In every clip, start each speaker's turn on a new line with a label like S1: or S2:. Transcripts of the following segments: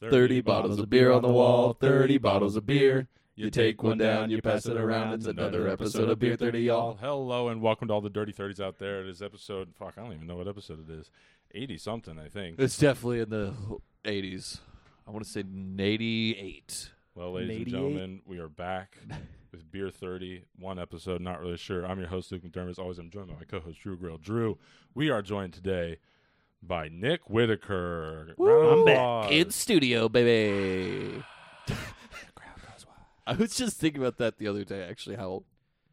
S1: 30 bottles of beer on the wall, 30 bottles of beer. You take one down, you pass it around. It's another episode of Beer 30
S2: Well,
S1: Y'all.
S2: hello and welcome to all the Dirty 30s out there. It is episode, fuck, I don't even know what episode it is. 80 something, I think.
S1: It's definitely in the 80s. I want to say 88.
S2: Well, ladies and
S3: 88.
S2: gentlemen, we are back with Beer 30, one episode, not really sure. I'm your host, Luke McDermott. As always, I'm joined by my co host, Drew Grill. Drew, we are joined today by Nick Whitaker.
S3: I'm back.
S1: In studio, baby. I was just thinking about that the other day, actually, how,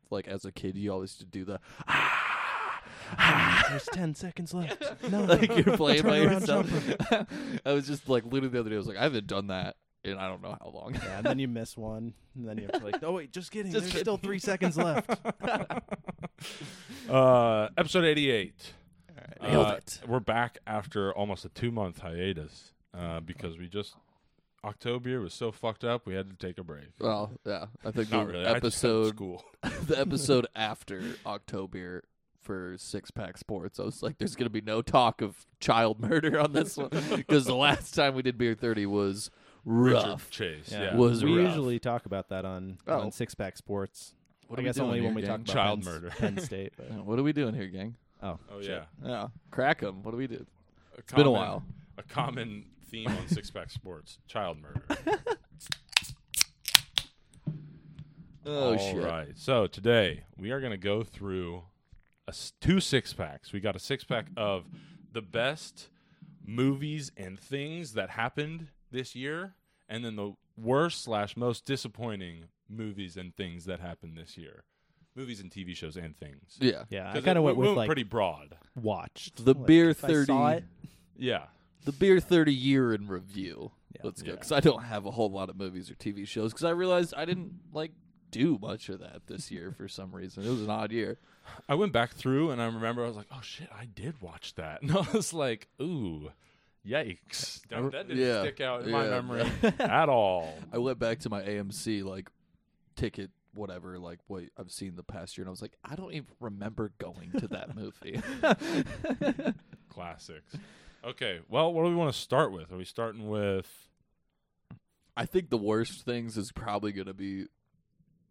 S1: like, as a kid, you always used to do the.
S3: There's 10 seconds left. No.
S1: like you're playing by
S3: Turnaround
S1: yourself. I was just like literally the other day. I was like, I haven't done that in I don't know how long.
S3: Yeah, and then you miss one. And then you're like, oh, wait, just kidding.
S1: Just
S3: There's
S1: kidding.
S3: still three seconds left.
S2: Uh, episode 88.
S1: Nailed
S2: Uh,
S1: it.
S2: We're back after almost a two month hiatus uh, because we just, October was so fucked up, we had to take a break.
S1: Well, yeah. I think the
S2: Not really. I just had
S1: episode,
S2: school.
S1: the episode after October for Six Pack Sports, I was like, there's gonna be no talk of child murder on this one because the last time we did Beer Thirty was rough.
S2: Richard Chase. Yeah.
S1: Was
S3: we
S1: rough.
S3: usually talk about that on,
S1: Oh.
S3: on Six Pack Sports.
S1: What
S3: I
S1: are we
S3: guess
S1: doing
S3: only
S1: here,
S3: when we
S1: gang?
S3: talk about
S2: Child
S3: Penn-
S2: murder.
S3: Penn State. But,
S1: Yeah, What are we doing here, gang?
S3: oh,
S2: Oh
S3: shit.
S2: yeah.
S1: Yeah, crack 'em. What do we do?
S2: It's
S1: been a while.
S2: A common theme on Six Pack Sports: child murder.
S1: Oh
S2: All
S1: shit!
S2: right. So today we are going to go through a s two six packs. We got a six pack of the best movies and things that happened this year, and then the worst slash most disappointing movies and things that happened this year. Movies and TV shows and things.
S1: Yeah,
S3: Yeah, I
S2: 'Cause
S3: kind
S2: it-
S3: of
S2: we
S3: went with like
S2: pretty broad.
S3: watched.
S1: The
S3: Like,
S1: beer
S3: if I saw
S1: 30.
S3: it,
S2: Yeah.
S1: the beer 30 year in review
S3: Yeah.
S1: let's go
S2: Yeah.
S1: because i don't have a whole lot of movies or tv shows because i realized i didn't like do much of that this year for some reason it was an odd year
S2: I went back through and I remember I was like, oh shit, I did watch that. And I was like, ooh, yikes. That, that didn't
S1: Yeah,
S2: stick out in my
S1: yeah.
S2: memory at all.
S1: i went back to my amc like ticket whatever like what i've seen the past year and i was like i don't even remember going to that movie
S2: Classics. Okay, well, what do we want to start with? Are we starting with.
S1: i think the worst things is probably going to be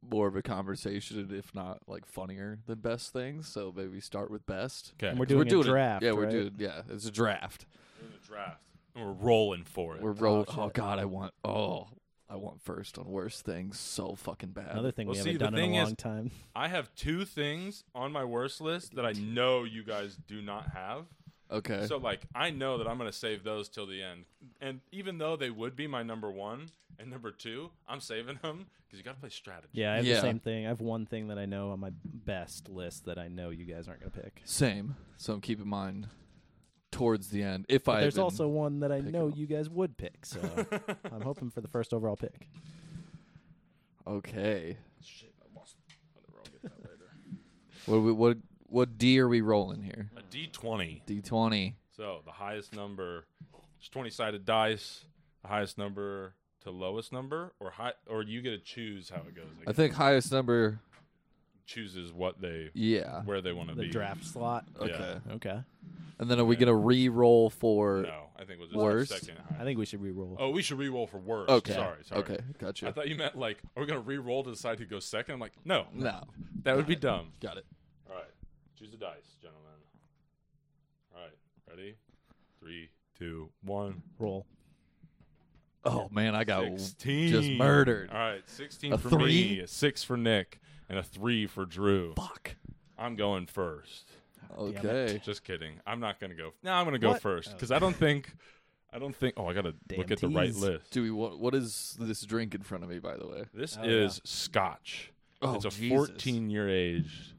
S1: more of a conversation if not like funnier than best things so maybe start with best
S2: Okay,
S3: and we're
S2: we're
S3: doing,
S1: we're
S3: a
S1: doing it-
S3: draft.
S1: yeah we're
S3: right?
S1: doing yeah it's a draft
S2: doing the draft. And we're rolling for it.
S1: We're rolling.
S3: shit.
S1: Oh, God, I want. Oh, I want first on worst things so fucking bad.
S3: Another thing
S2: Well,
S3: we
S2: see,
S3: haven't done
S2: the
S3: in a
S2: thing is-
S3: long time.
S2: I have two things on my worst list that I know you guys do not have.
S1: okay.
S2: So, like, I know that I'm going to save those till the end. And even though they would be my number one and number two, I'm saving them because you got to play strategy.
S3: Yeah, I have
S1: Yeah.
S3: the same thing. I have one thing that I know on my best list that I know you guys aren't going to pick.
S1: Same. So keep in mind towards the end. If I
S3: But there's
S1: even-
S3: also one that I
S1: pick
S3: know
S1: up.
S3: you guys would pick, so I'm hoping for the first overall pick.
S1: okay.
S2: Shit, I lost. Whatever, I'll get that later.
S1: What we, what what D are we rolling here?
S2: A D twenty.
S1: D twenty.
S2: So the highest number, it's twenty sided dice. The highest number to lowest number, or high, or you get to choose how it goes. Like
S1: I think highest number.
S2: chooses what they,
S1: Yeah.
S2: where they want to
S3: The
S2: be.
S3: draft slot.
S2: Yeah.
S1: Okay.
S3: Okay.
S1: And then are we gonna re-roll for?
S2: No, I think we'll just
S1: Worst?
S2: do second
S3: I
S2: high.
S3: think we should re-roll.
S2: Oh, we should re-roll for worst.
S1: Okay.
S2: Sorry, sorry.
S1: Okay.
S2: I
S1: Gotcha.
S2: thought you meant like, are we gonna re-roll to decide who goes second? I'm like, no,
S1: no.
S2: that would be dumb.
S1: Got it.
S2: All right, choose the dice, gentlemen. All right, ready? Three, two, one.
S3: Roll.
S1: Oh man, I got
S2: 16.
S1: just murdered.
S2: All right, 16
S1: A
S2: for me,
S1: three?
S2: a 6 for Nick, and a 3 for Drew.
S1: fuck.
S2: I'm going first.
S3: damn
S1: Okay.
S2: Just kidding. I'm not going to go. No, I'm going to go
S3: What?
S1: Oh,
S2: first cuz I don't think I don't think Oh, I got to
S3: Damn
S2: look at the right
S3: tease.
S2: list.
S1: Do we what? What is this drink in front of me? By the way.
S2: This
S3: Oh,
S2: is scotch.
S1: Oh,
S2: it's a
S1: Jesus.
S2: 14-year age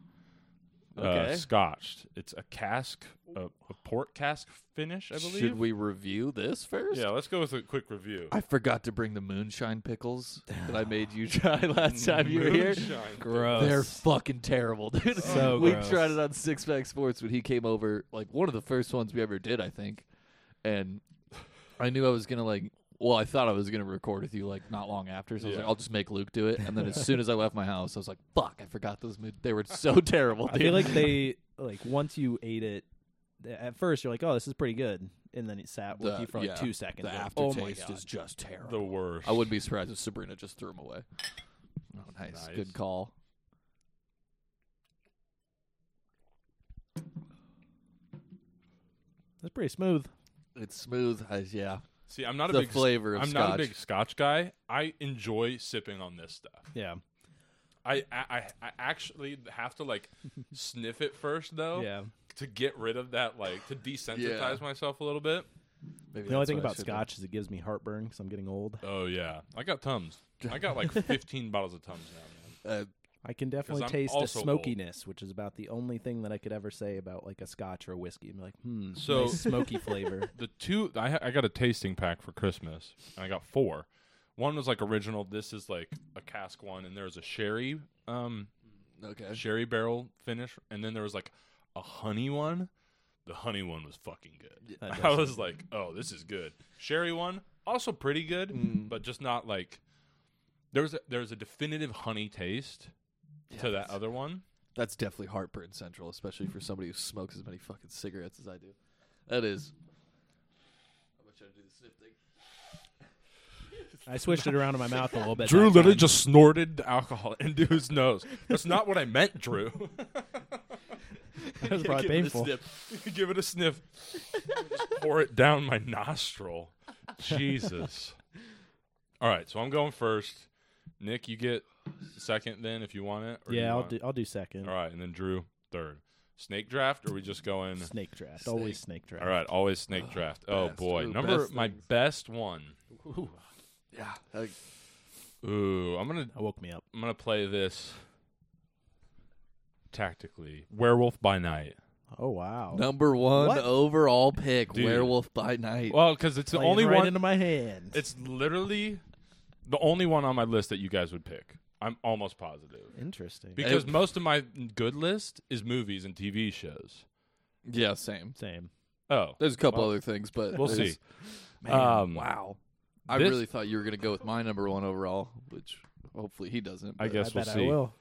S2: uh,
S1: Okay.
S2: scotched. It's a cask a, a port cask finish, I believe.
S1: Should we review this first?
S2: Yeah, let's go with a quick review.
S1: I forgot to bring the moonshine pickles that I made you try last time you were here.
S2: Moonshine.
S3: Gross.
S1: They're fucking terrible, dude.
S3: So
S1: we
S3: gross.
S1: tried it on Six Pack Sports when he came over, like one of the first ones we ever did, I think. And I knew I was gonna like well, I thought I was gonna record with you like not long after, so I was
S2: Yeah.
S1: like, I'll just make Luke do it. And then as soon as I left my house, I was like, fuck, I forgot those moon they were so terrible,
S3: I
S1: dude.
S3: feel like they like once you ate it. th- At first, you're like, "Oh, this is pretty good,"
S4: and then it sat with
S1: The-
S4: you for like
S1: yeah,
S4: two seconds.
S1: The
S4: You're like, oh my
S1: aftertaste
S4: god.
S1: is just terrible.
S2: The worst.
S1: I wouldn't be surprised if Sabrina just threw them away. Oh, nice.
S2: Nice.
S1: Good call.
S4: That's pretty smooth.
S1: It's smooth. I, yeah.
S2: See, I'm not a
S1: the
S2: big
S1: flavor of
S2: I'm
S1: scotch.
S2: not a big Scotch guy. I enjoy sipping on this stuff.
S4: Yeah.
S2: I I, I- I actually have to like sniff it first though
S4: Yeah.
S2: to get rid of that like to desensitize
S1: Yeah.
S2: myself a little bit.
S1: Maybe
S4: The only
S1: that's
S4: thing
S1: what I
S4: about
S1: should do.
S4: scotch is it gives me heartburn because I'm getting old.
S2: Oh yeah, I got tums. I got like 15 bottles of tums now, man.
S1: Uh,
S4: I can definitely
S2: I'm
S4: taste a
S2: also old.
S4: smokiness, which is about the only thing that I could ever say about like a scotch or a whiskey. I'm like, hmm,
S2: So-
S4: nice smoky flavor.
S2: The two I ha- I got a tasting pack for Christmas and I got four. One was like original. This is like a cask one, and there was a sherry um
S1: Uh, okay.
S2: sherry barrel finish, and then there was like a honey one. The honey one was fucking good.
S1: Yeah.
S4: That
S2: I
S4: does
S2: was like, oh, this is good. Sherry one also pretty good,
S1: Mm.
S2: but just not like there's a, there's a definitive honey taste to that other one.
S1: That's definitely heartburn central, especially for somebody who smokes as many fucking cigarettes as I do. That is. How much I do the sniff thing?
S4: I switched it around in my mouth a little bit.
S2: Drew
S4: that
S2: literally
S4: time.
S2: just snorted the alcohol into his nose. That's not what I meant, Drew.
S4: that was
S1: Give
S4: probably
S1: it a
S4: painful.
S1: sniff.
S2: Give it a sniff. Just pour it down my nostril. Jesus. All right, so I'm going first. Nick, you get second then if you want it. or you
S4: Yeah, I'll
S2: want-
S4: do. I'll do second.
S2: All right, and then Drew third. Snake draft, or are we just going?
S4: Snake draft. Always snake draft.
S2: All right, always snake draft. Oh
S1: best.
S2: boy,
S1: Ooh,
S2: number
S1: best
S2: my
S1: things.
S2: best one.
S1: Yeah. I-
S2: Ooh, I'm gonna
S4: That woke me up.
S2: I'm gonna play this tactically. Werewolf by Night.
S4: Oh wow.
S1: number one
S4: What?
S1: overall pick,
S2: Dude.
S1: Werewolf by Night.
S2: Well, because it's the
S4: Playing
S2: only
S4: right
S2: one.
S4: into my hand.
S2: it's literally the only one on my list that you guys would pick. I'm almost positive
S4: interesting.
S2: because most of my good list is movies and TV shows.
S1: yeah, same.
S4: Same.
S2: Oh,
S1: There's a couple
S2: Well,
S1: other things, but
S2: we'll
S1: there's-
S2: see. um,
S1: Wow. I
S2: This-
S1: really thought you were gonna go with my number one overall, which hopefully he doesn't.
S2: I
S1: but-
S2: guess
S4: I
S2: we'll
S4: bet
S2: see.
S4: I will.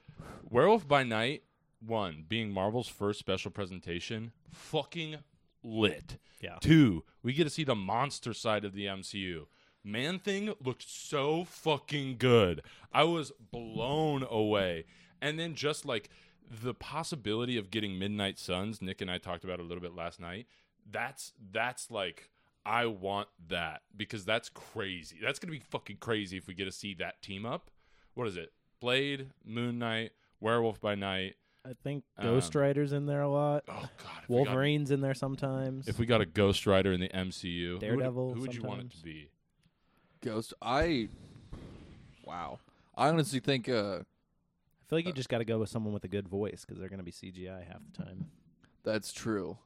S2: Werewolf by Night one being Marvel's first special presentation, fucking lit.
S4: Yeah.
S2: Two, we get to see the monster side of the MCU. Man Thing looked so fucking good. I was blown away. And then just like the possibility of getting Midnight Suns, Nick and I talked about it a little bit last night. That's that's like I want that because that's crazy. That's gonna be fucking crazy if we get to see that team up. What is it? Blade, Moon Knight, Werewolf by Night.
S4: I think
S2: Um,
S4: Ghost Rider's in there a lot.
S2: Oh god, if we got-
S4: Wolverine's in there sometimes.
S2: if we got a Ghost Rider in the MCU, who would-
S4: Daredevil
S2: who would you want it
S4: sometimes.
S2: to be?
S1: Ghost. I. Wow. I honestly think. uh
S4: I
S2: uh,
S4: feel like you just got to go with someone with a good voice because they're going to be CGI half the time.
S1: That's true.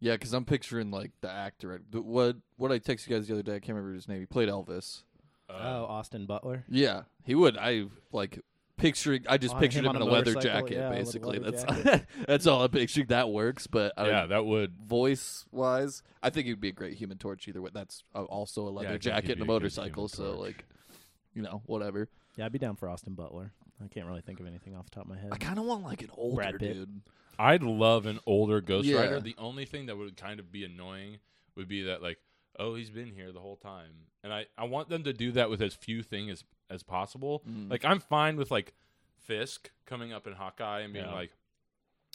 S1: Yeah, because I'm picturing like the actor. The- What what I texted you guys the other day, I can't remember his name. He played Elvis.
S2: Uh,
S4: oh, Austin Butler.
S1: Yeah, he would. I like picturing. I just
S4: On
S1: pictured
S4: Oh, him
S1: him
S4: on
S1: in a
S4: a
S1: leather
S4: motorcycle,
S1: jacket,
S4: yeah, with a
S1: basically.
S4: leather
S1: that's that's all I'm picturing. That works, but I
S2: yeah, that would.
S1: voice wise, I think he'd be a great Human Torch either way. That's uh, also a
S2: I
S1: leather
S2: think
S1: jacket
S2: he'd
S1: and
S2: be
S1: a
S2: a good Human
S1: motorcycle, so
S2: Torch.
S1: like, you know, whatever.
S4: Yeah, I'd be down for Austin Butler. I can't really think of anything off the top of my head.
S1: I kind of want like an older
S4: Brad Pitt.
S1: dude.
S2: I'd love an older Ghost
S1: Yeah.
S2: Rider. The only thing that would kind of be annoying would be that like, oh, he's been here the whole time, and I I want them to do that with as few thing as as possible.
S4: Mm.
S2: Like I'm fine with like Fisk coming up in Hawkeye and being
S4: Yeah.
S2: like,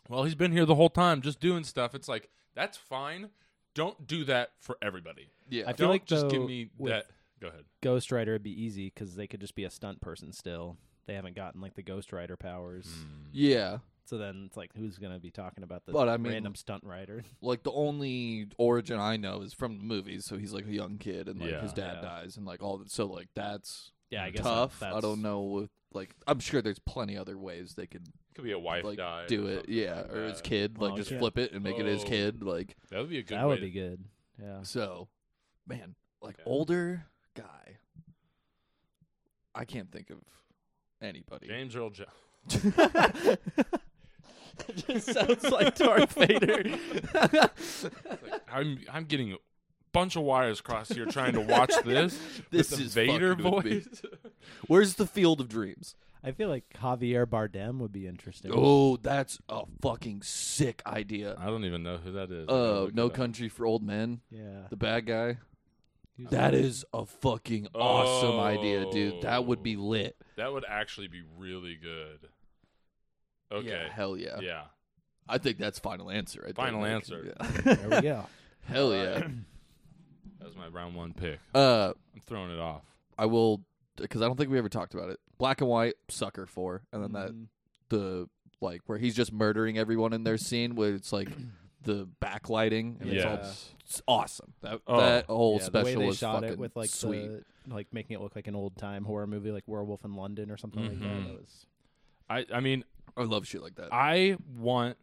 S2: well, he's been here the whole time, just doing stuff. It's like that's fine. Don't do that for everybody.
S1: Yeah,
S4: I feel
S2: Don't
S4: like,
S2: just give
S4: though,
S2: me
S4: with-
S2: that. Go ahead.
S4: Ghost Rider would be easy because they could just be a stunt person still. They haven't gotten like the Ghost Rider powers.
S2: Hmm.
S1: yeah.
S4: So then it's like, who's going to be talking about the
S1: But, I mean-
S4: random stunt rider?
S1: like the only origin I know is from the movies. So he's like a young kid, and like
S2: Yeah.
S1: his dad
S4: Yeah.
S1: dies, and like all that. So like that's
S4: Yeah, I guess that-
S1: tough. I
S4: that's-
S1: don't know. With, like I'm sure there's plenty other ways they could
S2: Could be a wife
S1: like
S2: died
S1: do
S2: or
S1: it.
S2: something
S1: Yeah,
S2: like
S1: or his
S2: that.
S1: kid, like
S4: Oh,
S1: just
S4: yeah.
S1: flip it and make it his
S2: Oh.
S1: kid. Like
S2: That would be a good.
S4: that
S2: way
S4: would
S2: to-
S4: be good. Yeah.
S1: so, man, like
S2: Yeah.
S1: older guy. I can't think of anybody.
S2: James Earl Jones.
S1: just sounds like Darth Vader.
S2: I'm I'm getting a bunch of wires crossed here trying to watch this.
S1: This
S2: with the
S1: is
S2: Vader
S1: fucking with me.
S2: voice.
S1: Where's the Field of Dreams?
S4: I I feel like Javier Bardem would be interesting.
S1: Oh, that's a fucking sick idea.
S2: I don't even know who that is. I gotta
S1: Uh,
S2: look
S1: No
S2: it up.
S1: Country for Old Men,
S4: Yeah.
S1: the bad guy.
S4: He's-
S1: That is a fucking awesome idea, dude. That would be
S2: Oh.
S1: lit.
S2: That would actually be really good. Okay.
S1: Yeah, hell yeah.
S2: Yeah.
S1: I think that's final answer. Right
S2: Final
S1: there, Nick.
S2: answer.
S1: Yeah.
S4: There we go.
S1: hell yeah.
S2: That was my round one pick.
S1: Uh,
S2: I'm throwing it off.
S1: I will, because I don't think we ever talked about it. Black and white, sucker for, and then that
S4: Mm,
S1: the like where he's just murdering everyone in their scene where it's like the backlighting and it's all
S4: Yeah.
S1: it's awesome. That
S2: Oh.
S1: that whole
S4: yeah,
S1: special
S4: the way they
S1: was
S4: shot
S1: fucking
S4: it with like
S1: sweet.
S4: the like making it look like an old time horror movie like Werewolf in London or something like
S2: Mhm.
S1: Mm-hmm.
S4: that. that was,
S2: I, I mean,
S1: I love shit like that.
S2: I want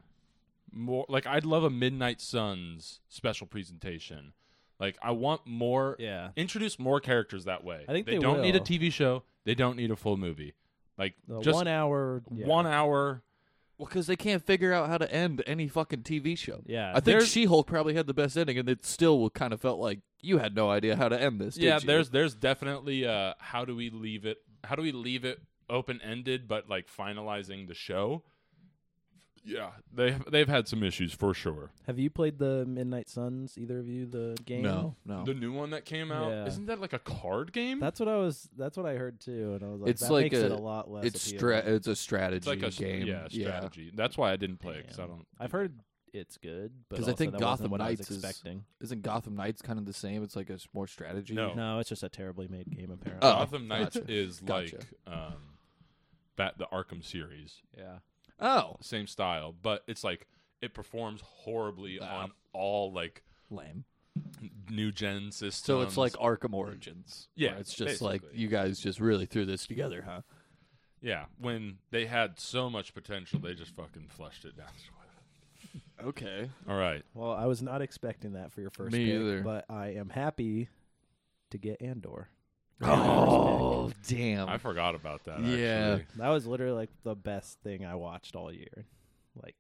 S2: more. Like, I'd love a Midnight Suns special presentation. Like, I want more.
S4: yeah.
S2: Introduce more characters that way.
S4: I think they
S2: don't need a
S4: will.
S2: TV show. They don't need a full movie. Like,
S4: The
S2: just
S4: one hour. Yeah.
S2: one hour.
S1: well, because they can't figure out how to end any fucking TV show.
S4: Yeah.
S1: I think She Hulk probably had the best ending, and it still kind of felt like you had no idea how to end this. did
S2: yeah
S1: you?
S2: there's there's definitely uh how do we leave it how do we leave it open ended but like finalizing the show yeah they they've had some issues for sure
S4: Have you played the Midnight Suns? Either of you the game?
S1: no, no.
S2: the new one that came out
S4: Yeah.
S2: isn't that like a card game
S4: That's what I was. That's what I heard too, and I was like,
S1: It's
S4: that
S1: like
S4: makes it
S1: a-
S4: a lot less.
S1: It's
S4: appealing.
S1: stra- It's a strategy
S2: it's like a s-
S1: game.
S2: yeah strategy that's why i didn't play because i
S4: Damn.
S2: don't
S4: I've heard it's good, but
S1: 'Cause I
S4: also
S1: think
S4: that wasn't
S1: Gotham
S4: what I was
S1: Knights is-
S4: expecting.
S1: Isn't Gotham Knights kind of the same? It's like a s- more strategy.
S2: No.
S4: No, it's just a terribly made game apparently.
S1: Oh,
S2: gotham knights
S1: gotcha.
S2: is
S1: Gotcha.
S2: like um bat the arkham series
S4: yeah.
S1: Oh,
S2: same style but it's like it performs horribly
S1: Ah.
S2: on all like
S1: lame.
S2: new gen systems
S1: So it's like Arkham Origins.
S2: Yeah,
S1: where it's just like
S2: basically.
S1: you guys just really threw this together, huh?
S2: Yeah, when they had so much potential, they just fucking flushed it down the toilet.
S1: Okay.
S2: All right.
S4: Well, I was not expecting that for your first
S1: Me
S4: pick,
S1: either.
S4: but I am happy to get Andor.
S1: Oh damn!
S2: I forgot about that.
S1: Yeah.
S2: Actually.
S4: That was literally like the best thing I watched all year. Like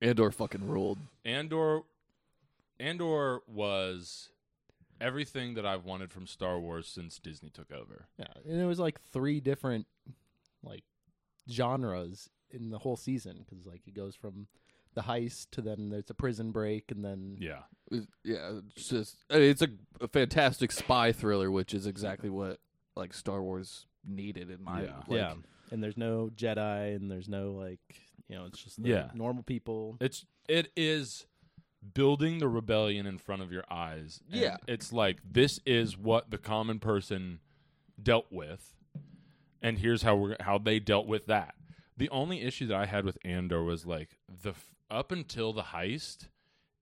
S1: Andor fucking ruled.
S2: Andor Andor was everything that I've wanted from Star Wars since Disney took over.
S4: Yeah, and it was like three different like genres in the whole season because like it goes from the heist to then there's a prison break and then
S2: Yeah.
S1: It- Yeah, it's just I mean, it's a, a fantastic spy thriller, which is exactly what like Star Wars needed in my
S2: Yeah.
S1: like,
S4: yeah, and there's no Jedi and there's no like you know it's just the
S2: Yeah.
S4: normal people.
S2: It's it is building the rebellion in front of your eyes. and
S1: Yeah.
S2: It's like this is what the common person dealt with and here's how we are how they dealt with that. The only issue that I had with Andor was like the f- up until the heist,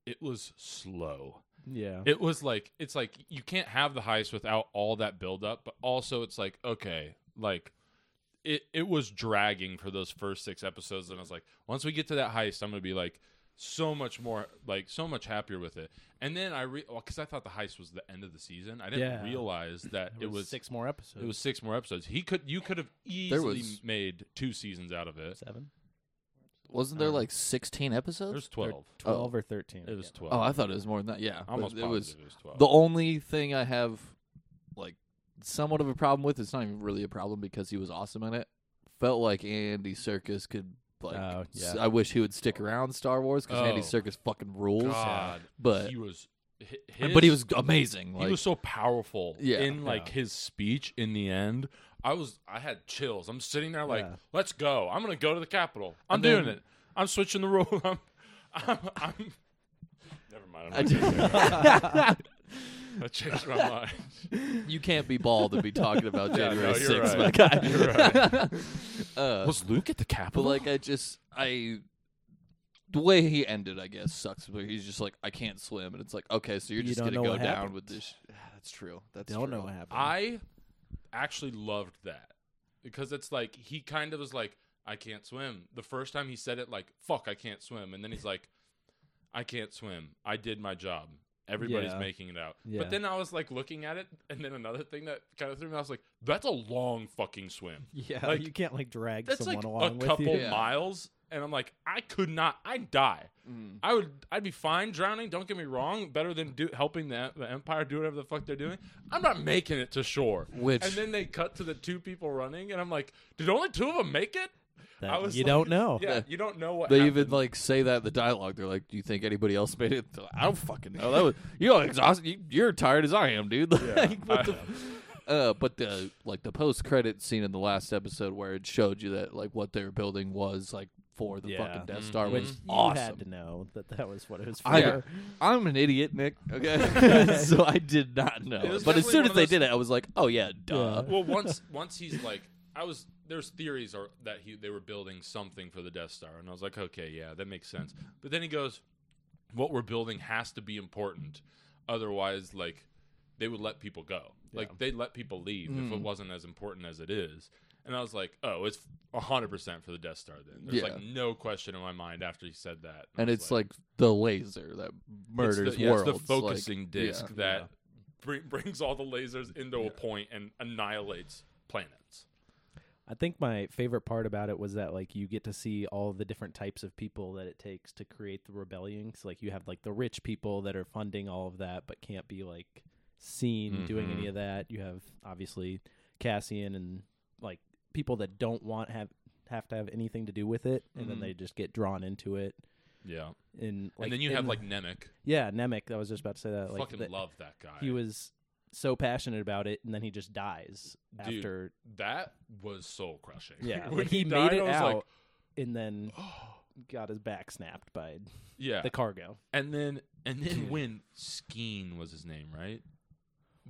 S2: it was slow.
S4: Yeah,
S2: It was like it's like you can't have the heist without all that build up, but also it's like okay, like it it was dragging for those first 6 episodes and I was like once we get to that heist, I'm going to be like so much more like so much happier with it. And then I re- well, cuz I thought the heist was the end of the season. I didn't
S4: Yeah.
S2: realize that it was
S4: six more episodes.
S2: it was 6 more episodes. He could you could have easily
S1: was-
S2: made 2 seasons out of it.
S4: seven,
S1: Wasn't there
S4: Uh,
S1: like sixteen episodes?
S2: There's 12.
S4: twelve, or thirteen.
S2: It was 12.
S1: Oh, I thought it was more than that. Yeah,
S2: Almost
S1: but it was
S2: positive it was 12.
S1: the only thing I have like somewhat of a problem with. It's not even really a problem because he was awesome in it. Felt like Andy Circus could like.
S4: Oh,
S1: s-
S4: yeah.
S1: I wish he would stick around Star Wars because Andy
S2: Oh.
S1: Circus fucking rules.
S2: God,
S1: But
S2: he was hi-
S1: but he
S2: his-
S1: was amazing. Like
S2: he was so powerful
S1: Yeah.
S2: in like
S4: Yeah.
S2: his speech in the end. I was I had chills. I'm sitting there like,
S4: Yeah.
S2: let's go. I'm gonna go to the Capitol. I'm
S1: And
S2: doing
S1: then-
S2: it. I'm switching the rule. I'm, I'm, I'm never mind.
S1: I
S2: I'm not gonna say that. I changed my mind.
S1: you can't be bald and be talking about
S2: Yeah, no,
S1: January
S2: you're
S1: 6th,
S2: right.
S1: my guy.
S2: You're right.
S1: Uh,
S2: Was Luke at the
S1: but
S2: Capitol?
S1: like I just I the way he ended, I guess, sucks. But he's just like, I can't swim, and it's like, okay, so you're
S4: You
S1: just
S4: don't
S1: gonna
S4: know
S1: go
S4: what
S1: down
S4: happened.
S1: with this. sh- That's true. That's
S4: Don't know
S1: true.
S4: what happened.
S2: I actually loved that because it's like he kind of was like, I can't swim. The first time he said it, like, fuck, I can't swim. And then he's like, I can't swim. I did my job. Everybody's
S3: Yeah.
S2: making it out.
S3: Yeah.
S2: But then I was like looking at it, and then another thing that kind of threw me. I was like, that's a long fucking swim.
S4: Yeah,
S2: Like,
S4: you can't like drag
S2: That's
S4: someone
S2: like
S4: along
S2: a
S4: with
S2: couple
S4: you.
S1: Yeah.
S2: miles, and I'm like, I could not. I'd die.
S1: Mm.
S2: I would. I'd be fine drowning. Don't get me wrong. Better than do, helping the, the empire do whatever the fuck they're doing. I'm not making it to shore.
S1: Which-
S2: and then they cut to the two people running, and I'm like, did only two of them make it?
S4: That
S2: I was
S4: you
S2: like-
S4: don't know.
S2: Yeah, you don't know what.
S1: They
S2: happened.
S1: even like say that in the dialogue. They're like, "Do you think anybody else made it?" They're like, I don't fucking know. That was you are exhausted. You, you're tired as I am, dude. Like, what the- uh, but the like the post credit scene in the last episode where it showed you that like what they were building was like for the
S4: Yeah. Mm-hmm.
S1: fucking Death Star
S4: Which
S1: was
S4: you had
S1: awesome.
S4: to know that that was what it was for.
S1: I, I'm an idiot, Nick. Okay, so I did not
S2: It
S1: know.
S2: was
S1: But as
S2: definitely
S1: soon
S2: one
S1: as
S2: of
S1: they
S2: those-
S1: did it, I was like, "Oh yeah, duh."
S2: well once once he's like i was there's theories or that he they were building something for the death star and i was like okay yeah that makes sense but then he goes what we're building has to be important otherwise like they would let people go like they'd let people leave if
S1: Mm.
S2: it wasn't as important as it is and i was like oh it's 100% for the death star then there's
S1: Yeah.
S2: like no question in my mind after he said that I
S1: And
S2: was
S1: it's like, the laser that
S2: it's
S1: murders
S2: the, yeah, it's
S1: worlds.
S2: the
S1: like,
S2: focusing
S1: yeah.
S2: disc that bring, brings all the lasers into a point and annihilates planets
S4: I think my favorite part about it was that like you get to see all the different types of people that it takes to create the rebellion. So like you have like the rich people that are funding all of that but can't be like seen doing
S2: Mhm.
S4: any of that. You have obviously Cassian and like people that don't want have have to have anything to do with it and then
S1: Mhm.
S4: they just get drawn into it.
S2: yeah
S4: And like
S2: and then you
S4: in-
S2: have like Nemec.
S4: yeah, Nemec, I was just about to say that like
S2: Fucking
S4: that
S2: love that guy.
S4: he was so passionate about it and then he just dies
S2: Dude.
S4: after
S2: that was soul crushing.
S4: Yeah,
S2: when
S4: like he,
S2: died,
S4: made it
S2: I was
S4: out
S2: Like,
S4: and then got his back snapped by
S2: yeah,
S4: the cargo.
S2: and then and then when Skeen was his name, right?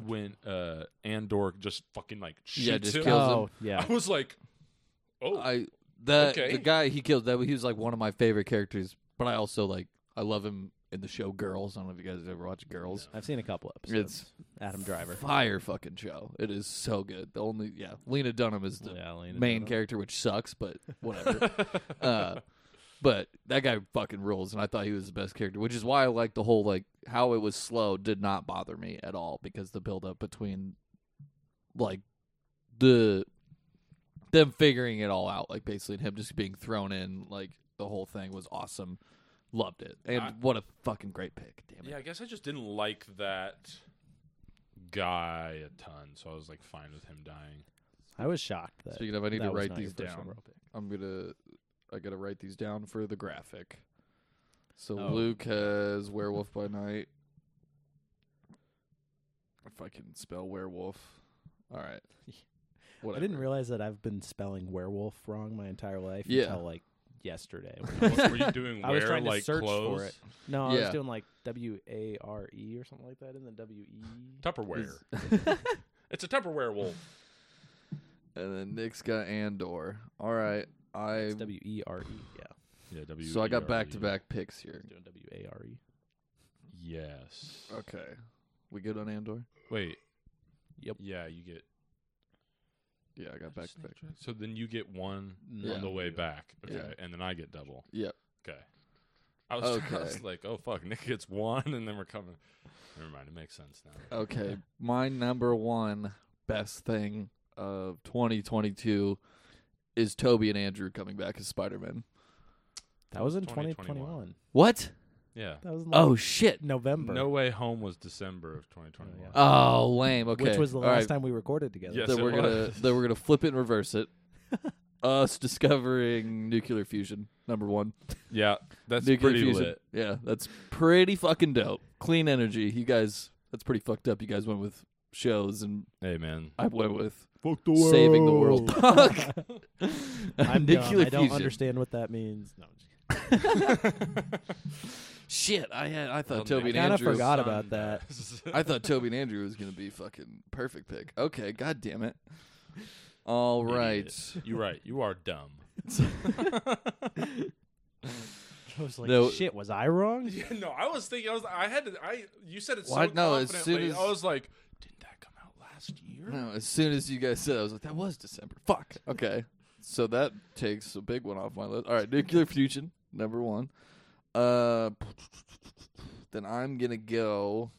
S2: When uh Andor just fucking like shoots
S1: Yeah, just
S2: him.
S1: kills him.
S4: oh yeah,
S2: I was like, oh,
S1: I the
S2: Okay.
S1: the guy he killed that he was like one of my favorite characters, but I also like I love him in the show Girls. I don't know if you guys ever watched Girls.
S4: I've seen a couple episodes.
S1: It's
S4: Adam Driver.
S1: fire fucking show. It is so good. The only yeah, Lena Dunham is the
S4: Yeah, Lena
S1: main
S4: Dunham.
S1: character, which sucks, but whatever. uh, but that guy fucking rules, and I thought he was the best character, which is why I like the whole like how it was slow did not bother me at all because the build up between like the them figuring it all out, like basically and him just being thrown in, like the whole thing was awesome. Loved it, and
S2: I-
S1: what a fucking great pick! Damn it.
S2: yeah. I guess I just didn't like that guy a ton, so I was like fine with him dying.
S4: I was shocked that.
S1: Speaking of, I need
S4: that
S1: to
S4: was
S1: write
S4: not your
S1: these
S4: first
S1: down.
S4: overall pick.
S1: I'm gonna I gotta write these down for the graphic. So
S4: Oh.
S1: Luke has werewolf by night. If I can spell werewolf. All right. Whatever.
S4: I didn't realize that I've been spelling werewolf wrong my entire life
S1: Yeah.
S4: until like yesterday.
S2: What were you doing?
S4: I was
S2: where,
S4: trying to
S2: like,
S4: search for
S2: clothes?
S4: it. no, I was
S1: Yeah.
S4: doing like W A R E or something like that, and then W E.
S2: Tupperware. it's a Tupperware wolf.
S1: And then Nick's got Andor. All right. I
S4: It's W E R E. Yeah, I
S2: Yeah, W.
S1: so I got back to back picks here.
S4: was doing W A R E.
S2: Yes.
S1: Okay. We good on Andor?
S2: Wait.
S4: Yep.
S2: Yeah, you get
S1: Yeah, I got back to back.
S2: So then you get one
S1: Yeah.
S2: on the way back. Okay.
S1: Yeah.
S2: And then I get double.
S1: Yep.
S2: Okay. I was, I
S1: Okay.
S2: was like, oh fuck, Nick gets one and then we're coming. Never mind, it makes sense now.
S1: Okay. My number one best thing of 2022 is Toby and Andrew coming back as Spider-Man.
S4: That was in
S2: 2021.
S4: 2021.
S1: What?
S2: Yeah.
S4: That was in like
S1: Oh shit.
S4: November.
S2: No Way Home was December of 2021.
S4: Yeah.
S1: Oh, lame. Okay.
S4: Which was the
S1: All
S4: last
S1: right.
S4: time we recorded together.
S2: Yes.
S1: that
S2: it
S1: we're gonna
S2: was.
S1: that we're gonna flip it and reverse it. Us discovering nuclear fusion, number one.
S2: Yeah, that's
S1: nuclear
S2: pretty
S1: fusion.
S2: lit.
S1: Yeah, that's pretty fucking dope. Clean energy. You guys, that's pretty fucked up. You guys went with shows, and
S2: Hey man,
S1: I went with
S4: Fuck the
S1: saving the world. Fuck.
S4: I'm dumb.
S1: nuclear
S4: I don't
S1: fusion.
S4: understand what that means. No, I'm just kidding.
S1: Shit, I had I thought
S2: Well,
S1: Toby
S2: Nick-
S1: and
S4: I kinda
S1: Andrew.
S4: forgot about that.
S1: I thought Toby and Andrew was gonna be fucking perfect pick. Okay, god damn it. All right.
S2: You're right. You are dumb.
S4: I was like,
S1: No.
S4: shit, was I wrong?
S2: Yeah, no, I was thinking. I was. I had to. I. You said it
S1: Why-
S2: so
S1: no, as
S2: confidently.
S1: soon as-
S2: I was like, didn't that come out last year?
S1: No, as soon as you guys said, it, I was like, that was December. Fuck. Okay, so that takes a big one off my list. All right, nuclear fusion number one. Uh, Then I'm gonna go.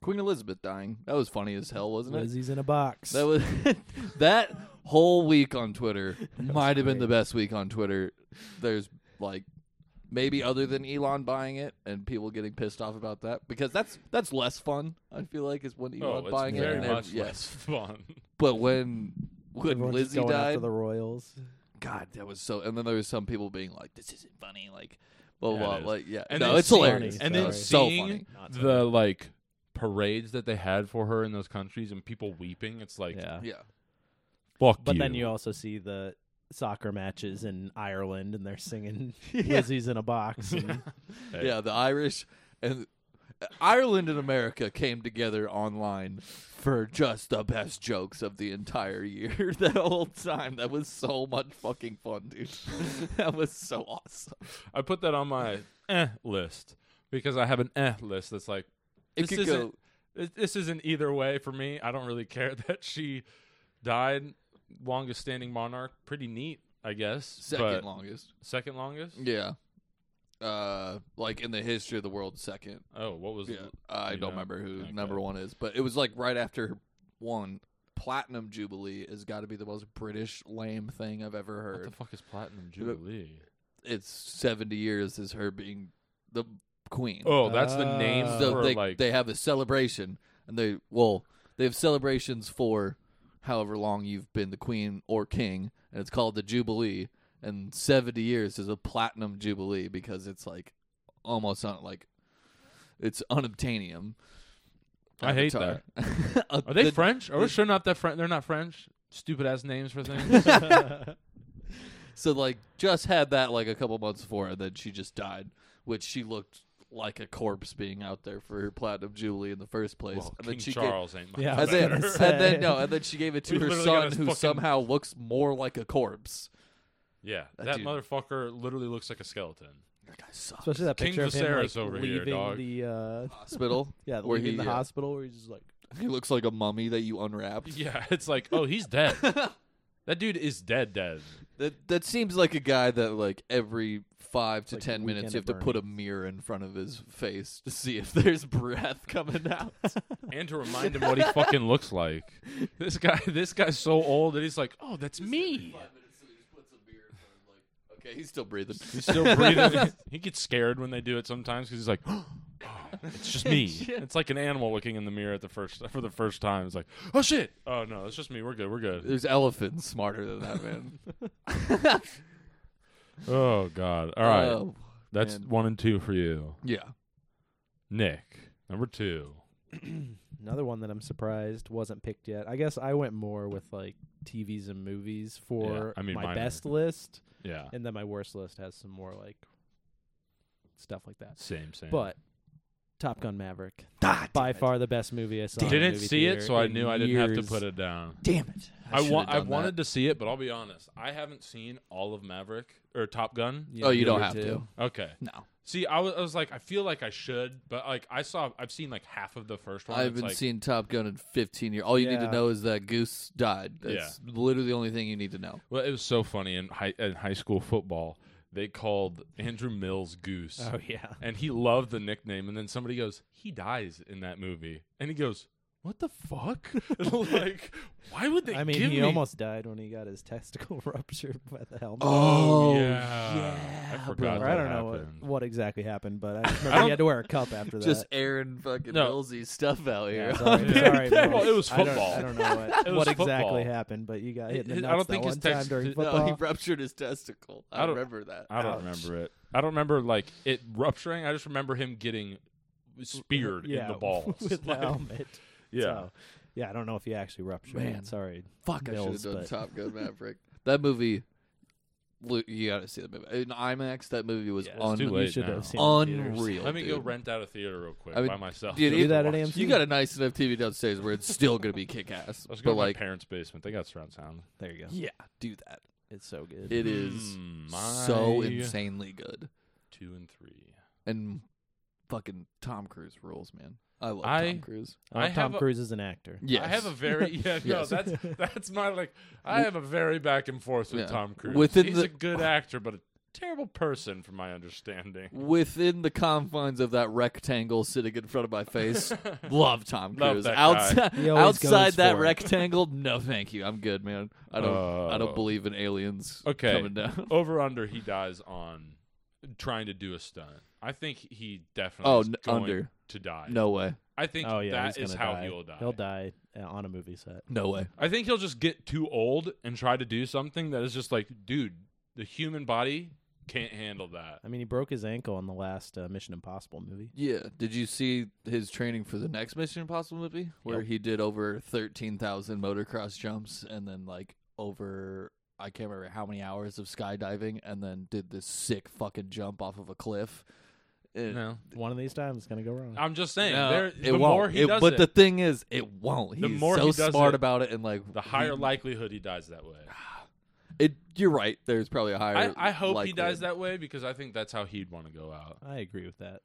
S1: Queen Elizabeth dying. That was funny as hell, wasn't it?
S4: Lizzie's in a box.
S1: That was that whole week on Twitter
S4: was
S1: might have been the
S4: great.
S1: best week on Twitter. There's like maybe other than Elon buying it and people getting pissed off about that because that's that's less fun. I feel like is when
S2: oh,
S1: Elon
S2: it's
S1: buying it.
S2: very
S1: and ev-
S2: much
S1: yeah.
S2: less fun.
S1: But when when
S4: Everyone's just
S1: Lizzie
S4: going after
S1: died,
S4: the Royals.
S1: God, that was so. And then there was some people being like, "This isn't funny." Like, blah
S2: Yeah,
S1: blah.
S2: it
S1: blah.
S2: is.
S1: Like, yeah,
S2: And
S1: no,
S2: then
S1: it's
S2: seeing-
S1: hilarious.
S4: and
S1: though.
S4: then
S1: It's so
S2: seeing
S1: funny.
S2: the like parades that they had for her in those countries and people weeping. It's like
S4: yeah.
S1: Yeah,
S2: fuck
S4: But
S2: you.
S4: then you also see the soccer matches in Ireland, and they're singing "Lizzie's in a box." And
S2: Hey.
S1: yeah. The Irish and Ireland and America came together online for just the best jokes of the entire year. that whole time, that was so much fucking fun, dude. that was so awesome.
S2: I put that on my eh list because I have an eh list that's like
S1: It
S2: This
S1: could
S2: isn't-
S1: go.
S2: this- this isn't either way for me. I don't really care that she died, longest standing monarch. Pretty neat, I guess.
S1: Second
S2: but-
S1: longest,
S2: second longest.
S1: yeah, uh, like in the history of the world, second.
S2: Oh, what was?
S1: Yeah, I
S2: you
S1: don't
S2: know?
S1: remember who
S2: Okay.
S1: number one is, but it was like right after one. Platinum Jubilee has got to be the most British lame thing I've ever
S2: What the
S1: heard.
S2: fuck is platinum jubilee?
S1: it's seventy years is her being the queen.
S2: Oh, that's the name
S4: Uh,
S1: Ah. so
S2: for
S1: they
S2: like
S1: they have a celebration, and they well they have celebrations for however long you've been the queen or king, and it's called the Jubilee. And seventy years is a Platinum Jubilee because it's like almost un- like it's unobtainium.
S2: I hate
S1: Avatar. Uh,
S2: Are they
S1: the-
S2: French? Are we
S1: the-
S2: sure not that French? They're not French. Stupid ass names for things.
S1: So like just had that like a couple months before, and then she just died, which she looked like a corpse being out there for her platinum jubilee in the first place.
S2: well,
S1: and
S2: King
S1: then she
S2: Charles ain't much
S4: Yeah,
S1: Gave,
S4: I was
S1: and then,
S2: better.
S4: gonna
S1: and
S4: say.
S1: then no, and then she gave it to
S2: We
S1: her
S2: literally got
S1: son,
S2: his
S1: who
S2: fucking-
S1: somehow looks more like a corpse.
S2: yeah,
S1: That
S2: that,
S1: dude-
S2: motherfucker literally looks like a skeleton.
S1: That guy sucks.
S4: Especially that
S2: King
S4: picture of him
S2: Viserys
S4: like,
S2: over here,
S4: leaving
S2: dog.
S4: the uh,
S1: hospital.
S4: yeah,
S1: Where
S4: leaving
S1: he,
S4: the
S1: uh,
S4: hospital, where he's just like,
S1: He looks like a mummy that you unwrapped.
S2: Yeah, it's like, oh, he's dead. that dude is dead, dead.
S1: That that seems like a guy that like every five to
S4: Like
S1: ten minutes
S4: Weekend
S1: you have
S4: at
S1: to put a mirror in front of his face to see if there's breath coming out.
S2: And to remind him what he fucking looks like. This guy, this guy's so old that he's like, oh, that's me.
S1: Okay, he's still breathing.
S2: He's still breathing. he gets scared when they do it sometimes because he's like, oh, it's just me. It's like an animal looking in the mirror at the first for the first time. It's like, oh shit. Oh no, it's just me. We're good. We're good.
S1: There's elephants smarter than that man.
S2: Oh god. All right,
S1: Oh,
S2: that's
S1: man.
S2: one and two for you,
S1: yeah.
S2: Nick. Number two.
S4: Another one that I'm surprised wasn't picked yet. I guess I went more with like TVs and movies for
S2: I mean,
S4: my
S2: mine
S4: best list,
S2: Yeah.
S4: and then my worst list has some more like stuff like that.
S2: Same. Same.
S4: But Top Gun Maverick, by far the best movie I saw. in a
S2: didn't
S4: movie
S2: see it,
S4: theater
S2: so I
S4: in
S2: knew I didn't have to
S4: years.
S2: put it down.
S1: Damn it.
S2: I, wa- I wanted to see it, but I'll be honest. I haven't seen all of Maverick or Top Gun.
S4: Yeah,
S1: oh, you
S4: me
S1: don't have
S4: too.
S1: to.
S2: Okay.
S1: No,
S2: See, I was, I was like, I feel like I should, but like I saw, I've seen like half of the first one.
S1: I
S2: It's
S1: haven't
S2: like,
S1: seen Top Gun in 15 years. All you need to
S4: Yeah.
S1: know is that Goose died. That's literally the only thing you need to know.
S2: Well, it was so funny in high in high school football. They called Andrew Mills Goose,
S4: Oh yeah.
S2: and he loved the nickname. And then somebody goes, "He dies in that movie," and he goes, "What the fuck? like, why would they?"
S4: I mean,
S2: give
S4: he
S2: me-
S4: almost died when he got his testicle ruptured by the helmet.
S2: Oh, yeah. I forgot.
S4: Or
S2: that
S4: I don't know what,
S2: happened.
S4: what exactly happened, but I remember
S2: don't-
S4: he had to wear a cup after that.
S1: Just airing fucking
S2: No.
S1: Millsy stuff out here.
S4: Yeah, sorry,
S2: Yeah.
S4: sorry,
S2: Well,
S4: Mills.
S2: it was
S4: I don't-
S2: football.
S4: I don't, know what,
S2: It was
S4: what
S2: football.
S4: exactly happened, but you got hit in the
S2: It- it-
S4: nuts
S2: I don't think
S4: that
S2: his
S4: one time
S2: text- uh,
S4: during
S2: no,
S1: no,
S4: football.
S1: he ruptured his testicle. I,
S2: I don't-
S1: remember that.
S2: I don't remember it. I don't remember like it rupturing. I just remember him getting speared in
S4: Yeah,
S2: the balls.
S4: with the
S2: Like,
S4: helmet.
S2: yeah.
S4: So, yeah, I don't know if he actually ruptured.
S1: Man.
S4: it. Sorry.
S1: Fuck, I
S4: Mills,
S1: should have done
S4: but-
S1: Top Gun Maverick. that movie, lo- you gotta see the movie in IMAX. That movie was
S2: Yeah, it's
S1: un-
S2: too late
S4: you should
S2: now.
S4: have seen it in theaters.
S1: unreal.
S2: Let me go
S1: dude.
S2: rent out a theater real quick
S1: I mean,
S2: by myself.
S1: dude,
S2: just
S1: it-
S4: Do
S2: to
S4: that at
S2: watch.
S4: AMC.
S1: You got a nice enough TV downstairs where it's still gonna be kick ass.
S2: Let's go
S1: But
S2: to
S1: like,
S2: my parents' basement. They got surround sound.
S4: There you go.
S1: yeah, do that.
S4: It's so good.
S1: It is
S2: Mm,
S1: so
S2: my
S1: insanely good,
S2: Two and three.
S1: and fucking Tom Cruise rules, man. I love
S2: I-
S1: Tom Cruise.
S4: Oh,
S2: I have
S4: Tom
S2: a-
S4: Cruise is an actor.
S1: Yes.
S2: I have a very yeah no
S1: Yes.
S2: that's that's my like I have a very back and forth with
S1: Yeah.
S2: Tom Cruise.
S1: Within
S2: He's
S1: the-
S2: a good actor, but a terrible person, from my understanding.
S1: Within the confines of that rectangle sitting in front of my face, love Tom
S2: Love
S1: Cruise.
S2: that guy.
S1: outside
S4: He always
S1: outside
S4: goes
S1: that
S4: for it.
S1: rectangle, no, thank you. I'm good, man. I don't. I
S2: Oh.
S1: don't believe in aliens
S2: Okay.
S1: coming down.
S2: Over under, he dies on trying to do a stunt. I think he definitely
S1: Oh,
S2: is
S1: n-
S2: going
S1: under.
S2: to die.
S1: No way.
S2: I think
S4: oh yeah,
S2: that
S4: he's
S2: is
S4: gonna
S2: how
S4: die.
S2: he'll die.
S4: He'll die uh, on a movie set.
S1: No way.
S2: I think he'll just get too old and try to do something that is just like, dude, the human body can't handle that.
S4: I mean, he broke his ankle in the last uh, Mission Impossible movie.
S1: Yeah. Did you see his training for the next Mission Impossible movie, where he did over thirteen thousand motocross jumps and then like over I can't remember how many hours of skydiving, and then did this sick fucking jump off of a cliff. It-
S2: No,
S4: One of these times, it's gonna go wrong.
S2: I'm just saying.
S1: no,
S2: there,
S1: it
S2: the
S1: won't.
S2: more he
S1: It-
S2: does
S1: but
S2: it,
S1: the thing is, it won't. He's
S2: The more
S1: so
S2: he does it,
S1: smart about it, and like
S2: the higher
S1: he-
S2: likelihood he dies that way.
S1: It, you're right. There's probably a higher.
S2: I, I hope he dies
S1: likelihood.
S2: that way because I think that's how he'd want to go out.
S4: I agree with that.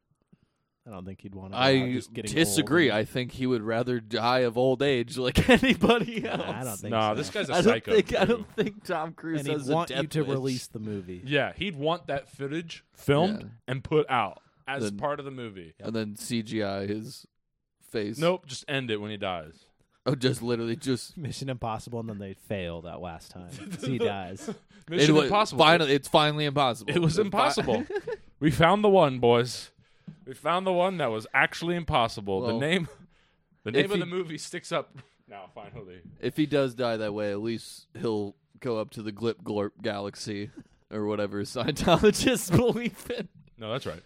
S4: I don't think he'd want to.
S1: I
S4: just getting
S1: disagree.
S4: Old
S1: I think he would rather die of old age like anybody else.
S4: and- I don't think.
S2: Nah,
S4: so.
S2: this guy's a
S1: I don't
S2: psycho.
S1: think I
S2: too.
S1: don't think Tom Cruise
S4: And
S1: has
S4: he'd
S1: a
S4: want you
S1: death
S4: to
S1: wish.
S4: release the movie.
S2: Yeah, he'd want that footage filmed
S1: Yeah.
S2: and put out as
S1: Then-
S2: part of the movie.
S1: and then CGI his face.
S2: Nope, just end it when he dies.
S1: oh, just literally just.
S4: Mission Impossible, and then they fail that last time. So he dies.
S2: Mission
S1: it was
S2: impossible.
S1: Finally, it's finally impossible.
S2: it was
S1: Fi-
S2: impossible. we found the one, boys. We found the one that was actually impossible.
S1: Well,
S2: the name, the name
S1: if
S2: of
S1: he-
S2: the movie sticks up now. Finally,
S1: if he does die that way, at least he'll go up to the Glip Glorp Galaxy or whatever Scientologists believe in.
S2: no, that's right.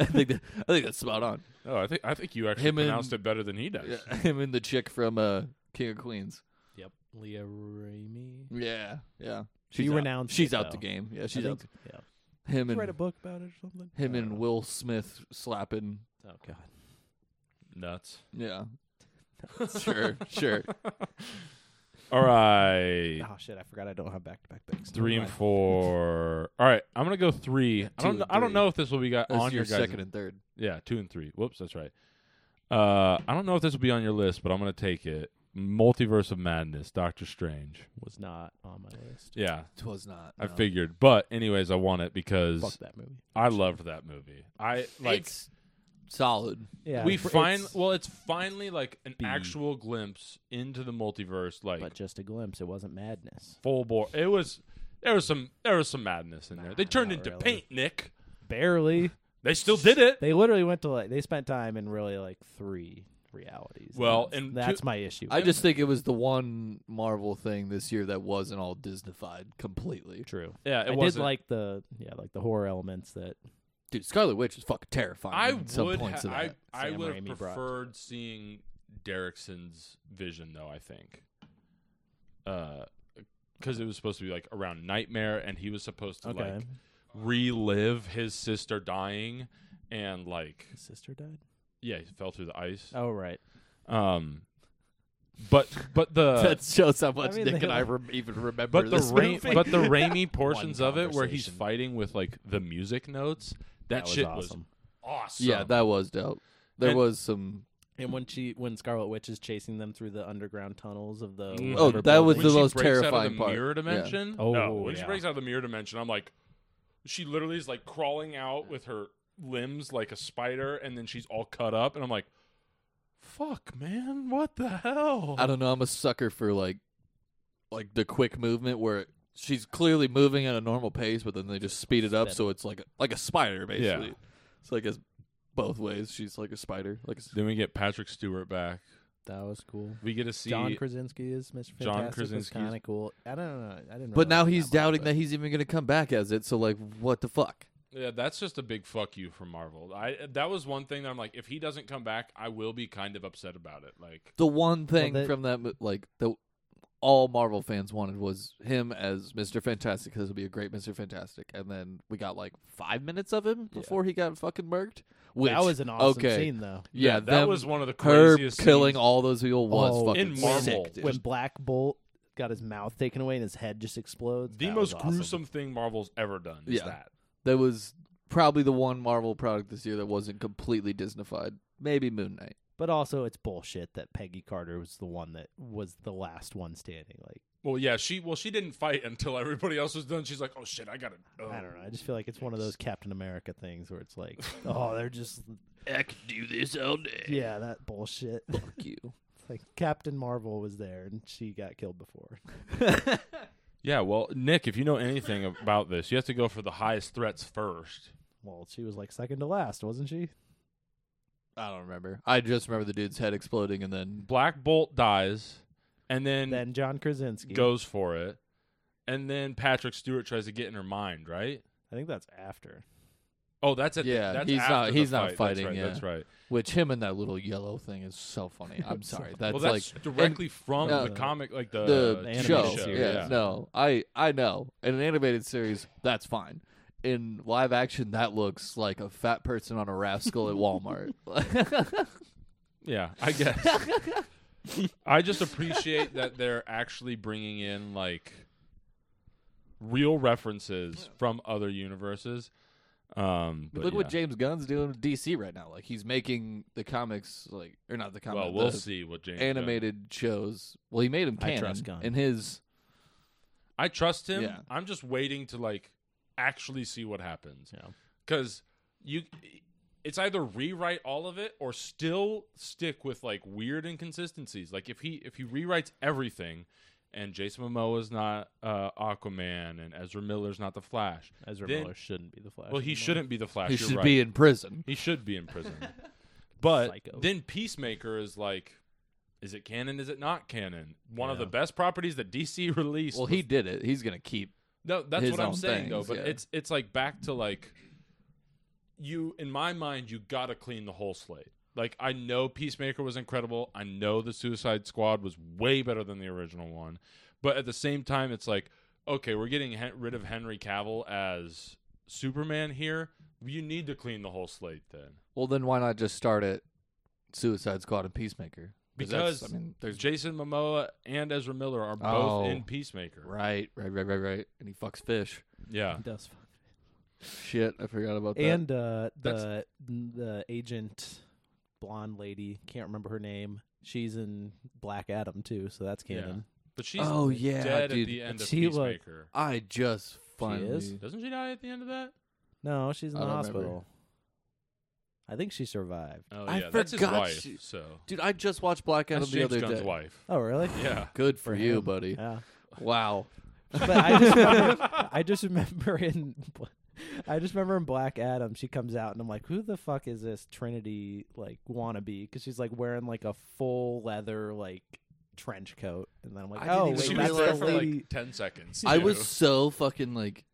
S1: I think that, I think that's spot on.
S2: Oh, I think I think you actually
S1: Him and-
S2: pronounced it better than he does.
S1: Yeah, him and the chick from uh, King of Queens.
S4: Yep. Leah Ramey.
S1: Yeah, yeah.
S4: She
S1: She's out-
S4: renounced
S1: She's
S4: it,
S1: out
S4: though.
S1: the game. Yeah, Uh,
S4: I
S1: she's out.
S4: think- yeah.
S1: the- Him
S4: Did you write a
S1: and
S4: book about it or something?
S1: him
S4: I
S1: and
S4: don't
S1: Will Smith slapping.
S4: know. Oh god.
S2: Nuts.
S1: Yeah. sure, sure.
S2: All right,
S4: Oh shit! I forgot I don't have back to back picks.
S2: three
S4: Never
S2: and
S4: mind.
S2: four. All right, I'm gonna go three. I
S1: two
S2: don't.
S1: and
S2: I don't
S1: three.
S2: know if this will be got
S1: That's
S2: on
S1: your
S2: guys'
S1: second and third.
S2: Yeah, two and three. Whoops, that's right. Uh, I don't know if this will be on your list, but I'm gonna take it. Multiverse of Madness, Doctor Strange.
S4: Was not on my list.
S2: Yeah,
S1: Twas not.
S2: I figured. But anyways, I want it because
S4: Fuck that movie.
S2: I loved that movie. I like
S1: it's solid.
S4: Yeah.
S2: we
S4: it's-
S2: find well, it's finally like an
S4: B.
S2: actual glimpse into the multiverse, like
S4: but just a glimpse. It wasn't madness.
S2: full bore. It was there was some there was some madness in there. They
S4: Nah,
S2: turned
S4: not
S2: into
S4: really.
S2: paint, Nick.
S4: Barely.
S2: They still did it.
S4: They literally went to like they spent time in really like three realities.
S2: Well,
S4: that's,
S2: and
S4: that's
S2: two-
S4: my issue.
S1: I just think it was the one Marvel thing this year that wasn't all Disneyfied completely.
S4: true.
S2: Yeah, it
S4: I
S2: was
S4: did like the yeah like the horror elements that
S1: Dude, Scarlet Witch is fucking terrifying.
S2: I
S1: in some
S2: would
S1: points
S2: ha-
S1: of that.
S2: I, I
S4: Sam
S2: would
S4: Raimi
S2: have
S4: brought to it.
S2: preferred seeing Derrickson's vision though, I think. Uh because it was supposed to be like around nightmare and he was supposed to
S4: okay
S2: like relive his sister dying and like
S4: his sister died.
S2: yeah, he fell through the ice.
S4: Oh right.
S2: Um but but the
S1: Uh, that shows how much
S4: I mean,
S1: Nick
S4: they-
S1: and I rem- even remember
S2: but the
S1: this
S2: rain
S1: movie.
S2: but the rainy portions of it where he's
S4: conversation.
S2: fighting with like the music notes that,
S4: was
S2: shit
S4: awesome.
S2: was awesome.
S1: yeah, that was dope. There
S2: And-
S1: was some.
S4: And when she when Scarlet Witch is chasing them through the underground tunnels of the
S2: Mm.
S1: Oh,
S4: whatever
S1: that was
S4: building.
S2: when
S1: the
S2: she
S1: most
S2: breaks out of
S1: terrifying
S2: the
S1: part.
S2: Mirror
S1: Yeah.
S2: dimension.
S4: Oh,
S2: no, when she
S4: yeah.
S2: breaks out of the mirror dimension, I'm like, she literally is like crawling out with her limbs like a spider, and then she's all cut up, and I'm like, fuck, man, what the hell?
S1: I don't know. I'm a sucker for like, like the quick movement where she's clearly moving at a normal pace, but then they just speed it up so it's like a, like a spider basically. It's like it's both ways. She's like a spider. Like a s-
S2: Then we get Patrick Stewart back.
S4: that was cool.
S2: We get to see.
S4: John Krasinski is Mr. Fantastic.
S2: John
S4: was
S2: Krasinski is-
S4: kind of cool. I don't know. I didn't.
S1: but
S4: really
S1: now
S4: like
S1: he's
S4: that much,
S1: doubting
S4: but-
S1: that he's even gonna come back as it. So like, what the fuck?
S2: yeah, that's just a big fuck you from Marvel. I that was one thing that I'm like, if he doesn't come back, I will be kind of upset about it. Like,
S1: The one thing
S4: they-
S1: from that mo- like the all Marvel fans wanted was him as Mr. Fantastic because it'll be a great Mr. Fantastic, and then we got like five minutes of him before he got fucking murked. Which
S4: that was an awesome
S1: okay.
S4: scene though.
S1: Yeah,
S2: that
S1: them-
S2: was one of the
S1: her
S2: craziest
S1: killing
S2: scenes.
S1: all those people was
S4: Oh,
S1: fucking
S2: in Marvel.
S1: sick, dude.
S4: when Black Bolt got his mouth taken away and his head just explodes.
S2: The
S4: that was
S2: most
S4: awesome.
S2: gruesome thing Marvel's ever done is
S1: Yeah.
S2: that.
S1: that was probably the one Marvel product this year that wasn't completely Disneyfied. Maybe Moon Knight.
S4: But also, it's bullshit that Peggy Carter was the one that was the last one standing. Like
S2: Well, yeah, she well she didn't fight until everybody else was done. She's like, oh shit, I gotta. Oh.
S4: I don't know. I just feel like it's one of those Captain America things where it's like, oh, they're just
S1: I could do this all day.
S4: yeah, that bullshit.
S1: Fuck you.
S4: like Captain Marvel was there and she got killed before.
S2: Yeah, well, Nick, if you know anything about this, you have to go for the highest threats first.
S4: Well, she was like second to last, wasn't she?
S1: I don't remember. I just remember the dude's head exploding and then
S2: Black Bolt dies, and then,
S4: then John Krasinski.
S2: goes for it, and then Patrick Stewart tries to get in her mind, right?
S4: I think that's after.
S2: Oh, that's at the-
S1: Yeah,
S2: that's
S1: he's
S2: after
S1: not-
S2: the
S1: he's not
S2: fight.
S1: fighting,
S2: That's right.
S1: yeah.
S2: That's right.
S1: which him and that little yellow thing is so funny. I'm sorry. That's,
S2: well, that's
S1: like
S2: directly from
S1: uh,
S2: the comic, like the,
S1: the
S2: TV
S4: animated
S1: show.
S4: show,
S1: yeah,
S4: yeah.
S1: no, I I know. In an animated series, that's fine. In live action, that looks like a fat person on a rascal at Walmart.
S2: Yeah, I guess. I just appreciate that they're actually bringing in like real references from other universes. Um, but
S1: Look what
S2: yeah.
S1: James Gunn's doing with DC right now. Like he's making the comics, like or not the comics.
S2: Well, we'll
S1: the
S2: see what James
S1: Animated shows. Well, he made him
S4: I
S1: canon
S4: trust Gunn.
S1: in his.
S2: does. I trust him.
S1: Yeah.
S2: I'm just waiting to like actually see what happens
S4: Yeah.
S2: because you. It's either rewrite all of it or still stick with like weird inconsistencies. Like if he if he rewrites everything, and Jason Momoa's not uh, Aquaman and Ezra Miller's not the Flash,
S4: Ezra
S2: Then-
S4: Miller shouldn't be the Flash.
S2: Well, he
S4: anymore.
S2: shouldn't be the Flash.
S1: He
S2: you're
S1: should
S2: right.
S1: be in prison.
S2: He should be in prison. but
S4: Psycho.
S2: then Peacemaker is like, is it canon? Is it not canon? One of the
S4: Yeah.
S2: best properties that DC released.
S1: Well, he did it. He's gonna keep.
S2: no, that's
S1: his
S2: what I'm
S1: own
S2: saying though.
S1: things,
S2: But
S1: yeah.
S2: it's it's like back to like you in my mind. You got to clean the whole slate. Like I know Peacemaker was incredible. I know the Suicide Squad was way better than the original one. But at the same time, it's like okay, we're getting he- rid of Henry Cavill as Superman here. You need to clean the whole slate then.
S1: Well, then why not just start at Suicide Squad and Peacemaker? that's-
S2: Because
S1: I mean, there's
S2: Jason Momoa and Ezra Miller are both
S1: Oh.
S2: in Peacemaker.
S1: right, right, right, right, right, and he fucks fish.
S2: Yeah.
S4: He does.
S1: Shit, I forgot about that.
S4: And uh, the
S2: That's-
S4: the agent, blonde lady, can't remember her name. She's in Black Adam too, so that's
S2: Yeah.
S4: canon.
S2: But she's
S1: Oh, yeah,
S2: dead
S1: dude.
S2: at the end of
S4: She was-
S2: Peacemaker.
S1: I just finally.
S4: is?
S2: Doesn't she die at the end of that?
S4: No, she's in
S1: I
S4: the
S1: don't
S4: hospital.
S1: remember.
S4: I think she survived.
S2: Oh
S1: I
S2: yeah, that's his
S1: forgot
S2: wife.
S1: she-
S2: So
S1: Dude, I just watched Black Adam
S2: that's
S1: the
S2: James
S1: other
S2: Gunn's
S1: day.
S2: wife.
S4: Oh, really?
S2: Yeah.
S1: Good for you,
S4: him.
S1: buddy.
S4: Yeah.
S1: Wow.
S4: But I just remember, I just remember in Bla- I just remember in Black Adam, she comes out and I'm like, who the fuck is this Trinity like wannabe? Because she's like wearing like a full leather like trench coat, and then I'm like,
S1: I didn't
S4: oh,
S1: even
S4: wait,
S2: she
S1: realize
S4: that's
S2: was there
S4: the
S2: for
S4: lady.
S2: like ten seconds.
S1: I
S2: too.
S1: was so fucking like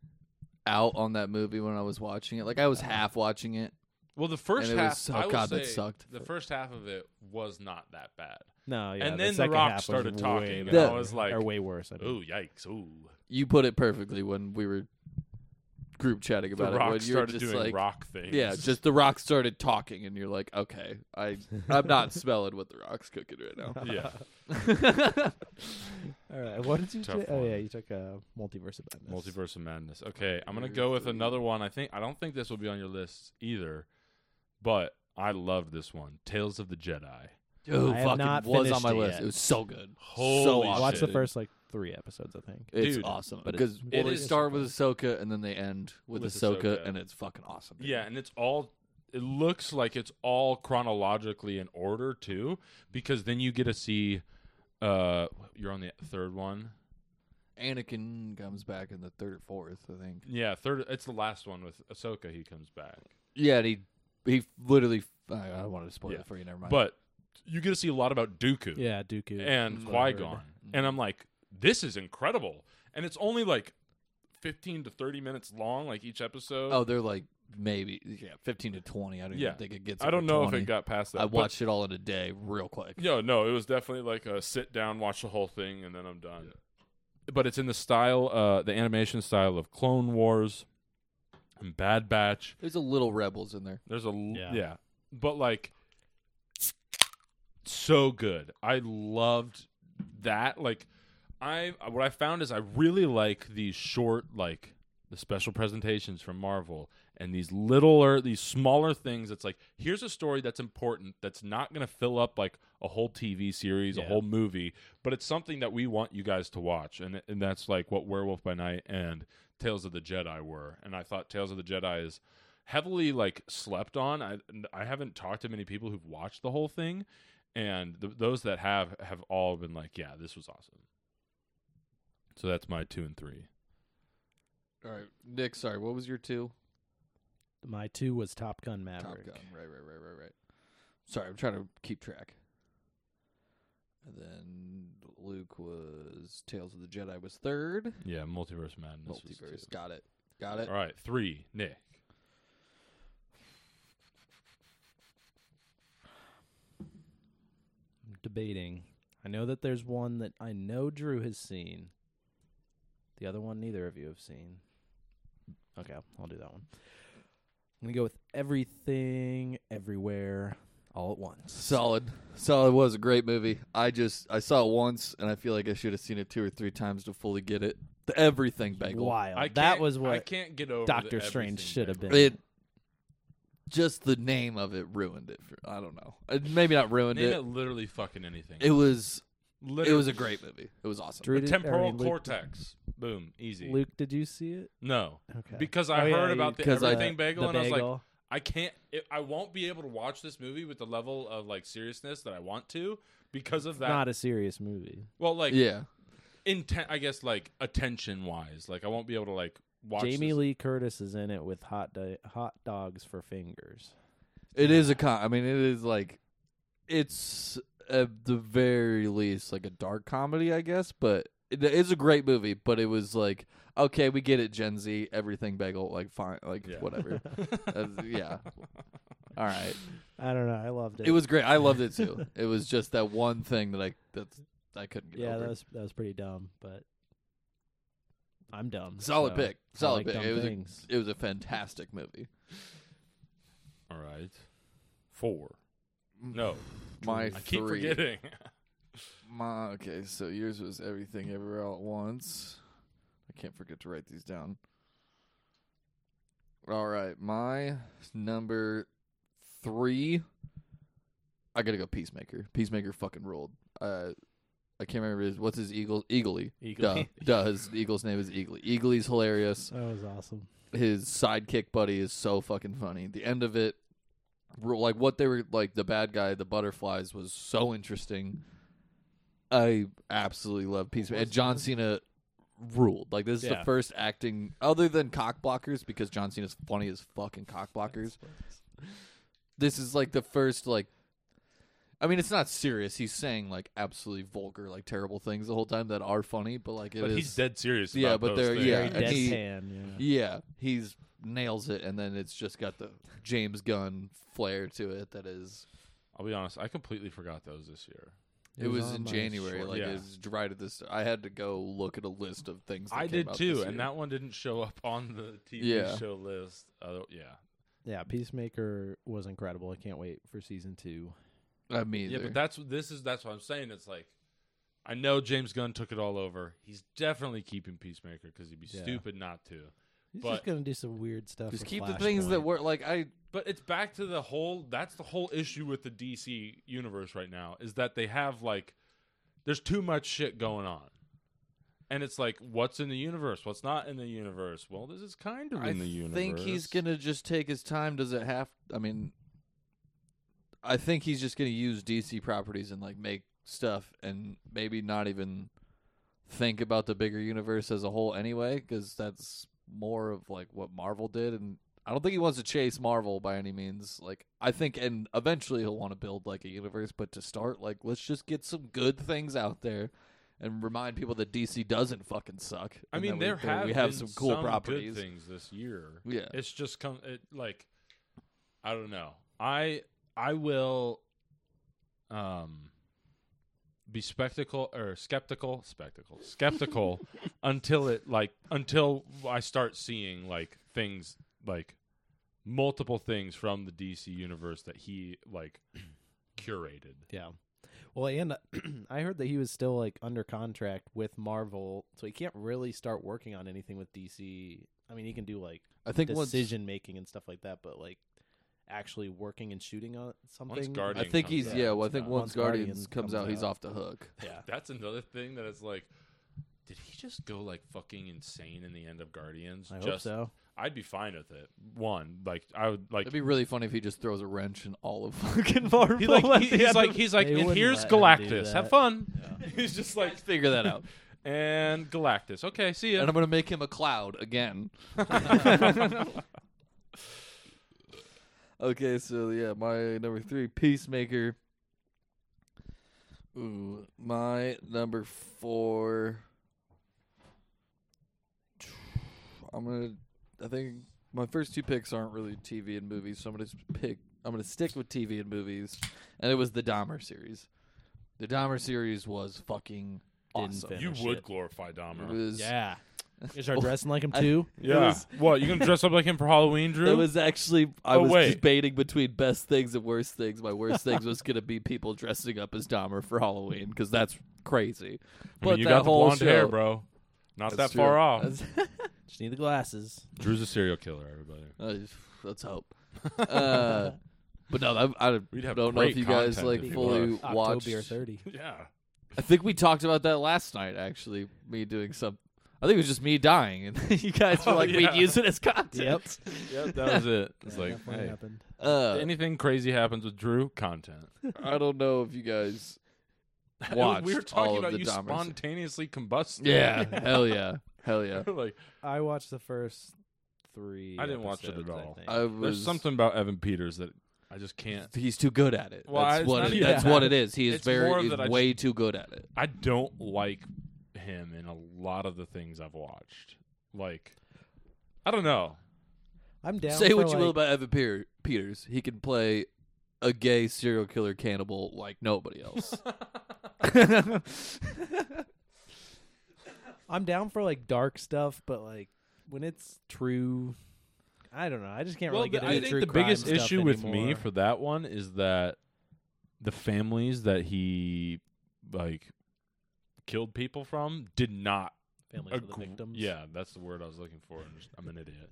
S1: out on that movie when I was watching it. Like I
S4: Uh-huh.
S1: was half watching it.
S2: well. The first
S1: and it was
S2: half,
S1: so-
S2: I would
S1: God,
S2: say,
S1: that sucked.
S2: The first half of it was not that bad.
S4: No, yeah.
S2: And then The
S4: second
S2: Rock
S4: half was
S2: started
S4: way
S2: talking, and
S1: I
S4: better,
S2: was like,
S4: or way worse. I mean.
S2: Ooh, yikes! Ooh,
S1: You put it perfectly when we were group chatting
S2: the
S1: about it.
S2: Rock
S1: when you were
S2: started
S1: just
S2: doing
S1: like,
S2: rock things.
S1: yeah, just the Rock started talking, and you're like, okay, I I'm not smelling what the Rock's cooking right now.
S2: yeah.
S4: All right, what did you?
S2: Tough
S4: T- oh
S2: one.
S4: yeah, you took a multiverse of madness.
S2: Multiverse of Madness. Okay, I'm gonna go with another one. I think I don't think this will be on your list either, but I loved this one, Tales of the Jedi.
S1: Dude,
S4: I have
S1: fucking
S4: not
S1: was on
S4: finished
S1: my
S4: it
S1: list.
S4: yet.
S1: It was so good. so
S2: Holy
S1: awesome.
S4: I watched the
S2: shit.
S4: first like three episodes, I think.
S1: It's
S2: Dude,
S1: awesome
S4: but
S1: because
S4: it's-
S1: well,
S2: It
S1: they
S2: is
S1: start with Ahsoka and then they end with,
S2: With
S1: Ahsoka,
S2: Ahsoka.
S1: and it's fucking awesome. dude.
S2: Yeah, and it's all. It looks like it's all chronologically in order too, because then you get to see. Uh, you're on the third one.
S1: Anakin comes back in the third or fourth, I think.
S2: Yeah, third. It's the last one with Ahsoka. He comes back,
S1: Yeah, and he he literally. I, I wanted to spoil
S2: Yeah.
S1: it for you. Never mind.
S2: but you get to see a lot about Dooku.
S4: Yeah, Dooku
S2: and
S4: That's what I
S2: Qui
S4: heard.
S2: Gon. And I'm like, this is incredible. And it's only like 15 to 30 minutes long, like each episode.
S1: oh, they're like maybe yeah, fifteen to twenty. I don't
S2: Yeah.
S1: even think it gets.
S2: I don't
S1: over
S2: know
S1: 20.
S2: if it got past that.
S1: I
S2: but-
S1: watched it all in a day, real quick.
S2: Yeah, no, it was definitely like a sit down, watch the whole thing, and then I'm done. But it's in the style, uh, the animation style of Clone Wars and Bad Batch.
S1: There's a little rebels in there.
S2: There's a l- yeah.
S4: Yeah.
S2: But like so good. I loved that. Like I what I found is I really like these short like the special presentations from Marvel and these littler, these smaller things. It's like here's a story that's important that's not going to fill up like a whole TV series, a
S4: Yeah.
S2: whole movie, but it's something that we want you guys to watch, and and that's like what Werewolf by Night and Tales of the Jedi were. And I thought Tales of the Jedi is heavily like slept on. I I haven't talked to many people who've watched the whole thing, and th- those that have have all been like, yeah, this was awesome. So that's my two and three.
S1: All right, Nick. Sorry, what was your two?
S4: My two was Top Gun Maverick.
S1: Top Gun. Right, right, right, right, right. Sorry, I'm trying to keep track. And then Luke was Tales of the Jedi was third.
S2: Yeah, multiverse madness. was two.
S1: Multiverse. Got it. Got it.
S2: All right, three, Nick.
S4: I'm debating. I know that there's one that I know Drew has seen. The other one neither of you have seen. Okay, I'll do that one. I'm gonna go with everything, everywhere, all at once.
S1: Solid. Solid was a great movie. I just I saw it once and I feel like I should have seen it two or three times to fully get it. The everything bagel.
S4: wild.
S2: I
S4: that
S2: can't-
S4: was
S2: I
S4: what
S2: can't get over. the
S4: Doctor Strange
S2: everything
S4: should have
S2: bagel.
S4: been.
S1: It just the name of it ruined it for I don't know. Uh, Maybe not ruined
S2: Name
S1: it.
S2: it literally fucking anything.
S1: It was
S2: Literally.
S1: it was a great movie. It was awesome.
S4: Drew
S2: The
S4: did-
S2: temporal
S4: I mean, Luke-
S2: cortex. Boom, easy.
S4: Luke, did you see it?
S2: No,
S4: Okay.
S2: because I
S4: Oh, yeah,
S2: heard
S4: you-
S2: about the
S1: 'cause I-
S2: everything
S4: the-
S2: bagel,
S4: the
S2: and I was like,
S4: bagel.
S2: I can't. It, I won't be able to watch this movie with the level of like seriousness that I want to because of that.
S4: not a serious movie.
S2: well, like
S1: yeah.
S2: intent. I guess like attention wise, like I won't be able to like watch.
S4: Jamie
S2: this-
S4: Lee Curtis is in it with hot do- hot dogs for fingers.
S1: It is a con. I mean, it is like it's at the very least like a dark comedy, I guess. But it is a great movie. But it was like, okay, we get it, Gen Z, everything bagel, like fine, like
S2: Yeah.
S1: whatever. That's- yeah. All right.
S4: I don't know. I loved it.
S1: It was great. I loved it too. It was just that one thing that I that I couldn't get
S4: yeah,
S1: over.
S4: that was that was pretty dumb, but I'm dumb.
S1: Solid
S4: so
S1: pick.
S4: I
S1: Solid
S4: like
S1: pick.
S4: dumb
S1: It was
S4: things.
S1: a, it was a fantastic movie.
S2: All right, four. No,
S1: My
S2: I keep
S1: three.
S2: forgetting.
S1: My okay, so yours was everything everywhere all at once. I can't forget to write these down. All right, my number three. I gotta go Peacemaker. Peacemaker fucking ruled. Uh, I can't remember his what's his eagle eagly. Duh,
S4: Eagly.
S1: duh. His eagle's name is Eagly. Eagly's hilarious.
S4: That was awesome.
S1: His sidekick buddy is so fucking funny. The end of it, ru- like what they were like the bad guy, the butterflies was so interesting. I absolutely love Peacemaker. And John Cena ruled. Like this is the
S4: Yeah.
S1: first acting other than cock blockers because John Cena's funny as fucking cock blockers. This is like the first like I mean it's not serious. He's saying like absolutely vulgar like terrible things the whole time that are funny, but like it is.
S2: but he's dead serious.
S1: Yeah,
S2: about
S1: but
S2: those
S1: they're-
S2: things.
S1: yeah,
S4: Very
S1: and he-
S4: deadpan. yeah.
S1: Yeah, he's nails it and then it's just got the James Gunn flair to it that is
S2: I'll be honest. I completely forgot those this year.
S1: it, was,
S4: on
S1: in
S4: my
S1: January,
S4: short-
S1: like
S2: Yeah.
S1: it's right at this. I had to go look at a list of things. That
S2: I
S1: came
S2: did
S1: out
S2: too,
S1: this
S2: and
S1: year.
S2: that one didn't show up on the TV
S1: Yeah.
S2: show list. Uh, yeah,
S4: Yeah, Peacemaker was incredible. I can't wait for season two.
S1: I mean,
S2: Yeah, but that's this is that's what I'm saying. It's like I know James Gunn took it all over. He's definitely keeping Peacemaker because he'd be
S4: Yeah.
S2: stupid not to.
S4: He's
S2: But-
S4: just gonna do some weird stuff.
S1: just
S4: with
S1: keep the things that
S4: Flashpoint.
S1: work. Like I,
S2: But it's back to the whole that's the whole issue with the DC universe right now is that they have like there's too much shit going on. And it's like what's in the universe? What's not in the universe? Well, this is kind of
S1: I
S2: in the universe.
S1: think he's gonna just take his time. Does it have? I mean, I think he's just gonna use DC properties and like make stuff, and maybe not even think about the bigger universe as a whole anyway, because that's more of like what Marvel did, and I don't think he wants to chase Marvel by any means. Like I think, and eventually he'll want to build like a universe, but to start, like let's just get some good things out there. And remind people that DC doesn't fucking suck.
S2: I
S1: and
S2: mean,
S1: that we-
S2: there
S1: that
S2: have
S1: we have
S2: been
S1: some cool
S2: good
S1: properties.
S2: things this year.
S1: Yeah.
S2: It's just come it, like I don't know. I I will um be spectacle or skeptical spectacle skeptical until it like until I start seeing like things like multiple things from the DC universe that he like curated.
S4: Yeah. Well, and uh, I heard that he was still like under contract with Marvel, so he can't really start working on anything with DC I mean, he can do like
S1: I think once
S4: decision making and stuff like that, but like actually working and shooting on something.
S2: Guardian
S1: I think
S2: comes
S1: he's
S2: out,
S1: yeah.
S2: it's
S1: Well, I think
S2: not-
S1: once,
S4: Once
S1: Guardians,
S4: Guardians
S1: comes,
S4: comes
S1: out, he's
S4: out.
S1: off the hook.
S4: Yeah.
S2: That's another thing that it's like, did he just go like fucking insane in the end of Guardians?
S4: I
S2: just,
S4: hope so.
S2: I'd be fine with it. One, like I would like.
S1: It'd be really funny if he just throws a wrench in all of fucking Marvel.
S2: He like
S1: at
S2: he-
S1: the
S2: he's
S1: end
S2: like
S1: of-
S2: he's like
S4: They
S2: and
S4: wouldn't
S2: here's
S4: let him do
S2: Galactus.
S4: that.
S2: Have fun. he's just like
S1: figure that out.
S2: and Galactus. Okay, see ya.
S1: And I'm gonna make him a cloud again. okay, so yeah, my number three, Peacemaker. Ooh, my number four. I'm gonna. I think my first two picks aren't really TV and movies, so I'm gonna just pick. I'm gonna stick with TV and movies, and it was the Dahmer series. The Dahmer series was fucking
S4: Didn't
S1: awesome.
S4: finish.
S2: you
S4: Shit.
S2: would glorify Dahmer.
S1: It was-
S4: Yeah. You start dressing like him too.
S2: Yeah.
S1: was-
S2: what you gonna dress up like him for Halloween, Drew?
S1: It was actually I
S2: Oh,
S1: was
S2: wait.
S1: debating between best things and worst things. My worst things was gonna be people dressing up as Dahmer for Halloween because that's crazy.
S2: I mean,
S1: But
S2: you
S1: that
S2: got the
S1: whole
S2: blonde hair,
S1: show-
S2: bro. Not that
S1: That's
S2: far
S1: true.
S2: off.
S1: That's,
S4: Just need the glasses.
S2: Drew's a serial killer. Everybody.
S1: uh, let's hope. Uh, but no, I, I
S2: We'd have
S1: don't know if
S2: great
S1: you guys
S2: content
S1: like
S2: if you
S1: fully
S2: were.
S1: watched.
S4: October 30.
S2: Yeah.
S1: I think we talked about that last night. Actually, me doing some. I think it was just me dying, and you guys were
S2: Oh,
S1: like,
S2: yeah.
S1: "We'd use it as content."
S2: Yep. That was it. It's
S4: Yeah,
S2: like,
S4: definitely
S2: hey,
S4: happened.
S1: Uh,
S2: anything crazy happens with Drew, content.
S1: I don't know if you guys watched
S2: we were talking
S1: all
S2: about
S1: of the
S2: you
S1: Dahmer se-
S2: spontaneously combusting.
S1: Yeah, hell yeah, hell yeah.
S2: like
S4: I watched the first three.
S2: I didn't watch it at
S4: episodes, I
S2: all.
S4: think.
S1: I was,
S2: there's something about Evan Peters that I just can't.
S1: He's too good at it.
S2: Well,
S1: that's
S2: it's
S1: what.
S2: not
S1: It,
S2: even
S1: That's
S2: that.
S1: what it is. He is
S2: It's more
S1: very. He's
S2: that I
S1: way too good at it.
S2: I don't like him in a lot of the things I've watched. Like, I don't know.
S4: I'm down.
S1: Say
S4: for,
S1: what you will
S4: like-
S1: about Evan Pier- Peters, he can play a gay serial killer cannibal like nobody else.
S4: I'm down for like dark stuff, but like when it's true, I don't know. I just can't
S2: well,
S4: really get
S2: the-
S4: into
S2: I think
S4: true
S2: the
S4: crime
S2: biggest
S4: stuff
S2: issue with me
S4: anymore.
S2: for that one is that the families that he like killed people from did not
S4: Families of the
S2: agree-
S4: victims.
S2: Yeah, that's the word I was looking for. I'm, just, I'm an idiot.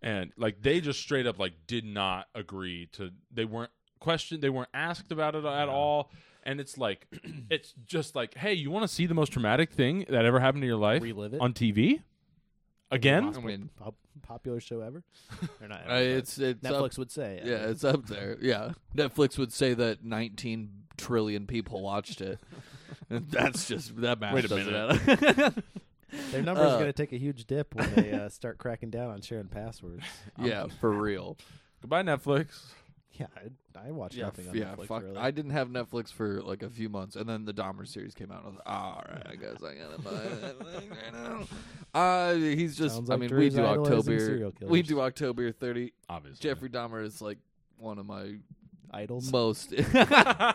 S2: And like they just straight up like did not agree to. They weren't questioned. They weren't asked about it at
S4: Yeah.
S2: all. And it's like, it's just like, hey, you want to see the most traumatic thing that ever happened in your life
S4: relive it.
S2: on TV again?
S1: I mean,
S4: Pop- popular show ever. Or not?
S1: uh, it's it's
S4: Netflix
S1: Up,
S4: would say.
S1: yeah, it's up there. Yeah, Netflix would say that 19 trillion people watched it. that's just that math.
S2: Wait a
S1: doesn't
S2: minute.
S1: add up.
S4: Their numbers
S1: Uh,
S4: going to take a huge dip when they uh, start cracking down on sharing passwords.
S1: yeah, for real.
S2: Goodbye, Netflix.
S4: Yeah, I, I watch
S1: yeah,
S4: nothing
S1: f-
S4: on
S1: yeah,
S4: Netflix
S1: fuck.
S4: really.
S1: I didn't have Netflix for like a few months, and then the Dahmer series came out. And I was like, all right, I guess I gotta buy it right now. Uh, he's just.
S4: Sounds
S1: I
S4: like
S1: mean,
S4: Drew's
S1: we do
S4: idolizing
S1: October.
S4: serial
S1: We
S4: killers.
S1: do October thirty.
S2: Obviously,
S1: Jeffrey Dahmer is like one of my
S4: Idols.
S1: most
S2: Uh,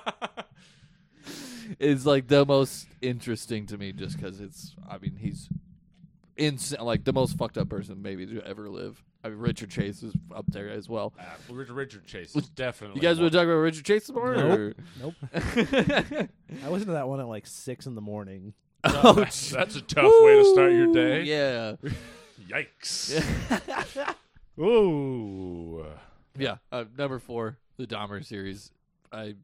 S1: is like the most interesting to me, just because it's. I mean, he's insane. Like the most fucked up person maybe to ever live. I mean, Richard Chase is up there as well.
S2: Uh, Richard, Richard Chase is definitely.
S1: You guys
S2: one.
S1: want to talk about Richard Chase some more?
S4: Nope.
S1: or-
S4: nope. I listened to that one at like six in the morning.
S1: Oh,
S2: that's, that's a tough way to start your day.
S1: Yeah.
S2: Yikes. Ooh.
S1: Yeah. Uh, number four, the Dahmer series. I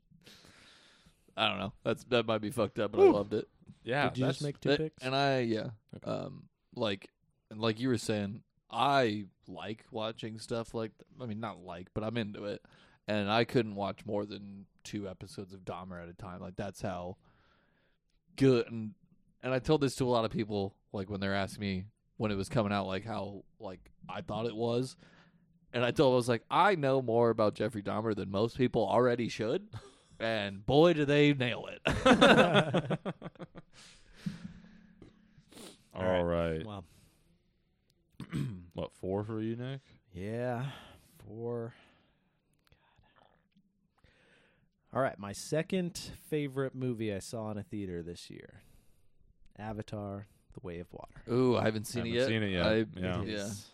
S1: I don't know. That's that might be fucked up, but I loved it.
S2: Yeah.
S4: Did you
S2: that's-
S4: just make two
S1: That-
S4: picks?
S1: And I yeah. Um like and like you were saying, I like watching stuff like I mean not like, but I'm into it. And I couldn't watch more than two episodes of Dahmer at a time. Like that's how good and and I told this to a lot of people like when they're asking me when it was coming out like how like I thought it was. And I told them I was like, I know more about Jeffrey Dahmer than most people already should. And boy do they nail it.
S2: All right.
S4: Well,
S2: What four for you, Nick?
S4: yeah, four. God. All right, my second favorite movie I saw in a theater this year: Avatar: The Way of Water.
S1: Ooh, I haven't seen
S2: Haven't
S1: it yet.
S2: seen it yet.
S1: I,
S2: Yeah.
S1: yeah.
S4: is-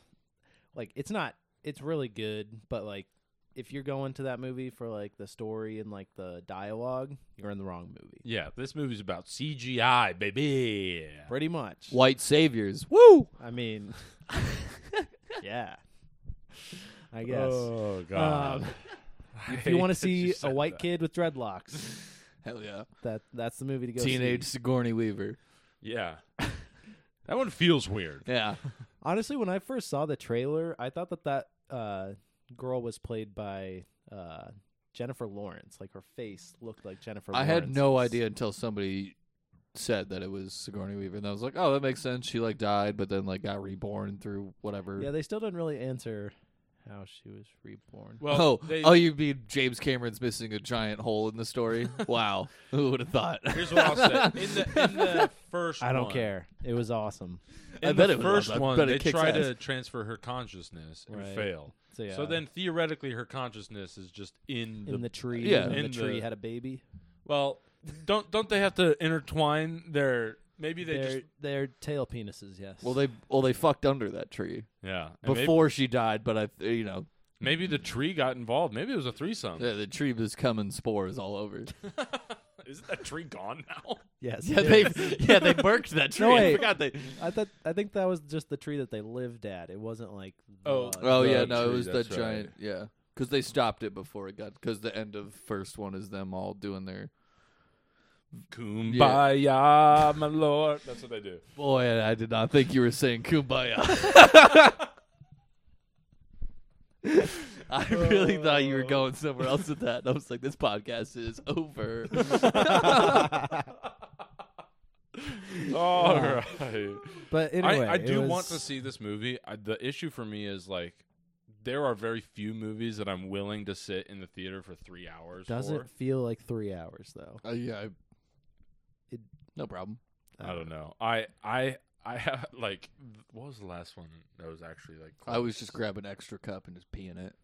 S4: Like it's not it's really good, but like if you're going to that movie for like the story and like the dialogue, you're in the wrong movie.
S2: Yeah, this movie's about CGI, baby.
S4: Pretty much.
S1: White saviors. Woo!
S4: I mean yeah. I guess.
S2: Oh god.
S4: Um,
S2: I
S4: if
S2: hate
S4: you want to
S2: that you
S4: see a
S2: said
S4: white
S2: that.
S4: kid with dreadlocks,
S1: Hell yeah.
S4: that that's the movie to go see.
S1: Teenage Sigourney Weaver.
S2: Yeah. that one feels weird.
S1: Yeah.
S4: Honestly, when I first saw the trailer, I thought that that uh, girl was played by uh, Jennifer Lawrence. Like her face looked like Jennifer.
S1: I had
S4: Lawrence's.
S1: no idea until somebody said that it was Sigourney Weaver, and I was like, "Oh, that makes sense." She like died, but then like got reborn through whatever.
S4: Yeah, they still didn't really answer how she was reborn.
S2: Well,
S1: oh,
S2: they-
S1: oh, you mean James Cameron's missing a giant hole in the story? wow, who would have thought?
S2: here's what I'll say. In the, in the first
S4: I don't
S2: one-
S4: care. It was awesome.
S2: In
S1: I
S2: the
S1: bet it was.
S2: first
S1: I
S2: one,
S1: bet it
S2: they
S1: kicks
S2: try
S1: ass.
S2: to transfer her consciousness and
S4: Right.
S2: fail.
S4: So, yeah,
S2: So then theoretically, her consciousness is just in
S4: in
S2: the,
S4: the, tree,
S1: yeah.
S4: and
S2: In
S4: the tree
S2: the-
S4: had a baby.
S2: well. Don't don't they have to intertwine their maybe they
S4: Their
S2: just
S4: their tail penises. Yes.
S1: well, they well they fucked under that tree
S2: yeah and maybe-
S1: before she died, but I you know
S2: maybe, the tree got involved maybe it was a threesome
S1: the, the tree was coming spores all over.
S2: isn't that tree gone now
S4: yes.
S1: yeah,
S4: it
S1: they
S4: is.
S1: yeah they burked that tree. I
S4: Oh, wait.
S1: forgot they.
S4: I thought I think that was just the tree that they lived at. It wasn't like the-
S2: Oh.
S1: Oh
S2: The
S1: yeah, no, it
S2: tree,
S1: was the
S2: that's right.
S1: giant. Yeah, because they stopped it before it got. Because the end of first one is them all doing their
S2: Kumbaya, my lord. That's what they do.
S1: Boy, I did not think you were saying kumbaya. I really thought you were going somewhere else with that. I was like, this podcast is over.
S2: All right.
S4: But Oh. anyway,
S2: I, I
S4: it
S2: do
S4: was-
S2: want to see this movie. I, the issue for me is like there are very few movies that I'm willing to sit in the theater for three hours.
S4: Doesn't
S2: for.
S4: feel like three hours though.
S1: Uh, yeah, I-
S4: It-
S1: no problem.
S2: I don't know. I I I have like what was the last one that was actually like
S1: I was just grabbing extra cup and just peeing it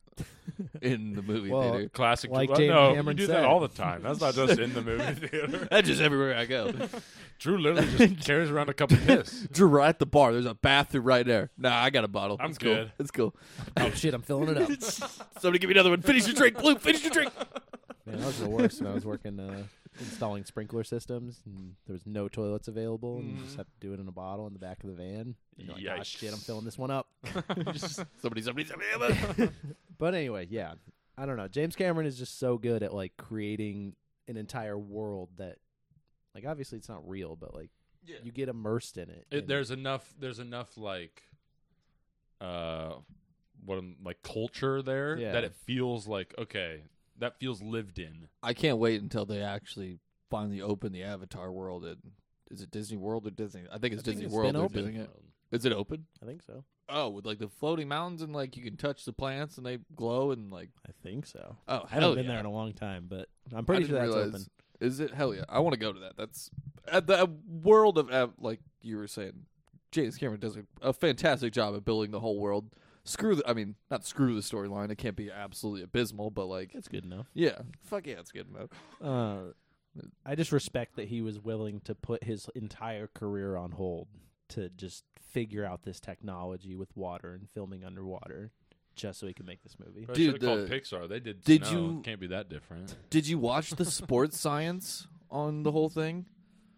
S1: in the movie
S4: Well-
S1: theater.
S2: classic.
S4: Like
S2: Well,
S4: James
S2: no,
S4: Cameron
S2: you do
S4: said.
S2: that all the time. That's not just in the movie theater.
S1: That's just everywhere I go.
S2: Drew literally just carries around a cup of piss.
S1: Drew, right at the bar, there's a bathroom right there. Nah, I got a bottle.
S2: I'm
S1: It's Cool.
S2: good.
S1: It's cool.
S4: Oh shit, I'm filling it up.
S1: Somebody give me another one. Finish your drink, Luke. Finish your drink.
S4: Man, that was the worst when I was working uh, installing sprinkler systems and there was no toilets available and you just have to do it in a bottle in the back of the van. And you're like, "Ah,
S2: Mm. Yikes.
S4: shit, I'm filling this one up.
S1: Somebody, somebody, somebody.
S4: But anyway, yeah. I don't know. James Cameron is just so good at like creating an entire world that like obviously it's not real, but like you get immersed in it.
S2: It,
S4: and-
S2: there's enough. There's enough like, uh, what I'm- like culture there
S4: Yeah.
S2: that it feels like okay. That feels lived in.
S1: I can't wait until they actually finally open the Avatar world. At, is it Disney World or Disney? I think it's
S4: I think
S1: Disney
S4: it's
S1: World.
S4: been
S1: They're
S4: open.
S1: doing it. Is it open?
S4: I think so.
S1: Oh, with like the floating mountains and like you can touch the plants and they glow and like
S4: I think so.
S1: oh
S4: I haven't
S1: hell
S4: been
S1: yeah.
S4: there in a long time, but I'm
S1: I
S4: pretty
S1: didn't
S4: sure that's
S1: realize-
S4: open.
S1: Is it hell yeah? I want to go to that. That's at the world of Av- like you were saying. James Cameron does a, a fantastic job at building the whole world. Screw the, I mean, not screw the storyline. It can't be absolutely abysmal, but like,
S4: It's good enough.
S1: yeah, fuck yeah, it's good enough.
S4: Uh, I just respect that he was willing to put his entire career on hold to just figure out this technology with water and filming underwater just so he could make this movie.
S2: I
S1: Dude,
S2: should've called
S1: the-
S2: Pixar. They did.
S1: Did
S2: snow.
S1: you-
S2: Can't be that different.
S1: Did you watch the sports science on the whole thing?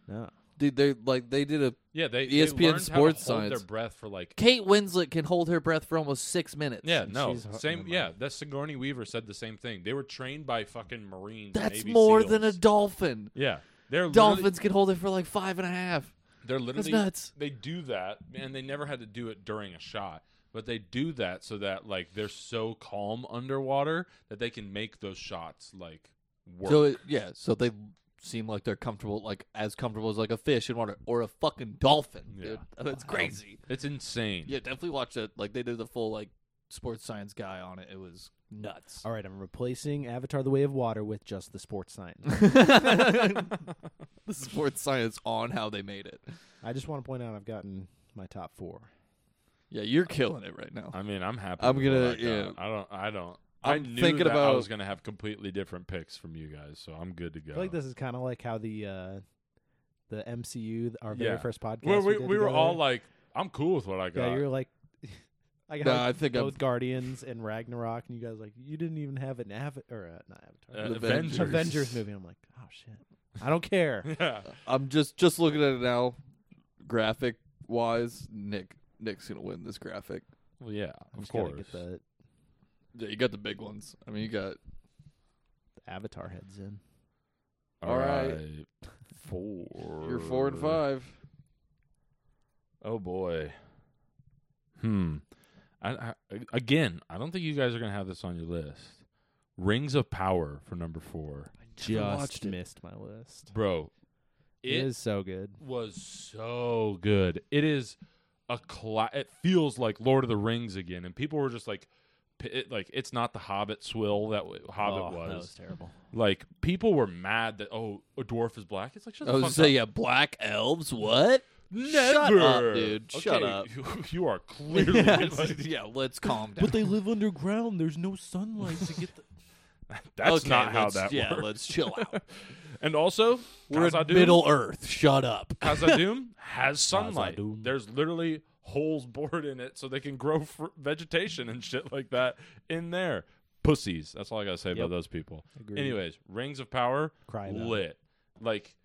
S4: No.
S1: Dude, they like they did a
S2: Yeah, they they
S1: ESPN
S2: learned
S1: sports
S2: how to hold
S1: science.
S2: their breath for like.
S1: Kate Winslet can hold her breath for almost six minutes.
S2: Yeah, no,
S4: She's hot-
S2: same.
S4: never
S2: Yeah, that Sigourney Weaver said the same thing. They were trained by fucking Marines. and
S1: that's
S2: Navy
S1: more
S2: SEALs.
S1: than a dolphin.
S2: Yeah, they're literally-
S1: Dolphins can hold it for like five and a half.
S2: They're literally
S1: nuts.
S2: They do that, and they never had to do it during a shot, but they do that so that like they're so calm underwater that they can make those shots like work.
S1: So it, yeah, so they seem like they're comfortable, like as comfortable as like a fish in water or a fucking dolphin. Dude, that's crazy.
S2: it's insane.
S1: Yeah, definitely watch that. Like they did the full like sports science guy on it. It was nuts.
S4: All right, I'm replacing Avatar The Way of Water with just the sports sign.
S1: the sports science on how they made it.
S4: I just want to point out I've gotten my top four.
S1: Yeah, you're killing it right now.
S2: I mean, I'm happy.
S1: I'm
S2: with what
S1: gonna-
S2: I got.
S1: yeah.
S2: I don't. I don't. i
S1: I'm
S2: knew
S1: thinking
S2: that I
S1: about-
S2: was gonna have completely different picks from you guys, so I'm good to go.
S4: I feel like this is kind of like how the uh, the MCU, our very
S2: Yeah.
S4: first podcast.
S2: Well, we,
S4: did
S2: we were
S4: together.
S2: all like, "I'm cool with what I got."
S4: yeah, you were like, I got
S1: No, I think I'm
S4: both Guardians and Ragnarok, and you guys like you didn't even have an Avatar or uh, not Avatar,
S2: Uh,
S1: Avengers.
S2: Avengers.
S4: Avengers movie. I'm like, oh shit, I don't care.
S2: yeah.
S1: I'm just just looking at it now, graphic wise. Nick Nick's gonna win this graphic.
S2: Well, yeah,
S3: I
S2: of
S3: just gotta
S2: course.
S3: Get the,
S1: Yeah, you got the big ones. I mean, you got
S4: The Avatar heads in.
S1: All right.
S2: four.
S1: your four and five.
S2: Oh boy. Hmm. I, I again, I don't think you guys are gonna have this on your list. Rings of Power for number four,
S1: I
S4: Just missed my list.
S2: bro.
S4: it is so good.
S2: was so good. It is a cla- it feels like Lord of the Rings again, and people were just like, p- it, like it's not the Hobbit swill that w- Hobbit
S4: Oh,
S2: was.
S4: that was terrible.
S2: Like people were mad that oh a dwarf is black. It's like shut
S1: I
S2: the
S1: was
S2: fuck
S1: gonna say,
S2: up.
S1: yeah, black elves. What? Shut
S2: Never,
S1: up, dude. Shut
S2: Okay,
S1: up.
S2: You, you are clearly like,
S1: yeah, let's calm down.
S4: they live underground. There's no sunlight to get the.
S2: that's
S1: Okay,
S2: not how
S1: let's-
S2: that
S1: yeah,
S2: works.
S1: let's chill out.
S2: And also,
S1: We're
S2: Khazad
S1: in
S2: Dûm-
S1: Middle Earth. Shut up.
S2: Khazad-dûm has sunlight.
S4: Khazad-dûm.
S2: There's literally holes bored in it so they can grow fr- vegetation and shit like that in there. Pussies. That's all I gotta say about
S4: Yep.
S2: those people.
S4: Agreed.
S2: Anyways, Rings of Power,
S4: Cry about it.
S2: lit. Like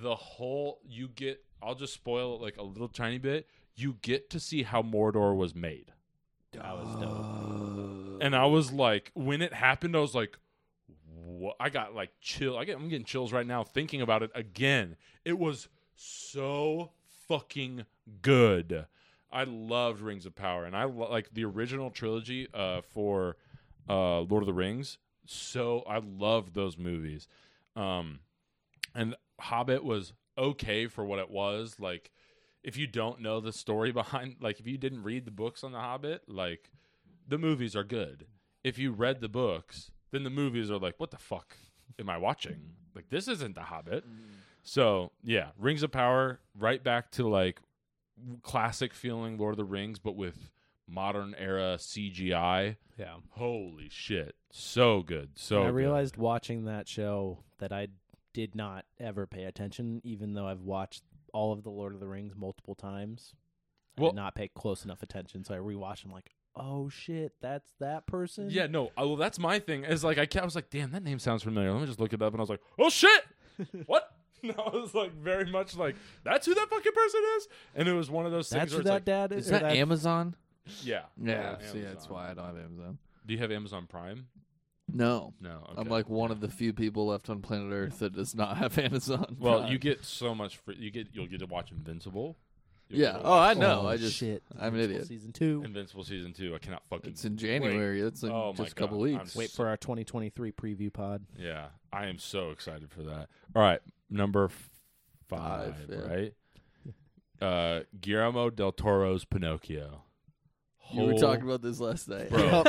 S2: the whole, you get. I'll just spoil it like a little tiny bit. You get to see how Mordor was made,
S4: That was dope.
S2: and I was like, when it happened, I was like, what? I got like chill. I get, I'm getting chills right now thinking about it again. It was so fucking good. I loved Rings of Power, and I lo- like the original trilogy uh, for uh, Lord of the Rings. So I loved those movies, um, and Hobbit was okay for what it was. Like, if you don't know the story behind, like if you didn't read the books on the Hobbit, like the movies are good. If you read the books, then the movies are like, what the fuck am I watching? Like this isn't the Hobbit. So yeah, Rings of Power, right back to like classic feeling Lord of the Rings, but with modern era CGI.
S4: Yeah.
S2: Holy shit, so good. So
S4: And I
S2: good.
S4: realized watching that show that I did not ever pay attention, even though I've watched all of the Lord of the Rings multiple times. I
S2: Well-
S4: did not pay close enough attention, so I rewatched. I'm like, oh shit, that's that person.
S2: Yeah, no. I, well, that's my thing. Is like I, ca- I was like, damn, that name sounds familiar. Let me just look it up, and I was like, oh shit, what? And I was like, very much like that's who that fucking person is. And it was one of those things
S4: that's
S2: where
S4: who
S2: it's
S4: that
S2: like,
S4: dad is.
S1: Is
S4: or
S1: that
S4: that's-
S1: Amazon?
S2: yeah,
S1: Yeah,
S2: yeah,
S1: see, that's
S2: Amazon.
S1: why I don't have Amazon.
S2: Do you have Amazon Prime?
S1: No,
S2: No,
S1: I'm
S2: okay.
S1: like one of the few people left on planet Earth that does not have Amazon.
S2: Well,
S1: Prime.
S2: you get so much free. You get you'll get to watch Invincible. You'll
S1: yeah.
S2: get to
S1: Oh, I
S2: watch
S1: know.
S4: Oh,
S1: I just
S4: shit.
S1: I'm an idiot.
S4: Season two.
S2: Invincible season two. I cannot fucking.
S1: It's in January. It's in
S2: Oh my
S1: just a couple
S2: God, I'm
S1: weeks.
S4: Wait for our 2023 preview pod.
S2: Yeah, I am so excited for that. All right, number f- five,
S1: Five, yeah.
S2: right? Uh, Guillermo del Toro's Pinocchio.
S1: you were
S2: Hol-
S1: talking about this last night.
S2: Bro.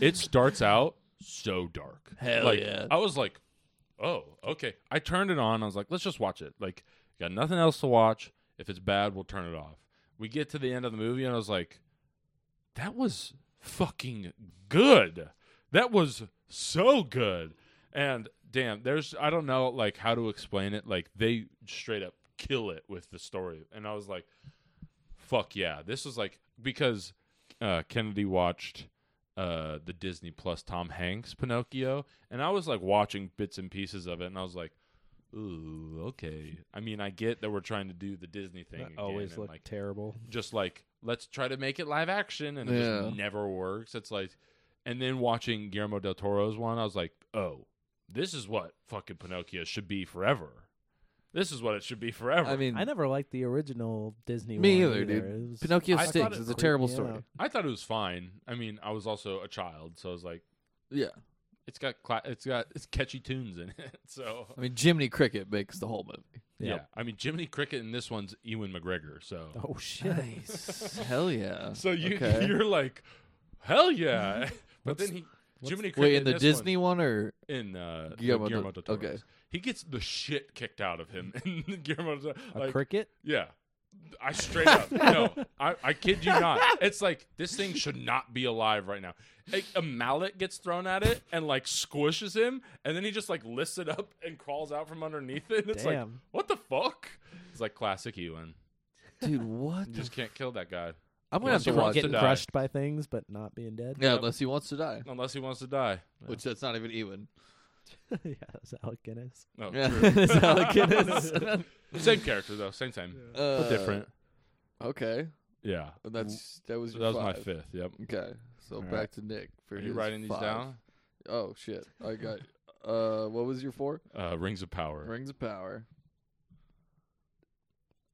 S2: it starts out so dark.
S1: Hell
S2: like,
S1: yeah.
S2: I was like, oh, okay. I turned it on. I was like, let's just watch it. Like, got nothing else to watch. If it's bad, we'll turn it off. We get to the end of the movie, and I was like, that was fucking good. That was so good. And damn, there's I don't know like how to explain it. Like they straight up kill it with the story. And I was like, fuck yeah. This is like because uh Kennedy watched uh the Disney Plus Tom Hanks Pinocchio and I was like watching bits and pieces of it and I was like Ooh, okay. I mean, I get that we're trying to do the Disney thing.
S4: That
S2: again
S4: always
S2: and,
S4: looked
S2: like,
S4: terrible.
S2: just like let's try to make it live action and it
S1: Yeah.
S2: just never works it's like and then watching guillermo del toro's one i was like oh this is what fucking pinocchio should be forever this is what it should be forever
S1: I mean,
S4: I never liked the original Disney.
S1: me
S4: one
S1: either,
S4: It was-
S1: dude. Pinocchio
S2: I thought
S1: stinks.
S2: it
S1: It's a
S4: creeped
S1: terrible
S4: me
S1: story.
S4: out.
S2: i thought it was fine i mean i was also a child so i was like
S1: Yeah.
S2: it's got cla- it's got it's catchy tunes in it so
S1: I mean, Jiminy Cricket makes the whole movie.
S2: yeah i mean jiminy cricket and this one's ewan mcgregor so
S4: Oh shit.
S1: Hell yeah.
S2: so you
S1: Okay.
S2: you're like hell yeah but
S4: What's-
S2: then he Jiminy Cricket
S1: Wait, in the
S2: this one-
S1: Disney one, or
S2: in uh,
S1: Guillermo
S2: Guillermo, Guillermo
S1: del-
S2: del Toro's.
S1: okay.
S2: He gets the shit kicked out of him in Guillermo del Toro.
S4: A
S2: Like,
S4: cricket.
S2: yeah. I straight up no. I, I kid you not. It's like this thing should not be alive right now. A, a mallet gets thrown at it and like squishes him, and then he just like lifts it up and crawls out from underneath it. And it's like
S4: Damn.
S2: what the fuck? It's like classic Ewan.
S1: dude, what?
S2: You just can't kill that guy
S1: I'm gonna
S2: Unless
S1: have to
S2: you want
S1: watch
S2: to
S1: it.
S4: Getting
S2: die.
S4: crushed by things, but not being dead.
S1: Yeah, unless he wants to die,
S2: unless he wants to die.
S1: which that's not even Ewan.
S4: yeah, that's Alec Guinness.
S2: No,
S1: Yeah,
S2: Oh, true.
S1: that's Alec Guinness.
S2: same character though, same time,
S1: Uh,
S2: but different.
S1: Okay.
S2: Yeah.
S1: And that's that was
S2: So
S1: your
S2: that was my
S1: five.
S2: fifth. Yep.
S1: Okay, so
S2: All
S1: back
S2: right.
S1: to Nick. For
S2: Are you
S1: his
S2: writing these
S1: five.
S2: down?
S1: Oh shit! I got. uh, what was your four?
S2: Uh, Rings of Power.
S1: Rings of Power.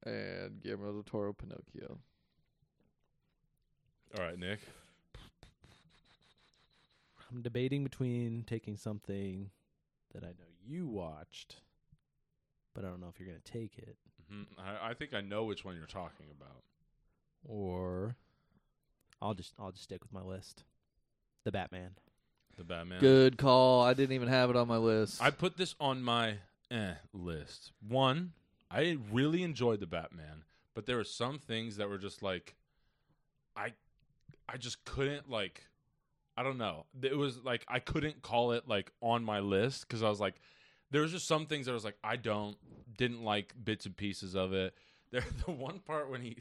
S1: And Guillermo del Toro, Pinocchio.
S2: All right, Nick.
S4: I'm debating between taking something that I know you watched, but I don't know if you're going to take it,
S2: hmm I, I think I know which one you're talking about.
S4: or I'll just I'll just stick with my list. The Batman.
S2: The Batman.
S1: Good call. I didn't even have it on my list.
S2: I put this on my eh list. One, I really enjoyed the Batman, but there were some things that were just like, I, I just couldn't like, I don't know. It was like I couldn't call it like on my list because I was like, there was just some things that I was like I don't didn't like bits and pieces of it. There, the one part when he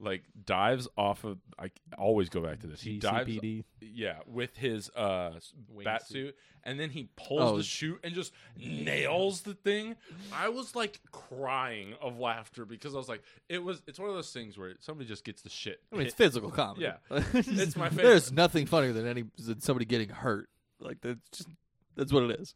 S2: like dives off of, I always go back to this. He dives,
S4: GCPD.
S2: yeah, with his uh s- bat suit, and then he pulls
S1: Oh,
S2: the
S1: it's-
S2: chute and just nails the thing. I was like crying of laughter because I was like, it was. It's one of those things where somebody just gets the shit.
S1: I mean, it's
S2: hit.
S1: physical comedy.
S2: Yeah. It's my
S1: There's
S2: favorite.
S1: nothing funnier than any than somebody getting hurt. Like that's just that's what it is.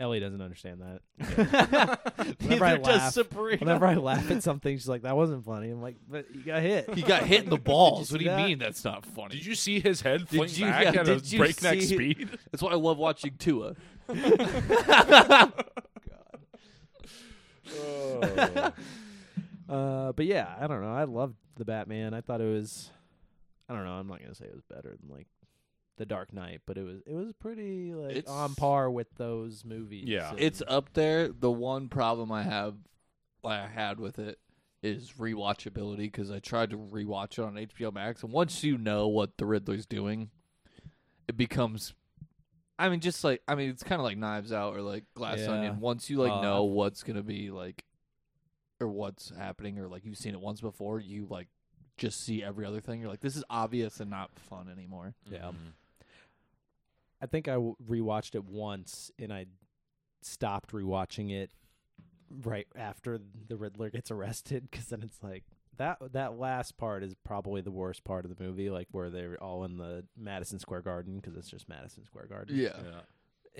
S4: Ellie doesn't understand that.
S1: Neither
S4: I
S1: does
S4: laugh.
S1: Sabrina.
S4: Whenever I laugh at something, she's like, "That wasn't funny." I'm like, "But you got hit."
S1: he got hit in the balls.
S4: see
S1: What do you
S4: that?
S1: mean that's not funny?
S2: Did you see his head fling
S1: you-
S2: back
S1: yeah,
S2: at a
S1: did you
S2: breakneck
S1: see-
S2: speed?
S1: that's why I love watching Tua.
S4: Uh, but yeah, I don't know. I loved the Batman. I thought it was, I don't know. I'm not gonna say it was better than like the Dark Knight, but it was it was pretty like
S1: It's-
S4: on par with those movies.
S2: Yeah.
S4: and-
S1: It's up there. The one problem I have, like I had with it, is rewatchability because I tried to rewatch it on HBO Max, and once you know what the Riddler's doing, it becomes. I mean, just like I mean, it's kind of like Knives Out or like Glass
S4: Yeah.
S1: Onion. Once you like
S2: Oh,
S4: Uh,
S1: know what's gonna be like, or what's happening, or like you've seen it once before, you like just see every other thing. You're like, this is obvious and not fun anymore.
S4: Yeah. I think I w- rewatched it once and I stopped rewatching it right after the Riddler gets arrested because then it's like that that last part is probably the worst part of the movie, like where they're all in the Madison Square Garden because it's just Madison Square Garden.
S1: Yeah,
S2: Yeah.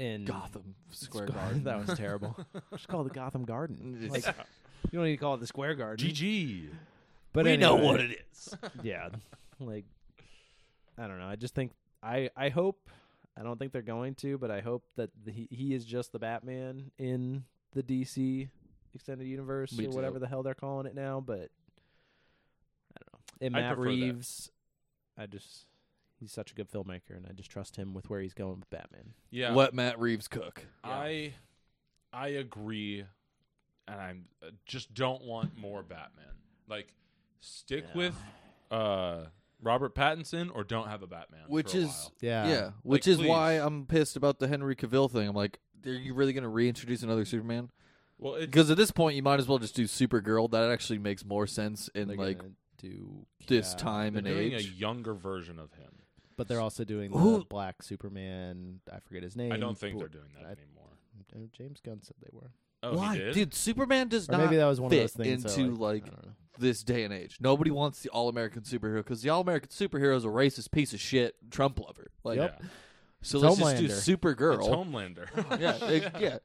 S4: and
S1: Gotham Square
S4: Square-
S1: Garden.
S4: that was terrible. Just call it the Gotham Garden. Like,
S1: It's-
S4: you don't need to call it the Square Garden.
S2: GG.
S4: But
S1: we know
S4: anyway
S1: what it is.
S4: yeah like i don't know i just think i i hope i don't think they're going to but i hope that the, he, he is just the batman in the dc extended universe
S1: Me
S4: or
S1: too.
S4: whatever the hell they're calling it now but i don't know and
S2: I'd
S4: matt
S2: prefer that.
S4: reeves i just he's such a good filmmaker and i just trust him with where he's going with batman
S2: Yeah.
S1: Let Matt Reeves cook.
S2: I I agree, and I'm uh, just don't want more Batman. Like, stick
S4: Yeah.
S2: with uh, Robert Pattinson or don't have a Batman,
S1: Which
S2: for a
S1: is-
S2: while.
S1: Yeah, which is
S2: please.
S1: why I'm pissed about the Henry Cavill thing. I'm like, are you really going to reintroduce another Superman?
S2: well, it,
S1: Because at this point, you might as well just do Supergirl. That actually makes more sense in
S4: They're
S1: like
S4: gonna do
S1: this
S4: Cat,
S1: time
S2: they're
S1: and
S2: doing a
S1: age.
S2: younger version of him.
S4: but they're also doing
S1: Who-
S4: the black superman i forget his name
S2: I don't think
S4: but-
S2: they're doing that
S4: I-
S2: anymore.
S4: Uh, james gunn said they were
S2: Oh,
S1: why,
S2: he did?
S1: dude? Superman does
S4: or
S1: not
S4: maybe that was one
S1: fit
S4: of those things that,
S1: into
S4: I
S1: like
S4: don't know.
S1: this day and age. Nobody wants the all American superhero because the all American superhero is a racist piece of shit Trump lover. Like,
S2: Yeah.
S1: so
S4: It's
S1: let's just do
S2: It's
S1: Supergirl.
S2: Homelander.
S1: yeah, it- yeah.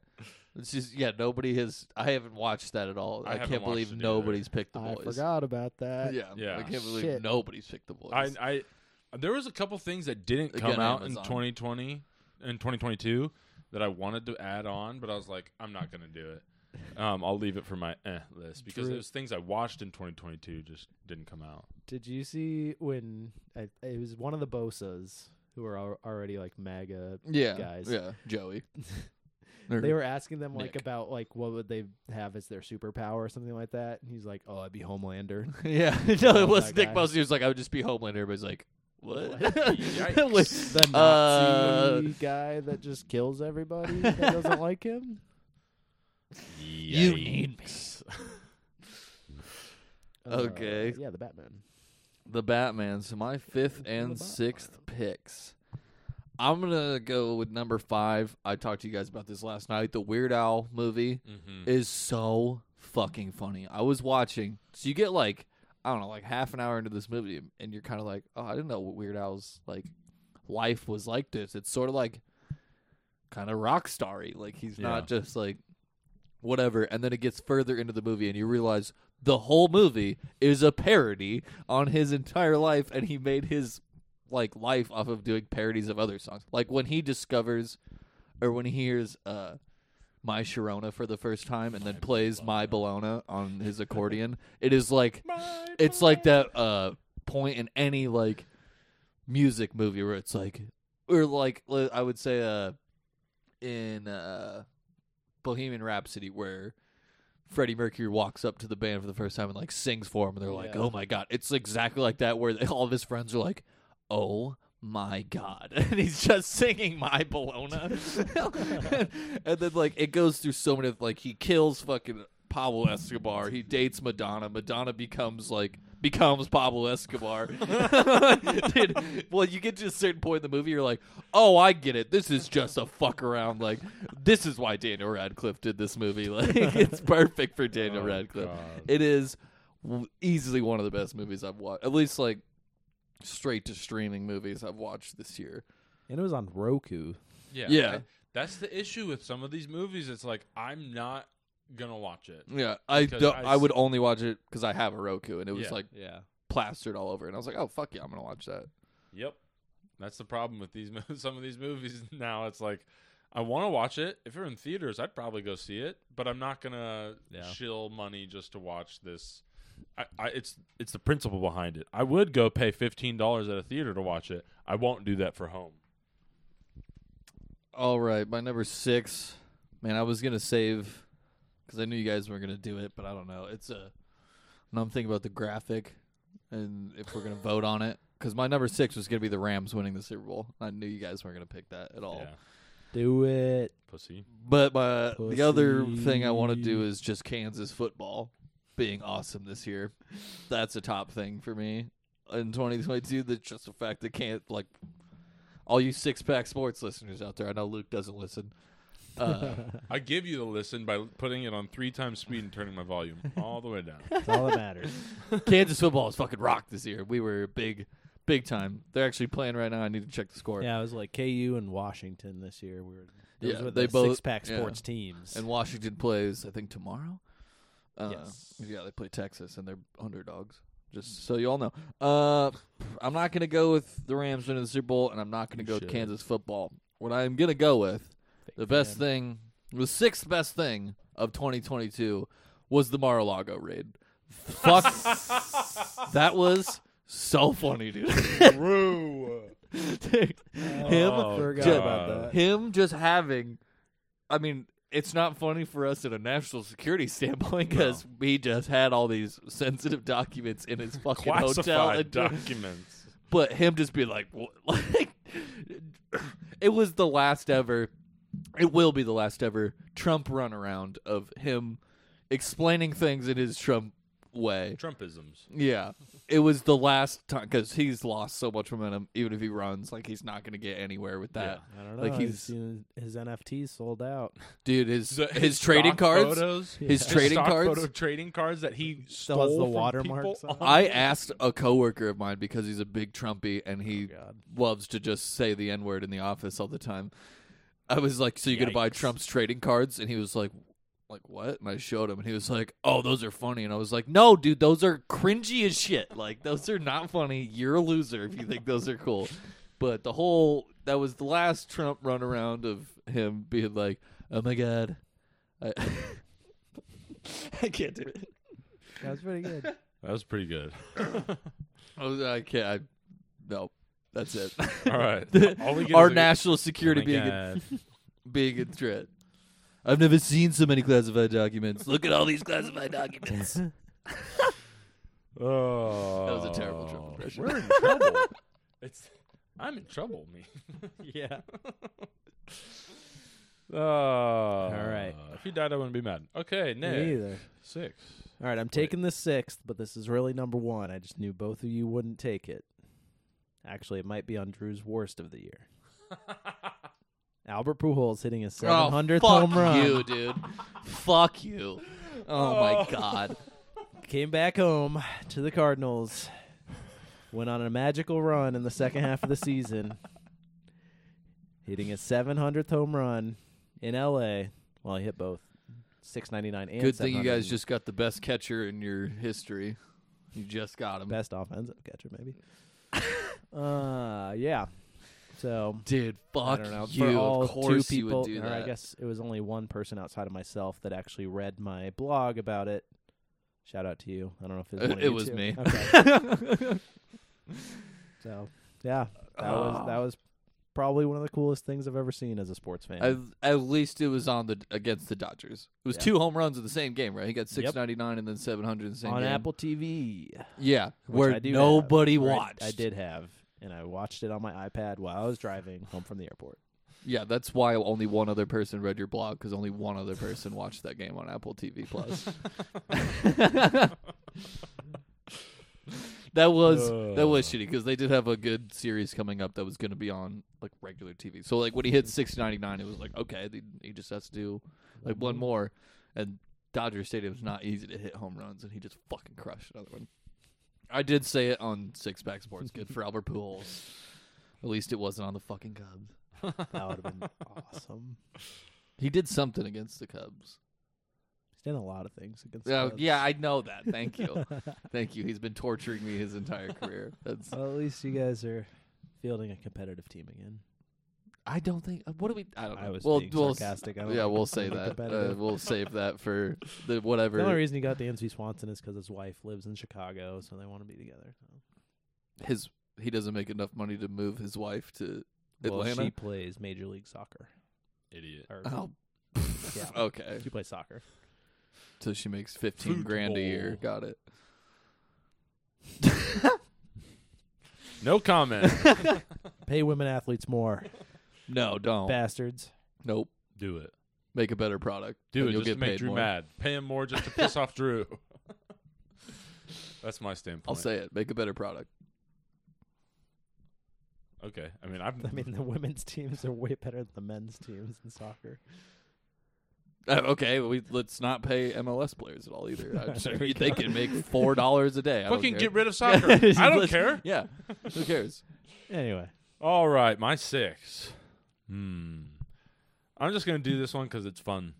S1: It's just yeah. Nobody has. I haven't watched that at all.
S2: I
S1: I,
S2: haven't
S1: can't believe
S2: watched it either.
S1: nobody's picked the
S4: I
S1: boys.
S4: forgot about that.
S1: Yeah,
S2: Yeah.
S1: I can't believe
S4: Shit.
S1: nobody's picked the boys.
S2: I, I there was a couple things that didn't come
S1: Again,
S2: out
S1: Amazon.
S2: in 2020 and 2022 that I wanted to add on, but I was like, I'm not gonna do it. Um, I'll leave it for my eh list because
S4: Drew-
S2: there's things I watched in 2022 just didn't come out.
S4: Did you see when I, it was one of the Bosas who are al- already like MAGA?
S1: yeah,
S4: guys.
S1: yeah, Joey.
S4: They were asking them like
S1: Nick.
S4: about like what would they have as their superpower or something like that, and he's like, "Oh, I'd be Homelander."
S1: yeah, no,
S4: Oh,
S1: it was
S4: that
S1: Nick
S4: guy.
S1: Posey. He was like, I would just be Homelander. Everybody's like, what?
S2: Yikes.
S1: Wait,
S4: The
S1: Uh,
S4: Nazi guy that just kills everybody that doesn't like him.
S1: You need me.
S4: Uh,
S1: Okay.
S4: yeah, the Batman.
S1: the Batman. So my fifth
S4: The
S1: and
S4: Batman.
S1: sixth picks. I'm gonna go with number five. I talked to you guys about this last night. The Weird Owl movie.
S4: Mm.
S2: Mm-hmm.
S1: is so fucking funny. I was watching. So you get like I don't know, like half an hour into this movie, and you're kind of like, oh, I didn't know what Weird Al's like life was like this. It's sort of like kind of rock starry. Like he's not just like whatever. And then it gets further into the movie, and you realize the whole movie is a parody on his entire life, and he made his like life off of doing parodies of other songs. Like when he discovers, or when he hears, uh. My Sharona for the first time, and then plays My Bologna on his accordion. It is like it's like that uh point in any like music movie where it's like or like li- I would say uh in uh Bohemian Rhapsody where Freddie Mercury walks up to the band for the first time and like sings for them and they're like,
S3: Yeah.
S1: "Oh my god." It's exactly like that where all of his friends are like, "Oh my god." And he's just singing My Bologna. and then like it goes through so many like he kills fucking Pablo Escobar. He dates Madonna. Madonna becomes like becomes Pablo Escobar. Dude, well, you get to a certain point in the movie, you're like, oh, I get it. This is just a fuck around. Like, this is why Daniel Radcliffe did this movie. Like, it's perfect for Daniel
S2: Oh,
S1: Radcliffe.
S2: God.
S1: It is w- easily one of the best movies I've watched. At least like straight to streaming movies I've watched this year.
S4: And it was on Roku.
S2: Yeah.
S1: Yeah.
S2: I- that's the issue with some of these movies. It's like I'm not gonna watch it.
S1: Yeah, I
S2: Because
S1: don't,
S2: I
S1: I,
S2: s-
S1: would only watch it because I have a Roku, and it was
S2: Yeah.
S1: like
S4: Yeah.
S1: plastered all over, and I was like, oh fuck yeah, I'm gonna watch that.
S2: Yep. That's the problem with these mo- some of these movies now. It's like I want to watch it. If you're in theaters, I'd probably go see it, but I'm not gonna
S4: Yeah.
S2: shill money just to watch this. I, I, it's it's the principle behind it. I would go pay fifteen dollars at a theater to watch it. I won't do that for home.
S1: All right, my number six. Man, I was gonna save because I knew you guys were gonna do it, but I don't know. It's a. Now I'm thinking about the graphic, and if we're gonna vote on it, because my number six was gonna be the Rams winning the Super Bowl. I knew you guys weren't gonna pick that at all.
S2: Yeah,
S4: Do it.
S2: Oh. pussy.
S1: But my, the other thing I want to do
S4: Pussy.
S1: is just Kansas football being awesome this year. That's a top thing for me in 2022. That's just the fact that can't like all you six pack sports listeners out there. I know Luke doesn't listen. Uh,
S2: I give you the listen by putting it on three times speed and turning my volume all the way down.
S4: That's all that matters.
S1: Kansas football is fucking rocked this year. We were big, big time. They're actually playing right now. I need to check the score.
S4: yeah, it was like KU and Washington this year. We were those
S1: Yeah,
S4: were
S1: they
S4: the
S1: both-
S4: six pack
S1: yeah.
S4: sports teams.
S1: And Washington plays, I think, tomorrow. Uh,
S4: Yes.
S1: Yeah, they play Texas, and they're underdogs.
S2: Mm.
S1: Just so you all know. Uh, I'm not going to go with the Rams winning the Super Bowl, and I'm not going to
S2: You
S1: go with
S2: should.
S1: Kansas football. What I'm going to go with, the best thing, the sixth best thing of 2022 was the Mar-a-Lago raid. Fuck. that was so funny, dude.
S2: True.
S1: Dude, him
S2: Oh,
S3: Forgot
S1: Ju-
S3: about that.
S1: him just having i mean it's not funny for us in a national security standpoint because he just had all these sensitive documents in his fucking hotel
S2: Classified
S1: and-
S2: documents.
S1: but him just being like "What?" like it was the last ever it will be the last ever trump runaround of him explaining things in his trump way
S2: Trumpisms.
S1: yeah, it was the last time because he's lost so much momentum. Even if he runs, like he's not going to get anywhere with that.
S4: I don't know.
S1: Like,
S4: Like
S1: he's-
S4: he's, his NFTs sold out.
S1: Dude, his
S2: So
S1: his, trading
S2: stock
S1: cards.
S2: photos,
S1: his trading
S2: stock
S1: cards?
S2: photo trading cards that he
S4: Still
S2: stole
S4: has the
S2: from
S4: watermarks
S2: people
S4: on it.
S1: I asked a coworker of mine because he's a big Trumpy and he
S2: Oh,
S4: God.
S1: loves to just say the N word in the office all the time. I was like, "So you're gonna buy
S2: Yikes.
S1: Trump's trading cards?" And he was like, "Like what?" And I showed him, and he was like, "Oh, those are funny." And I was like, "No, dude, those are cringy as shit. Like those are not funny. You're a loser if you think those are cool." But the whole that was the last Trump runaround of him being like, "Oh my god, I, I can't do it."
S4: That was pretty good.
S2: That was pretty good.
S1: Oh, I can't. I, no, that's it.
S2: All right. All we get
S1: Our
S2: is a-
S1: national security
S2: Oh my
S1: being a,
S2: God.
S1: being a threat. I've never seen so many classified documents. Look at all these classified documents.
S2: Oh.
S1: That was a terrible Trump impression. Oh,
S2: We're in trouble. it's I'm in trouble, me.
S4: yeah.
S2: Oh. All
S4: right.
S2: If he died, I wouldn't be mad. Okay,
S4: Me
S2: Nick.
S4: either.
S2: Six.
S4: All right, I'm taking the sixth, but this is really number one. I just knew both of you wouldn't take it. Actually, it might be on Drew's worst of the year. Albert Pujols hitting his 700th
S1: oh, fuck
S4: home run. Oh.
S1: you, dude. fuck you. Oh my god.
S4: came back home to the Cardinals, went on a magical run in the second half of the season, hitting his 700th home run in L.A. Well, he hit both, 699 and
S1: Good thing you guys
S4: 700.
S1: just got the best catcher in your history. You just got him.
S4: best offensive catcher maybe. uh, yeah. So
S1: Dude,
S4: I
S1: fuck
S4: don't know.
S1: you.
S4: For all
S1: of course
S4: two people,
S1: you would do
S4: or
S1: that.
S4: I guess it was only one person outside of myself that actually read my blog about it. Shout out to you. I don't know if it was, one of
S1: It- it
S4: you
S1: was
S4: two.
S1: me.
S4: Okay. so yeah, that was
S1: Oh.
S4: that was probably one of the coolest things I've ever seen as a sports fan.
S1: At, at least it was on the against the Dodgers. It was
S4: Yeah.
S1: two home runs in the same game, right? He got six ninety nine and then seven hundred in the same
S4: on
S1: game.
S4: Apple TV,
S1: yeah,
S4: which I
S1: where
S4: do
S1: nobody
S4: have, or I-
S1: watched.
S4: I, did have, and I watched it on my iPad while I was driving home from the airport.
S1: Yeah, that's why only one other person read your blog because only one other person watched that game on Apple TV Plus. that was that was shitty because they did have a good series coming up that was going to be on like regular TV. So like when he hit six ninety nine, it was like okay, th- he just has to do like one more, and Dodger Stadium's not easy to hit home runs, and he just fucking crushed another one. I did say it on Six Pack Sports. Good for Albert Pujols. At least it wasn't on the fucking Cubs.
S4: That would have been awesome.
S1: He did something against the Cubs.
S4: He's done a lot of things against.
S1: Yeah,
S4: clubs.
S1: yeah, I know that. Thank you. Thank you. He's been torturing me his entire career. That's
S4: Well, at least you guys are fielding a competitive team again.
S1: I don't think uh, what do we I don't know.
S4: I was
S1: well,
S4: being
S1: we'll-
S4: sarcastic. I don't
S1: yeah,
S4: think
S1: we'll
S4: it's
S1: say that. Uh,
S4: competitive.
S1: we'll save that for the whatever.
S4: The only reason he got the NC Swanson is because his wife lives in Chicago, so they want to be together.
S1: his he doesn't make enough money to move his wife to
S4: Well,
S1: Atlanta.
S4: she plays Major League Soccer.
S2: Idiot.
S4: Or,
S1: Oh,
S4: Yeah.
S1: okay.
S4: She plays soccer.
S1: So she makes fifteen grand a year. Got it.
S2: No comment.
S4: Pay women athletes more,
S1: No, don't.
S4: bastards.
S1: Nope.
S2: Do it.
S1: Make a better product.
S2: Do
S1: and
S2: it
S1: You'll
S2: just
S1: get
S2: to make
S1: paid
S2: Drew
S1: more.
S2: mad. Pay him more just to piss off Drew. That's my standpoint.
S1: I'll say it. Make a better product.
S2: Okay. I mean, I'm.
S4: I mean, the women's teams are way better than the men's teams in soccer.
S1: Uh, okay, we let's not pay MLS players at all either. I'm sure
S4: There we
S1: they
S4: go.
S1: can make four dollars a day. I don't
S2: Fucking
S1: care.
S2: get rid of soccer. I don't
S1: Let's-
S2: care.
S1: Yeah, who cares?
S4: Anyway,
S2: All right, my six. Hmm. I'm just gonna do this one because it's fun.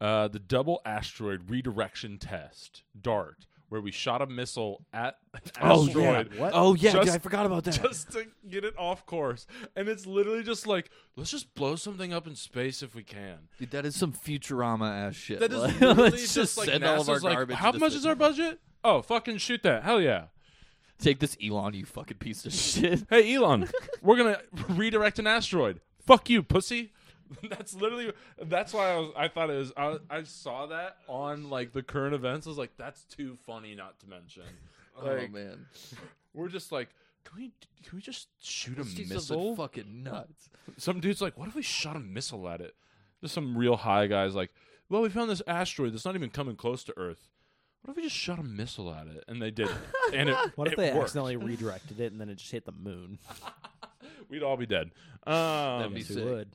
S2: Uh, the double asteroid redirection test, DART, where we shot a missile at an
S1: Oh,
S2: asteroid
S4: what?
S1: Oh yeah,
S2: Just-
S1: dude, I forgot about that.
S2: just to get it off course, and it's literally just like, let's just blow something up in space if we can.
S1: Dude, that is some Futurama ass shit.
S2: That is
S1: Like,
S2: literally
S1: let's
S2: just,
S1: just
S2: like
S1: send all of our
S2: NASA's like,
S1: garbage.
S2: How
S1: into
S2: much is
S1: space.
S2: our budget? Oh, fucking shoot that! Hell yeah!
S1: Take this, Elon, you fucking piece of shit.
S2: Hey Elon, we're gonna redirect an asteroid. Fuck you, pussy. That's literally. That's why I was. I thought it was. I, I saw that on like the current events. I was like, that's too funny not to mention.
S1: oh
S2: Like,
S1: man,
S2: we're just like, can we? Can we just shoot
S1: Let's
S2: a
S1: do something
S2: missile?
S1: fucking nuts.
S2: some dude's like, what if we shot a missile at it? There's some real high guys like, well, we found this asteroid that's not even coming close to Earth. What if we just shot a missile at it? And they did it. And it,
S4: what if
S2: it
S4: they
S2: worked.
S4: accidentally redirected it and then it just hit the moon?
S2: We'd all be dead. Um,
S1: be
S4: Yes, we
S1: sick.
S4: would.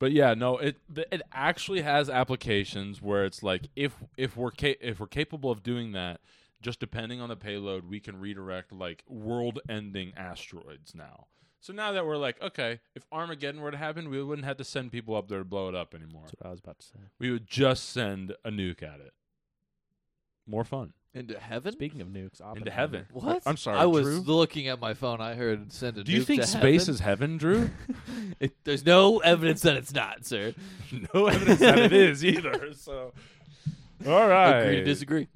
S2: But yeah, no, it th- it actually has applications where it's like if if we're ca- if we're capable of doing that, just depending on the payload, we can redirect like world-ending asteroids now. So now that we're like, okay, if Armageddon were to happen, we wouldn't have to send people up there to blow it up anymore.
S4: That's what I was about to say.
S2: We would just send a nuke at it. More fun.
S1: Into heaven?
S4: Speaking of nukes,
S2: Into
S4: Oppenheimer.
S2: heaven.
S1: what?
S2: I'm sorry.
S1: I was
S2: Drew?
S1: looking at my phone. I heard send a.
S2: Do you
S1: nuke
S2: think
S1: to
S2: space
S1: heaven.
S2: is heaven, Drew?
S1: It, there's no evidence that it's not, sir.
S2: no evidence that it is either. So All right.
S1: Agree to disagree.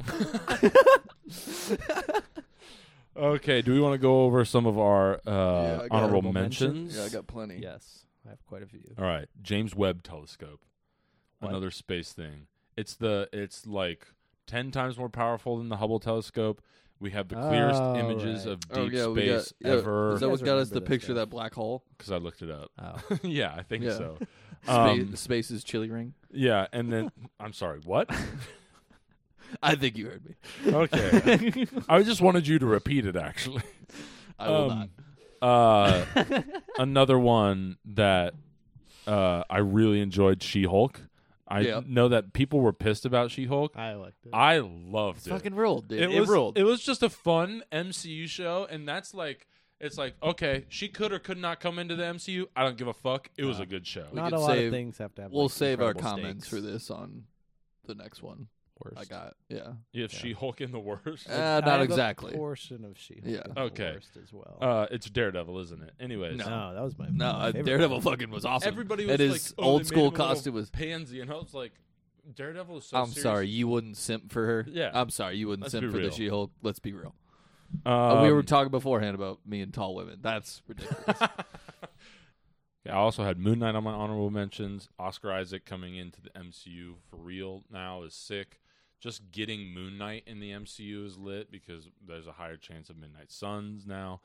S2: Okay, do we want to go over some of our uh,
S1: I got
S2: honorable
S4: honorable
S2: mentions?
S4: mentions.
S1: got plenty.
S4: Yes, I have quite a few.
S2: All right, James Webb Telescope,
S4: What?
S2: another space thing. It's the it's like ten times more powerful than the Hubble Telescope. We have the clearest
S4: Oh,
S2: images
S4: right.
S2: of deep
S1: Oh, yeah, we got-
S2: space
S1: yeah,
S2: ever
S1: Is that
S4: You
S1: what
S4: guys
S1: got us the
S4: remember this
S1: picture of
S4: guy.
S1: that black hole?
S2: because I looked it up.
S4: Oh.
S2: yeah, I think
S1: Yeah.
S2: so.
S1: Spa-
S2: Um,
S1: space's chilly ring.
S2: yeah, and then I'm sorry, what?
S1: I think you heard me.
S2: Okay, I just wanted you to repeat it. Actually,
S1: I will not.
S2: Um, Uh, another one that uh, I really enjoyed, She Hulk. I
S1: Yeah.
S2: know that people were pissed about She Hulk.
S3: I liked it.
S2: I loved it.
S1: Fucking ruled, dude.
S2: it,
S1: It,
S2: was
S1: ruled.
S2: it was just a fun MCU show, and that's like it's like okay, she could or could not come into the MCU. I don't give a fuck. It was
S4: Uh,
S2: a good show.
S1: we
S4: Not
S1: could
S4: a lot
S1: save-
S4: of things have to have.
S1: we'll
S4: like,
S1: save our
S4: incredible
S1: comments
S4: stakes.
S1: for this on the next one. I
S4: Worst.
S1: got yeah.
S2: If
S4: Yeah.
S2: She Hulk in the worst,
S1: Uh, not
S4: I have a
S1: exactly.
S4: portion of she.
S1: Yeah.
S2: Okay.
S4: as well.
S2: uh, it's Daredevil, isn't it? Anyways,
S1: No.
S4: no, that was my
S1: No,
S4: my
S1: uh,
S4: favorite
S1: Daredevil
S4: one.
S1: fucking was awesome.
S2: everybody was
S1: and
S2: like,
S1: his
S2: oh, they
S1: old
S2: made
S1: school
S2: him a little
S1: costume was.
S2: pansy, and I was like, Daredevil is so.
S1: I'm
S2: serious.
S1: sorry, you wouldn't simp for her.
S2: Yeah.
S1: I'm sorry, you wouldn't
S2: Let's
S1: simp
S2: be
S1: for
S2: real.
S1: the She-Hulk. Let's be real. Uh,
S2: Um,
S1: we were talking beforehand about me and tall women. That's ridiculous.
S2: Yeah, I also had Moon Knight on my honorable mentions. Oscar Isaac coming into the MCU for real now is sick. Just getting Moon Knight in the MCU is lit because there's a higher chance of Midnight Suns now.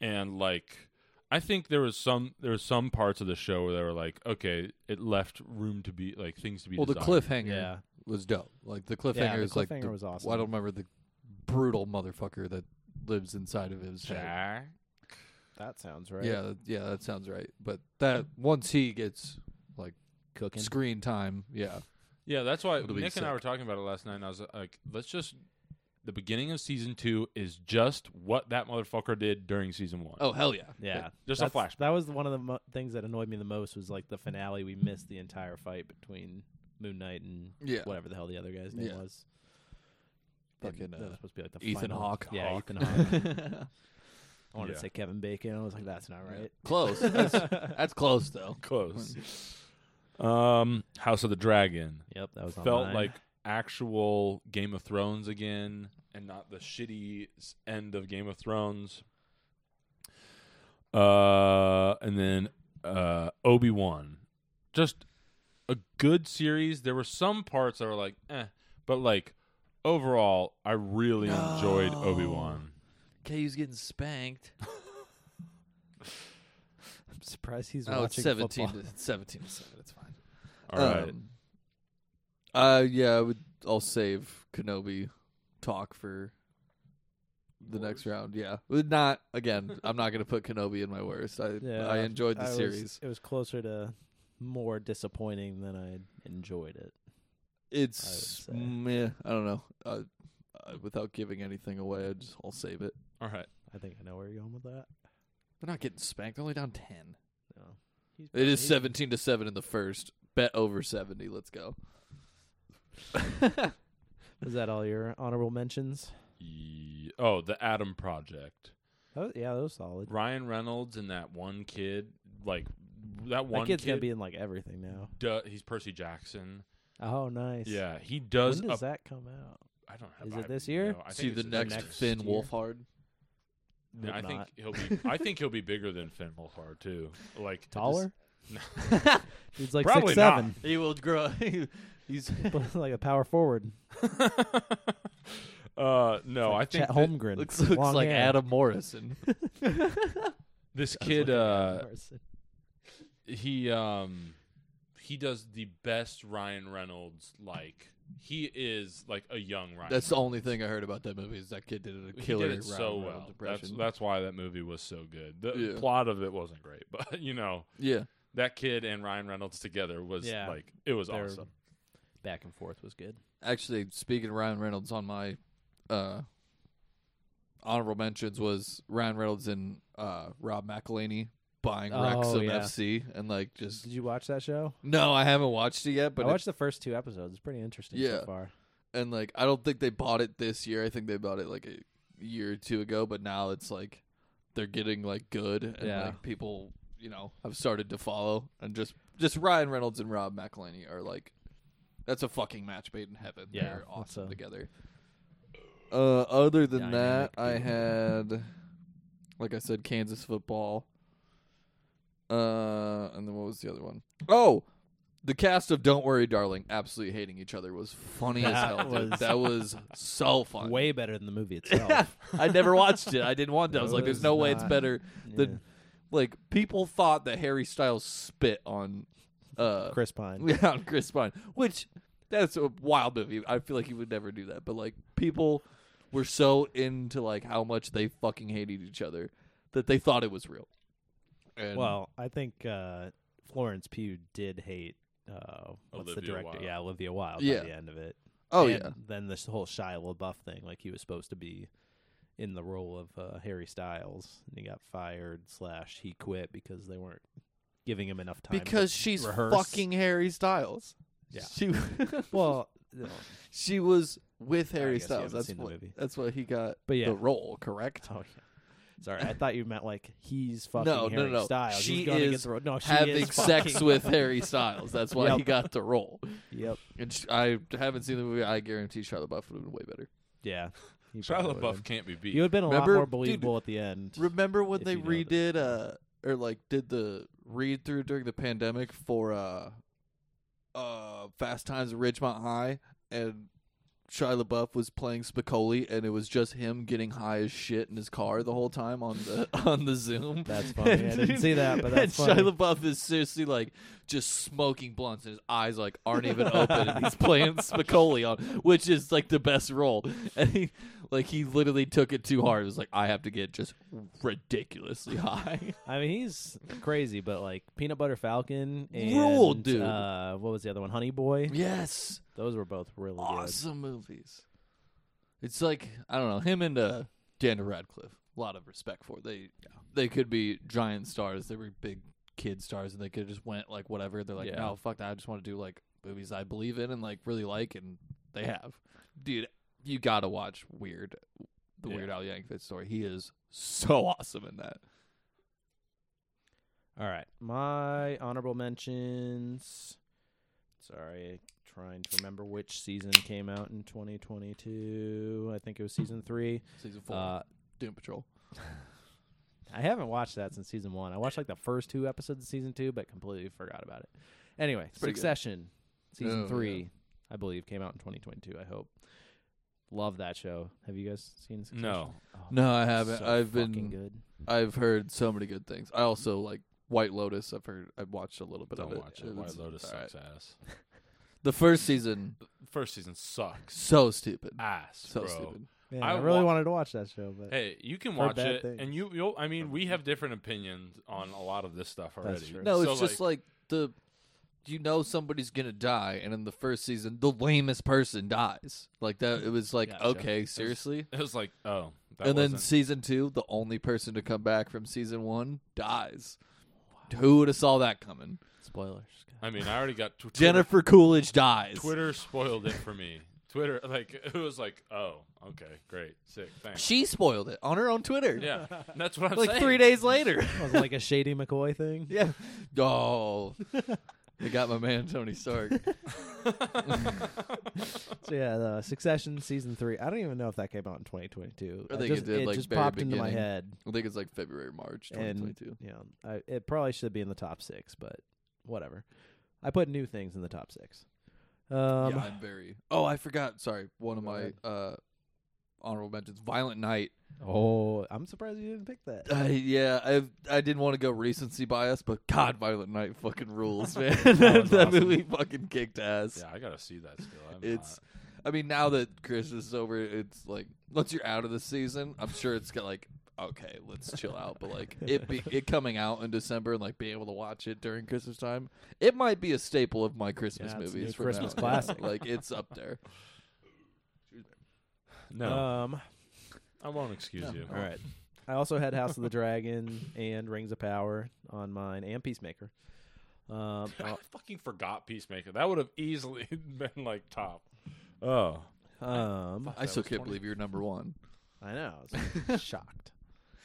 S2: And like I think there was some there was some parts of the show where they were like, okay, it left room to be like things to be
S1: well, the
S2: desired.
S1: cliffhanger
S4: Yeah,
S1: was dope. Like the cliffhanger
S4: yeah. The
S1: is like
S4: cliffhanger
S1: the-
S4: was awesome.
S1: well, I don't remember the brutal motherfucker that lives inside of his head.
S2: Jack.
S4: that sounds right.
S1: Yeah, that- yeah, that sounds right. But that once he gets
S4: cooking.
S1: screen time, yeah,
S2: Yeah, that's why
S1: It'll be
S2: Nick and I
S1: sick.
S2: were talking about it last night, and I was like, let's just. The beginning of season two is just what that motherfucker did during season one.
S1: oh hell yeah,
S4: Yeah,
S2: Just a
S4: That's-
S2: flashback.
S4: That was one of the mo- things that annoyed me the most was like the finale. We missed the entire fight between Moon Knight and
S1: yeah,
S4: whatever the hell the other guy's name
S1: Yeah.
S4: was. And
S1: fucking
S4: that was
S1: uh,
S4: supposed to be like the
S1: Ethan
S4: final-
S1: Hawke.
S4: Yeah,
S1: Hawke.
S4: Ethan Hawke. I wanted
S2: Yeah.
S4: to say Kevin Bacon. I was like, that's not right.
S1: close. That's, that's close though.
S2: Close. um, House of the Dragon
S4: Yep, that was on
S2: felt
S4: mine.
S2: like actual Game of Thrones again, and not the shitty s- end of Game of Thrones. Uh, and then uh, Obi Wan, just a good series. There were some parts that were like, eh, but like overall, I really enjoyed
S1: No.
S2: Obi Wan.
S1: Kay's getting spanked.
S4: I'm surprised he's
S1: Oh, it's
S4: watching
S1: 17
S4: football.
S1: to 17 to 7. It's fine.
S2: All right,
S1: Um, uh, yeah, I would, I'll save Kenobi talk for the next round. Yeah, But not again. I'm not gonna put Kenobi in my worst. I
S4: Yeah,
S1: I enjoyed the
S4: I was-
S1: series.
S4: it was closer to more disappointing than I enjoyed it.
S1: It's
S4: say.
S1: meh, I don't know. Uh, uh, without giving anything away, I just I'll save it.
S2: all right.
S4: I think I know where you're going with that.
S1: They're not getting spanked. They're only down ten.
S4: No.
S1: It is seventeen to seven in the first. Bet over seventy. Let's go.
S4: Is that all your honorable mentions?
S2: Ye- Oh, the Adam Project.
S4: That was, yeah, that was solid.
S2: Ryan Reynolds and that one kid, like that one
S4: That kid's
S2: kid,
S4: gonna be in like everything now.
S2: do- he's Percy Jackson.
S4: Oh, nice.
S2: Yeah, he
S4: When
S2: does.
S4: does
S2: a-
S4: that come out?
S2: I don't have.
S4: is
S2: I
S4: it this
S2: have
S4: year?
S2: no- I
S1: See
S2: think
S1: the
S2: it's
S1: next,
S4: next
S1: Finn
S4: year.
S1: Wolfhard.
S2: No, I
S4: Hope
S2: think
S4: not.
S2: he'll be. I think he'll be bigger than Finn Wolfhard too. Like
S4: taller.
S2: No.
S4: He's like
S2: Probably
S4: six seven,
S1: He will grow. He's
S4: like a power forward.
S2: uh,
S1: Oh,
S2: no, I
S4: like
S2: think
S4: Chet
S2: thi-
S4: Holmgren
S1: looks looks
S4: long
S1: like
S4: hair.
S1: Adam Morrison.
S2: this
S4: Does
S2: kid.
S4: look like Adam
S2: Uh,
S4: Morrison.
S2: he um he does the best Ryan Reynolds. Like he is like a young Ryan.
S1: That's the only thing I heard about that movie is that kid did a
S2: He
S1: killer
S2: did it so
S1: Ryan Reynolds
S2: well. That's
S1: impression.
S2: that's why that movie was so good. The
S1: Yeah.
S2: plot of it wasn't great, but you know
S1: yeah.
S2: that kid and Ryan Reynolds together was
S4: Yeah.
S2: like it was
S4: They're-
S2: awesome.
S4: Back and forth was good.
S1: Actually, speaking of Ryan Reynolds, on my uh, honorable mentions was Ryan Reynolds and uh, Rob McElhaney buying
S4: Oh,
S1: Wrexham
S4: yeah.
S1: FC and like just.
S4: Did you watch that show?
S1: No, I haven't watched it yet, but
S4: I
S1: it-
S4: watched the first two episodes. It's pretty interesting
S1: Yeah.
S4: so far.
S1: and like I don't think they bought it this year. I think they bought it like a year or two ago, but now it's like they're getting like good and
S4: Yeah.
S1: like people, you know, have started to follow and just just Ryan Reynolds and Rob McElhenney are like that's a fucking match made in heaven.
S4: Yeah,
S1: They're awesome
S4: that's a-
S1: together. Uh other than
S4: Dynamic
S1: that, I
S4: duo.
S1: had like I said Kansas football. Uh and then what was the other one? Oh, the cast of Don't Worry Darling absolutely hating each other was funny as
S4: That
S1: hell. dude.
S4: was-
S1: that was so fun.
S4: Way better than the movie itself.
S1: I never watched it. I didn't want to. I was like, there's no way it's
S4: Not-
S1: better
S4: Yeah.
S1: than like people thought that Harry Styles spit on uh
S4: Chris Pine.
S1: yeah, on Chris Pine. Which that's a wild movie. I feel like he would never do that. But like people were so into like how much they fucking hated each other that they thought it was real. And
S4: Well, I think uh, Florence Pugh did hate uh, what's the
S2: Olivia
S4: director?
S2: Wilde.
S4: Yeah, Olivia Wilde
S1: Yeah.
S4: by the end of it.
S1: Oh
S4: And
S1: yeah.
S4: Then this whole Shia LaBeouf thing, like he was supposed to be in the role of uh, Harry Styles, and he got fired slash he quit because they weren't giving him enough time. to
S1: Because she's
S4: rehearse.
S1: fucking Harry Styles.
S4: Yeah.
S1: She
S4: well, you know,
S1: she was with
S4: I
S1: Harry
S4: guess you
S1: Styles.
S4: haven't
S1: That's
S4: seen the
S1: what
S4: movie.
S1: that's what he got
S4: but yeah.
S1: the role, correct?
S4: Oh, yeah. Sorry, I thought you meant like he's fucking
S1: No, no,
S4: Harry
S1: no.
S4: Styles. He's
S1: She
S4: gonna get
S1: is
S4: the road. No, she
S1: Having
S4: is
S1: sex
S4: fucking-
S1: with Harry Styles. That's why he
S4: Yep.
S1: got the role.
S4: Yep.
S1: And sh- I haven't seen the movie. I guarantee Charlotte Buff would have been way better.
S4: Yeah. He probably
S2: Shia
S4: would've
S2: LaBeouf
S4: been.
S2: can't be beat.
S4: You would have been a
S1: Remember-
S4: lot more
S1: dude,
S4: believable at the end.
S1: Remember when
S4: If
S1: they
S4: you know the-
S1: redid uh or like did the read through during the pandemic for uh uh Fast Times at Ridgemont High and Shia LaBeouf was playing Spicoli and it was just him getting high as shit in his car the whole time on the on the Zoom.
S4: That's funny. I didn't see that, but that's
S1: and
S4: funny.
S1: Shia LaBeouf is seriously like just smoking blunts and his eyes like aren't even open and he's playing Spicoli on which is like the best role. And he like he literally took it too hard. It was like I have to get just ridiculously high.
S4: I mean, he's crazy, but like Peanut Butter Falcon and
S1: Ruled, dude.
S4: Uh, what was the other one? Honey Boy.
S1: yes.
S4: Those were both really
S1: Awesome movies. It's like I don't know, him and uh Daniel Radcliffe. A lot of respect for. They they could be giant stars, they were big kid stars and they could just went like whatever. They're like,
S4: Yeah.
S1: No, fuck that, I just want to do like movies I believe in and like really like and they have. Dude, you gotta watch Weird the
S2: Yeah.
S1: Weird Al Yankovic story. He is so awesome in that.
S4: good. All right, my honorable mentions. Sorry, trying to remember which season came out in 2022. I think it was season three.
S1: Season four.
S4: Uh,
S1: Doom Patrol.
S4: I haven't watched that since season one. I watched like the first two episodes of season two, but completely forgot about it. Anyway,
S1: pretty good.
S4: Succession season
S1: Oh,
S4: three, I believe, came out in 2022. I hope. Love that show. Have you guys seen Succession?
S2: No.
S4: Oh,
S1: No, I haven't.
S4: so
S1: I've
S4: fucking
S1: been
S4: good.
S1: I've heard so many good things. I also like White Lotus. I've heard. I've watched a little bit
S2: Don't
S1: of it.
S2: watch it. White
S1: It's
S2: Lotus
S1: all right.
S2: sucks ass.
S1: The first season,
S2: First season sucks
S1: so stupid,
S2: ass,
S1: so
S2: bro.
S1: stupid.
S4: Man,
S2: I
S4: I, really
S2: wa-
S4: wanted to watch that show, but
S2: Hey, you can
S4: Heard
S2: watch
S4: bad
S2: it,
S4: things.
S2: and you. You'll, I mean, we have different opinions on a lot of this stuff already.
S4: That's true.
S1: No, it's
S2: So,
S1: just like, the. You know somebody's gonna die, and in the first season, the lamest person dies. Like that, it was like,
S4: Gotcha.
S1: okay, seriously.
S2: It was like, oh, that
S1: And then
S2: wasn't-
S1: season two, the only person to come back from season one dies. Who would have saw that coming?
S4: spoilers.
S2: I mean, I already got tw- Twitter-
S1: Jennifer Coolidge dies.
S2: Twitter spoiled it for me. Twitter, like, it was like, oh, okay, great, sick, thanks.
S1: She spoiled it on her own Twitter.
S2: Yeah, that's what I'm
S1: like
S2: saying.
S1: three days later.
S4: was it like a Shady McCoy thing?
S1: Yeah. Oh. they got my man Tony Stark.
S4: So yeah, the Succession season three. I don't even know if that came out in 2022.
S1: I
S4: That
S1: think it
S4: just,
S1: did, like,
S4: just
S1: very
S4: popped into my
S1: beginning.
S4: head.
S1: I think it's like February, March
S4: And-
S1: 2022.
S4: you know, I, it probably should be in the top six, but whatever. I put new things in the top six. Um,
S1: yeah, I'm very. Oh, I forgot. Sorry. One of
S4: Go
S1: my
S4: ahead.
S1: uh, honorable mentions Violent Night.
S4: Oh, I'm surprised you didn't pick that.
S1: Uh, yeah, I I didn't want to go recency bias, but God, Violent Night fucking rules, man.
S2: That
S1: that
S2: was awesome.
S1: movie fucking kicked ass.
S2: Yeah, I gotta see that still. I'm
S1: It's-
S2: not-
S1: I mean, now that Chris is over, it's like once you're out of the season, I'm sure it's got like okay, let's chill out. But like it be, it coming out in December and like being able to watch it during Christmas time, it might be a staple of my Christmas
S4: Yeah, it's a
S1: movies.
S4: new
S1: for
S4: Christmas
S1: now.
S4: classic.
S1: like it's up there.
S2: no,
S4: Um,
S2: I won't excuse
S1: uh, no.
S2: you.
S4: all right. I also had House of the Dragon and Rings of Power on mine, and Peacemaker. Um,
S2: I fucking forgot Peacemaker. That would have easily been like top. Oh,
S4: um,
S2: Fuck.
S1: I
S2: That
S1: still
S2: was
S1: can't
S2: 20.
S1: believe you're number one.
S4: I know, I was shocked.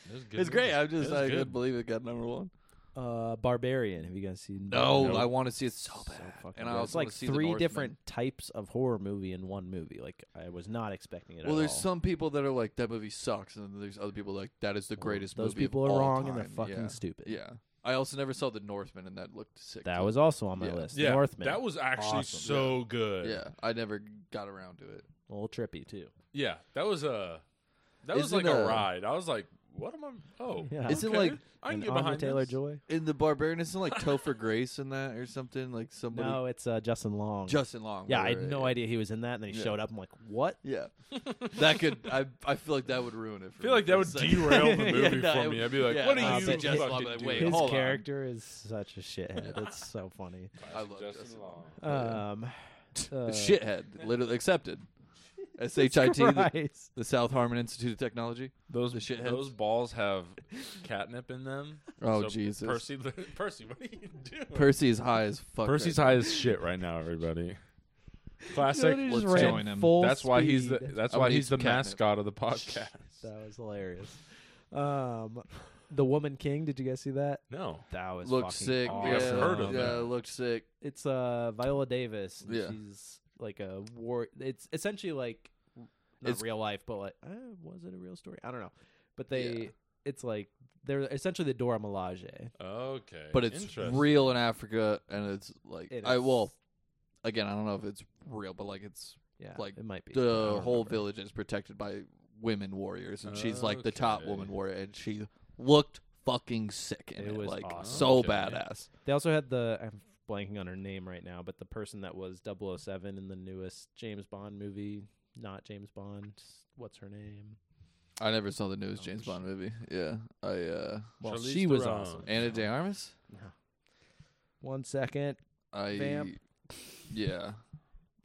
S2: it was good
S1: It's great.
S2: movies.
S1: I'm just
S2: It was
S1: I
S2: good.
S1: couldn't believe it got number one.
S4: Uh, Barbarian. Have you guys seen?
S1: No,
S2: Nope.
S1: I want to see it so
S4: So
S1: bad.
S4: fucking
S1: and I
S4: good.
S1: also
S4: it's like
S1: wanna see The
S4: three
S1: Northman.
S4: different types of horror movie in one movie. Like I was not expecting it.
S1: Well,
S4: at
S1: there's
S4: all.
S1: some people that are like that movie sucks, and then there's other people like that is the
S4: Well,
S1: greatest
S4: Those
S1: movie.
S4: people
S1: of
S4: are
S1: all
S4: wrong and they're
S1: time."
S4: fucking
S1: Yeah.
S4: stupid.
S1: Yeah. I also never saw The Northman, and that looked sick.
S4: That
S1: too.
S4: was also on my
S1: Yeah.
S4: list.
S2: Yeah,
S4: Northman.
S2: that was actually
S4: Awesome.
S2: so good.
S1: Yeah, I never got around to it.
S4: a little trippy too.
S2: yeah, that was a that was like
S1: Isn't,
S2: a
S1: uh,
S2: ride. I was like, what am I? Oh,
S4: Yeah.
S1: Is it
S2: okay.
S1: like
S2: I can
S4: And
S2: get
S4: Anya
S2: behind
S4: Taylor
S2: this.
S4: Joy?
S1: in the Barbarian? Isn't like Topher Grace in that or something? Like somebody
S4: No, it's uh, Justin Long.
S1: Justin Long.
S4: yeah, I
S1: right,
S4: had
S1: right,
S4: no
S1: right.
S4: idea he was in that, and then he
S1: Yeah.
S4: showed up. I'm like, what?
S1: Yeah, that could. I I feel like that would ruin it. For
S2: I feel like
S1: me
S2: that
S1: for a
S2: would
S1: second.
S2: derail the
S1: Yeah,
S2: movie
S1: no,
S2: for
S1: it
S2: me.
S1: would-
S2: I'd be like,
S1: yeah,
S2: "What are
S1: I'll
S2: you
S1: bet Justin
S2: fucking
S1: Long, like,
S2: doing?"
S1: wait,
S4: His
S1: hold on.
S4: character is such a shithead. it's so funny.
S1: I love Justin
S4: Um, uh,
S1: shithead. Literally accepted. S H I T. The,
S4: Christ.
S1: the South Harmon Institute of Technology.
S2: Those
S1: The shitheads.
S2: those balls have catnip in them.
S1: Oh
S2: So,
S1: Jesus.
S2: Percy, Percy, what are you doing?
S1: Percy's high as fuck.
S2: Percy's
S1: right
S2: high as shit right now, everybody. Classic.
S4: Dude, he
S1: let's
S4: just ran
S1: join him.
S4: full
S2: That's why he's the.
S4: speed.
S2: That's
S1: I
S2: why
S1: would eat
S2: he's the
S1: some catnip.
S2: mascot of the podcast.
S4: That was hilarious. Um, the Woman King. Did you guys see that?
S2: No,
S4: That was
S1: Looked sick.
S2: awesome.
S1: Yeah,
S2: I've heard of
S1: yeah,
S2: that.
S1: looked sick.
S4: It's uh Viola Davis. and
S1: Yeah.
S4: She's like a war. It's essentially like not
S1: It's-
S4: real life, but like uh, was it a real story? I don't know. But they,
S1: Yeah.
S4: it's like they're essentially the Dora Milaje.
S2: okay,
S1: But it's
S2: Interesting.
S1: real in Africa, and it's like
S4: It
S1: I
S4: is-
S1: well, again, I don't know if it's real, but like it's
S4: Yeah,
S1: like,
S4: it might be I
S1: the
S4: don't
S1: whole
S4: remember.
S1: village is protected by women warriors, and she's like the top woman
S2: Okay.
S1: warrior, and she looked fucking sick in
S4: It
S1: it,
S4: was
S1: like
S4: awesome.
S1: so
S2: Okay.
S1: badass.
S4: They also had the I'm blanking on her name right now, but the person that was 007 in the newest James Bond movie, not James Bond. What's her name?
S1: I never saw the newest
S2: Oh,
S1: James
S2: shit.
S1: Bond movie. Yeah, I uh
S4: Well,
S2: Charlize
S4: she was
S2: Theron.
S4: awesome.
S1: Anna De Armas.
S4: One second.
S1: I
S4: Vamp.
S1: yeah,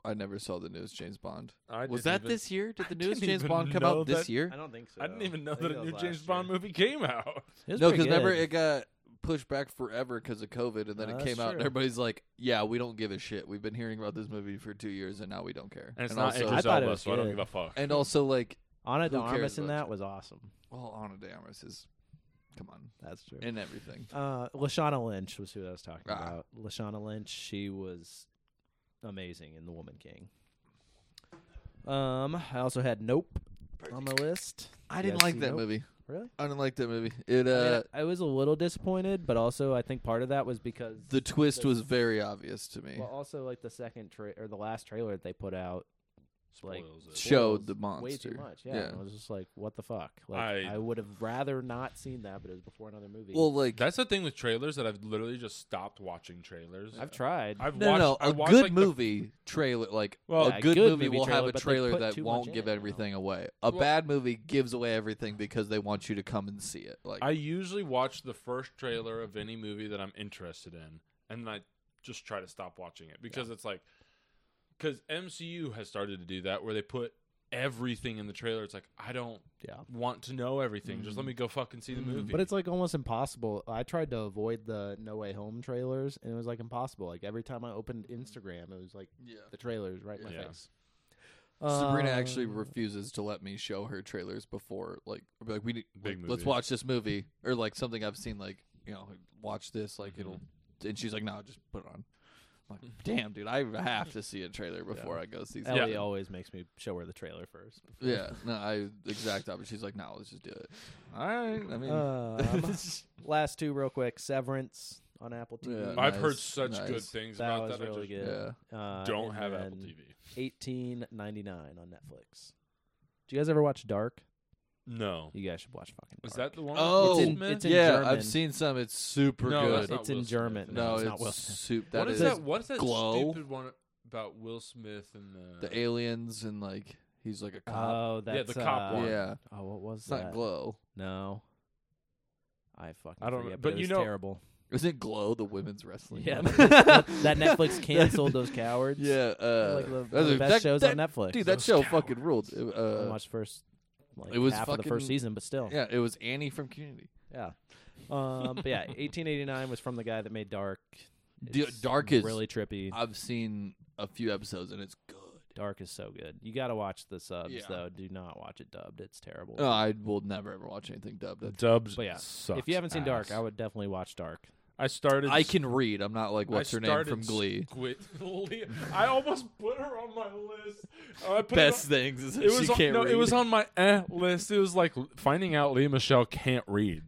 S1: I never saw the newest James Bond.
S2: I
S1: Was
S2: didn't
S1: that
S2: even-
S1: this year? Did
S2: I
S1: the newest
S2: didn't
S1: James
S2: even
S1: Bond come
S2: know
S1: out this
S2: that-
S1: year?
S4: I don't think so.
S2: Oh, I didn't even know
S4: I think
S2: that a
S4: was
S2: new
S4: last
S2: James
S4: year.
S2: Bond movie came out.
S4: It was
S1: No,
S4: pretty
S1: because remember
S4: good.
S1: it got pushed back forever because of COVID, and then
S4: No,
S1: it
S4: that's
S1: came out, and
S4: true.
S1: everybody's like, "Yeah, we don't give a shit. We've been hearing about this movie for two years, and now we don't care."
S2: And it's not
S1: also,
S4: I
S2: Idris
S4: thought it
S2: Elba,
S4: was
S2: so I don't
S4: good.
S2: give a fuck.
S1: and also like,
S4: Anna de
S1: Who cares
S4: Armas in
S1: about
S4: that was awesome.
S1: well, Anna De Armas is, come on,
S4: That's true.
S1: in everything.
S4: Uh, Lashana Lynch was who I was talking
S1: Ah.
S4: about. Lashana Lynch, she was amazing in The Woman King. Um, I also had Nope on my list.
S1: I
S4: You
S1: didn't
S4: guys
S1: like
S4: see
S1: that
S4: Nope?
S1: movie.
S4: Really?
S1: I didn't like that movie. It
S4: I, mean,
S1: uh,
S4: I was a little disappointed, but also I think part of that was because
S1: the twist
S4: the-
S1: was very obvious to me.
S4: well, also like the second tra- or the last trailer that they put out like
S2: Spoils it.
S1: Showed the
S4: spoils way
S1: monster.
S4: too much. Yeah,
S1: Yeah.
S4: And I was just like, what the fuck? Like,
S2: I-
S4: I, would have rather not seen that, but it was before another movie.
S1: Well, like
S2: That's the thing with trailers that I've literally just stopped watching trailers.
S4: I've tried.
S2: I've
S1: no,
S2: watched,
S1: no,
S2: I
S1: a
S2: watched,
S1: good
S2: like, the-
S1: movie trailer, like
S2: Well,
S1: a
S4: Yeah,
S1: good,
S4: good
S1: movie,
S4: movie
S1: will have
S4: trailer,
S1: a
S4: but they
S1: trailer
S4: put
S1: that
S4: too
S1: won't
S4: much
S1: give
S4: in, you know.
S1: everything away. A
S2: Well-
S1: bad movie gives away everything because they want you to come and see it. Like
S2: I usually watch the first trailer of any movie that I'm interested in, and I just try to stop watching it because it's like, because MCU has started to do that where they put everything in the trailer. It's like I don't
S4: yeah. Mm-hmm.
S2: want to know everything. Just let me go fucking see the
S1: Mm-hmm.
S2: movie.
S4: But it's like almost impossible. I tried to avoid the No Way Home trailers, and it was like impossible. Like every time I opened Instagram, it was like
S1: yeah.
S4: the trailers right in my
S2: Yeah.
S4: face.
S1: Sabrina actually
S4: Um,
S1: refuses to let me show her trailers before, like, I'll be like we need,
S2: Big
S1: like, let's
S2: movies.
S1: watch this movie or like something I've seen, like you know, like, watch this, like it'll.
S4: Mm-hmm.
S1: And she's like, no, just put it on. I'm like, damn, dude, I have to see a trailer before I go see.
S4: Ellie
S1: something.
S4: always makes me show her the trailer first.
S1: yeah, no, I exact opposite. She's like, no, let's just do it. All right, I mean,
S4: Um, last two, real quick. Severance on Apple
S1: Yeah.
S4: TV.
S2: I've heard
S1: nice,
S2: such good
S1: nice.
S2: things
S4: That
S2: about
S4: was
S2: that.
S4: really
S2: I just
S4: good.
S1: yeah.
S4: Uh,
S2: don't
S4: and
S2: have Apple
S4: then
S2: TV.
S4: Eighteen ninety nine on Netflix. Do you guys ever watch Dark?
S2: No,
S4: You guys should watch fucking.
S2: is
S4: Dark.
S2: that the one?
S1: Oh,
S2: with
S1: It's in-
S2: Smith?
S4: it's in
S1: yeah,
S4: German.
S1: I've seen some. It's super
S2: No,
S1: good.
S2: that's not
S4: It's in
S2: Will Smith.
S4: German.
S2: No,
S1: no,
S4: it's
S1: it's,
S4: not Will Smith.
S1: soup.
S2: what
S1: That
S2: is,
S1: is
S2: that? What is that
S1: Glow?
S2: stupid one about Will Smith and the,
S1: the aliens and like he's like a cop.
S4: Oh, that's
S2: Yeah, the cop
S4: uh,
S2: one.
S1: yeah,
S4: Oh, what was
S1: it's
S4: that?
S1: not glow.
S4: No, I fucking
S2: I don't
S4: forget,
S2: know,
S4: But,
S2: but
S4: it
S2: you
S4: was
S2: know-
S4: terrible.
S1: Isn't glow the women's wrestling?
S4: Yeah,
S1: one?
S4: that that Netflix canceled those cowards.
S1: Yeah, uh,
S4: like the,
S1: that's
S4: the
S1: a-
S4: best
S1: that-
S4: shows
S1: that-
S4: on Netflix.
S1: Dude, that
S2: Those
S1: show
S2: cowards.
S1: fucking ruled. It,
S4: I
S1: Uh,
S4: watched first. Like
S1: it was
S4: half of the
S1: fucking-
S4: first season, but still,
S1: yeah, it was Annie from Community.
S4: yeah. Um, but yeah, 1889 was from the guy that made Dark.
S1: Dude,
S4: It's
S1: Dark is-
S4: really trippy.
S1: I've seen a few episodes and it's good.
S4: Dark is so good. You got to watch the subs
S1: Yeah.
S4: though. Do not watch it dubbed. It's terrible.
S1: No, Oh, I will never ever watch anything dubbed. That's-
S2: Dubs,
S4: But yeah,
S2: sucks
S4: if you haven't seen Dark,
S2: ass.
S4: I would definitely watch Dark.
S2: I started.
S1: I can read. I'm not like
S2: I
S1: what's her name
S2: started
S1: from Glee.
S2: Squid- I almost put her on my list. Oh, I put it
S1: Best things is
S2: on-
S1: that
S2: It was
S1: she
S2: on,
S1: can't
S2: no,
S1: read.
S2: it was on my eh list. It was like finding out Leah Michelle can't read.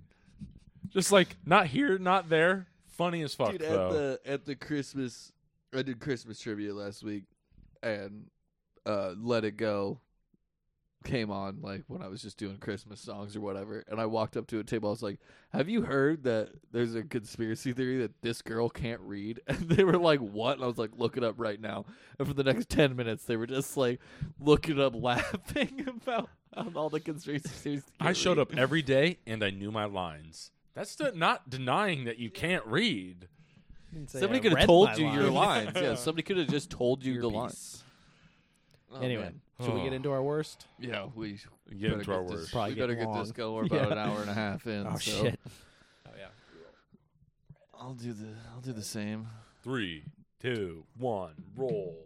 S2: Just like not here, not there. Funny as fuck
S1: Dude,
S2: though.
S1: at the at the Christmas, I did Christmas trivia last week, and uh, Let It Go came on like when I was just doing Christmas songs or whatever, and I walked up to a table. I was like, "Have you heard that there's a conspiracy theory that this girl can't read?" And they were like, "What?" And I was like, "Look it up right now." And for the next ten minutes, they were just like looking up, laughing about um, all the conspiracy theories. she
S2: I
S1: can't
S2: showed
S1: read.
S2: up every day and I knew my lines. That's the, not denying that you can't read.
S1: Somebody could have told you your lines. Yeah, somebody could have just told you the lines. Oh,
S4: anyway,
S1: man.
S4: should we get into our worst?
S1: yeah, we
S2: Get
S1: better
S2: into our
S1: this-
S2: worst.
S4: Probably
S1: we
S4: get
S1: better get this
S4: long.
S1: going. We're about
S4: Yeah.
S1: an hour and a half in.
S4: Oh
S1: so
S4: shit!
S2: Oh,
S1: I'll do the I'll do the same.
S2: Three, two, one, roll.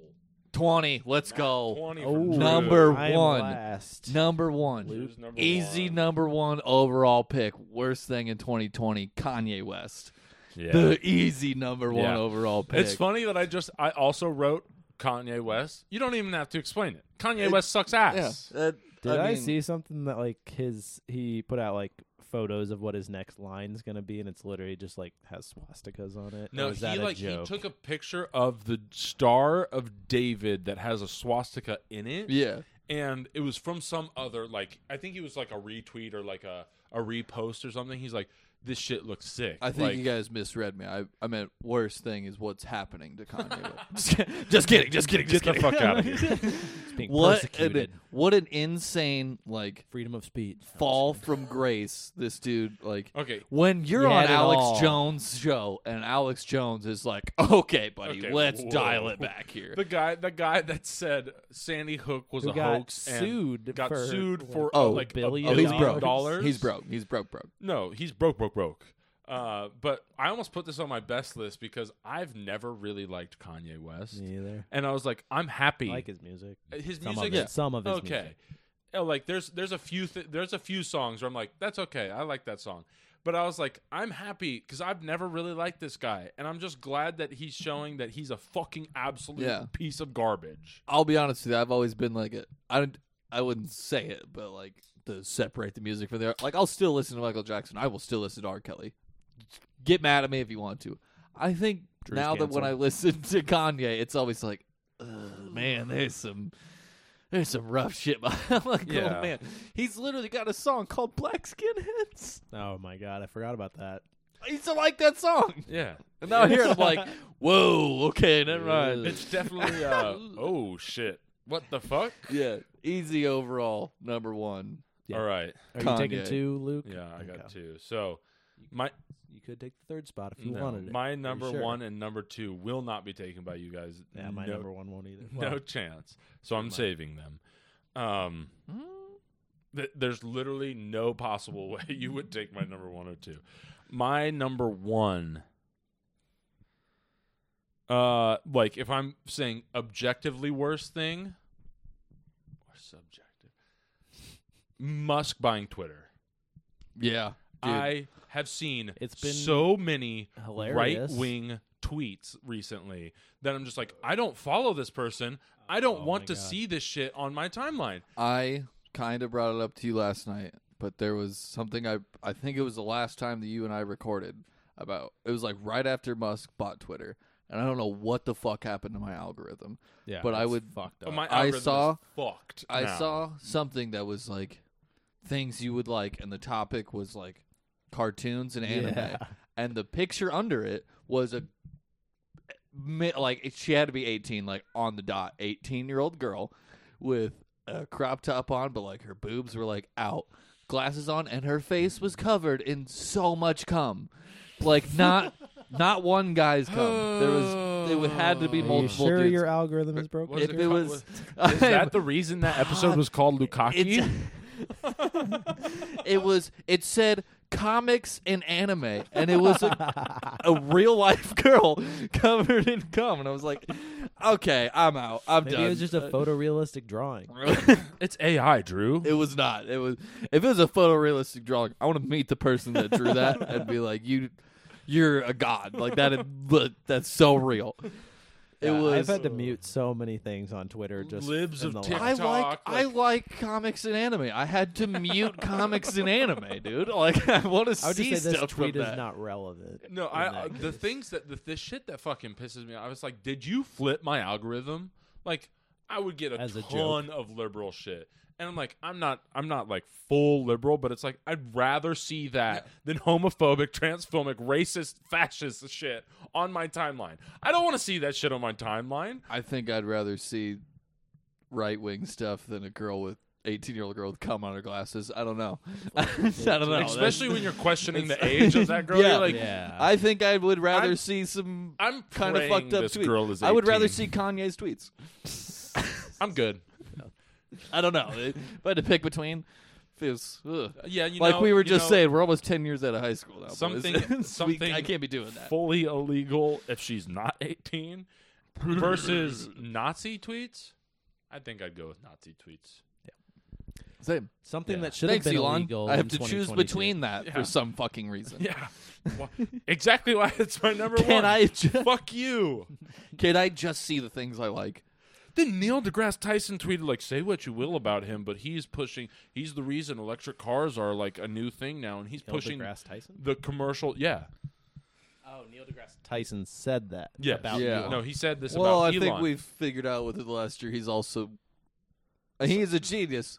S1: Twenty. Let's go.
S2: 20
S4: Oh.
S2: from Drew.
S1: Number
S4: I am
S1: one.
S4: last.
S1: Number one.
S2: Drew's number
S1: Easy
S2: one.
S1: number one overall pick. Worst thing in 2020. Kanye West.
S2: Yeah.
S1: The easy number one
S2: Yeah.
S1: overall pick.
S2: It's funny that I just I also wrote Kanye West. You don't even have to explain it. Kanye West sucks ass.
S1: Yeah, that-
S4: Did I,
S1: mean,
S4: see something that like his he put out like photos of what his next line's gonna be, and it's literally just like has swastikas on it.
S2: No,
S4: or is
S2: he
S4: that a
S2: like he
S4: joke?
S2: took a picture of the Star of David that has a swastika in it.
S1: Yeah.
S2: and it was from some other like I think he was like a retweet or like a a repost or something. He's like, this shit looks sick.
S1: I think
S2: like,
S1: you guys misread me. I, I meant worst thing is what's happening to Kanye. West. just kidding. Just kidding.
S2: get
S1: Just
S2: the
S1: kidding.
S2: fuck out of here.
S4: It's being
S1: What an,
S4: persecuted.
S1: what an insane like
S4: Freedom of speech.
S1: fall from grace this dude like
S2: Okay,
S1: when you're
S4: You
S1: on
S4: had it all.
S1: Alex Jones show and Alex Jones is like, "Okay, buddy,
S2: Okay,
S1: let's
S2: whoa.
S1: dial it back here."
S2: the guy the guy that said Sandy Hook was
S4: Who
S2: a
S4: got
S2: hoax and
S4: sued
S2: got
S4: for,
S2: sued
S4: like,
S2: for
S1: Oh,
S2: like
S4: billion
S2: a
S1: oh, he's broke.
S2: dollars.
S1: He's broke. He's broke broke.
S2: No, he's broke, broke, broke. Uh, but I almost put this on my best list because I've never really liked Kanye West,
S4: Me either.
S2: and I was like, I'm happy. Uh,
S4: I like his music.
S2: his
S4: Some
S2: music
S4: of it.
S2: is
S4: Some of his
S2: okay.
S4: music.
S2: Yeah, like there's there's a few th- there's a few songs where I'm like that's okay I like that song, but I was like I'm happy because I've never really liked this guy and I'm just glad that he's showing that he's a fucking absolute
S1: Yeah.
S2: piece of garbage.
S1: I'll be honest with you. I've always been like a I don't I wouldn't say it, but like to separate the music from the art. Like I'll still listen to Michael Jackson. I will still listen to R. Kelly. Get mad at me if you want to. I think
S4: Drew's
S1: now that when
S4: canceled.
S1: I listen to Kanye, it's always like, Ugh, man, there's some there's some rough shit. I'm like,
S2: Yeah.
S1: oh man, he's literally got a song called Black Skinheads.
S4: Oh my god, I forgot about that.
S1: I used to like that song,
S2: Yeah,
S1: and now I hear it, I'm like, whoa, okay, never mind.
S2: it's definitely uh, oh shit what the fuck.
S1: yeah, easy overall number one.
S4: Yeah.
S2: All right,
S4: Are you taking
S1: Kanye.
S4: two, Luke?
S2: yeah, I got
S4: Okay.
S2: two. So my
S4: You could take the third spot if you
S2: No,
S4: wanted it.
S2: My number
S4: sure?
S2: one and number two will not be taken by you guys.
S4: yeah, my
S2: no,
S4: number one won't either.
S2: no chance. So I'm saving them. Um, th- there's literally no possible way you would take my number one or two. My number one. Uh, like if I'm saying objectively worst thing, or subjective, Musk buying Twitter.
S1: Yeah, dude.
S2: I have seen
S4: It's been
S2: so many right
S4: hilarious.
S2: wing tweets recently that I'm just like, I don't follow this person. I don't
S4: Oh
S2: want
S4: my
S2: to
S4: God.
S2: see this shit on my timeline.
S1: I kind of brought it up to you last night, but there was something I I think it was the last time that you and I recorded about. It was like right after Musk bought Twitter, and I don't know what the fuck happened to my algorithm.
S4: Yeah,
S1: but I
S4: that's
S1: would-
S4: fucked
S2: But
S4: up.
S2: my
S1: I
S2: algorithm is
S1: saw-
S2: fucked.
S1: I
S2: now.
S1: saw something that was like things you would like, and the topic was like cartoons and anime,
S4: Yeah.
S1: and the picture under it was a mi- like it- she had to be 18 like on the dot 18 year old girl with a crop top on but like her boobs were like out glasses on and her face was covered in so much cum like not not one guy's cum there was it had to be
S4: Are you
S1: multiple
S4: sure
S1: dudes.
S4: your algorithm is broken?
S2: Was
S1: if
S2: it
S1: it
S2: co-
S1: was
S2: was- Is that the reason that episode was called Lukaki?
S1: it's, it was it said comics and anime and it was a, a real life girl covered in cum and I was like okay I'm out I'm
S4: Maybe
S1: done Uh,
S4: it was just a photorealistic drawing.
S2: It's AI, Drew.
S1: it was not it was if it was a photorealistic drawing I want to meet the person that drew that and be like you you're a god like that is, look, that's so real it
S4: Yeah,
S1: was uh,
S4: I've had to mute so many things on Twitter. Just
S2: Libs
S4: in
S2: of
S4: the
S2: TikTok.
S4: last-
S1: I like I
S2: like-
S1: like comics and anime. I had to mute comics and anime, dude. Like I want to see
S4: I would just say this
S1: stuff from
S4: tweet is
S1: that.
S4: not relevant.
S2: No,
S4: in
S2: I
S4: that
S2: uh, the
S4: case.
S2: things that the, the shit that fucking pisses me. off. I was like, did you flip my algorithm? Like, I would get a
S4: As a
S2: ton of liberal shit, And I'm like, I'm not, I'm not like full liberal, but it's like I'd rather see that than homophobic, transphobic, racist, fascist shit on my timeline. I don't want to see that shit on my timeline.
S1: I think I'd rather see right wing stuff than a girl with eighteen year old girl with cum on her glasses. I don't know. I don't know.
S2: Especially
S1: That's-
S2: when you're questioning the
S1: it's-
S2: age of that girl.
S1: Yeah.
S2: You're like,
S4: yeah.
S1: I think I would rather
S2: I'm-
S1: see some
S2: I'm
S1: kind of fucked up
S2: This
S1: tweets.
S2: girl is
S1: I would rather
S2: 18.
S1: see Kanye's tweets.
S2: I'm good.
S1: I don't know. It- if I had to pick between, feels ugh.
S2: Yeah, you
S1: like
S2: know,
S1: we were
S2: you
S1: just
S2: know,
S1: saying. We're almost ten years out of high school now. boys.
S2: Something-
S1: We-
S2: something
S1: I can't be doing that.
S2: fully illegal if she's not 18 versus Nazi tweets. I think I'd go with Nazi tweets.
S1: Same.
S4: Something
S2: Yeah.
S4: that should
S1: Thanks,
S4: have been
S1: Elon.
S4: illegal.
S1: I have
S4: in
S1: to choose
S4: 2022.
S1: between that
S2: Yeah.
S1: for some fucking reason.
S2: Yeah, Wha- exactly why it's my number
S1: Can
S2: one.
S1: I ju-
S2: Fuck you.
S1: can I just see the things I like?
S2: Then Neil deGrasse Tyson tweeted like, "Say what you will about him, but he's pushing. He's the reason electric cars are like a new thing now, and he's
S4: Neil
S2: pushing
S4: deGrasse Tyson.
S2: the commercial. Yeah,
S4: Oh, Neil deGrasse Tyson said that.
S2: yeah,
S4: About
S1: Yeah.
S4: Elon.
S2: No, he said this
S1: Oh. well,
S2: about
S1: I
S2: Elon.
S1: think we've figured out within the last year he's also he is a genius,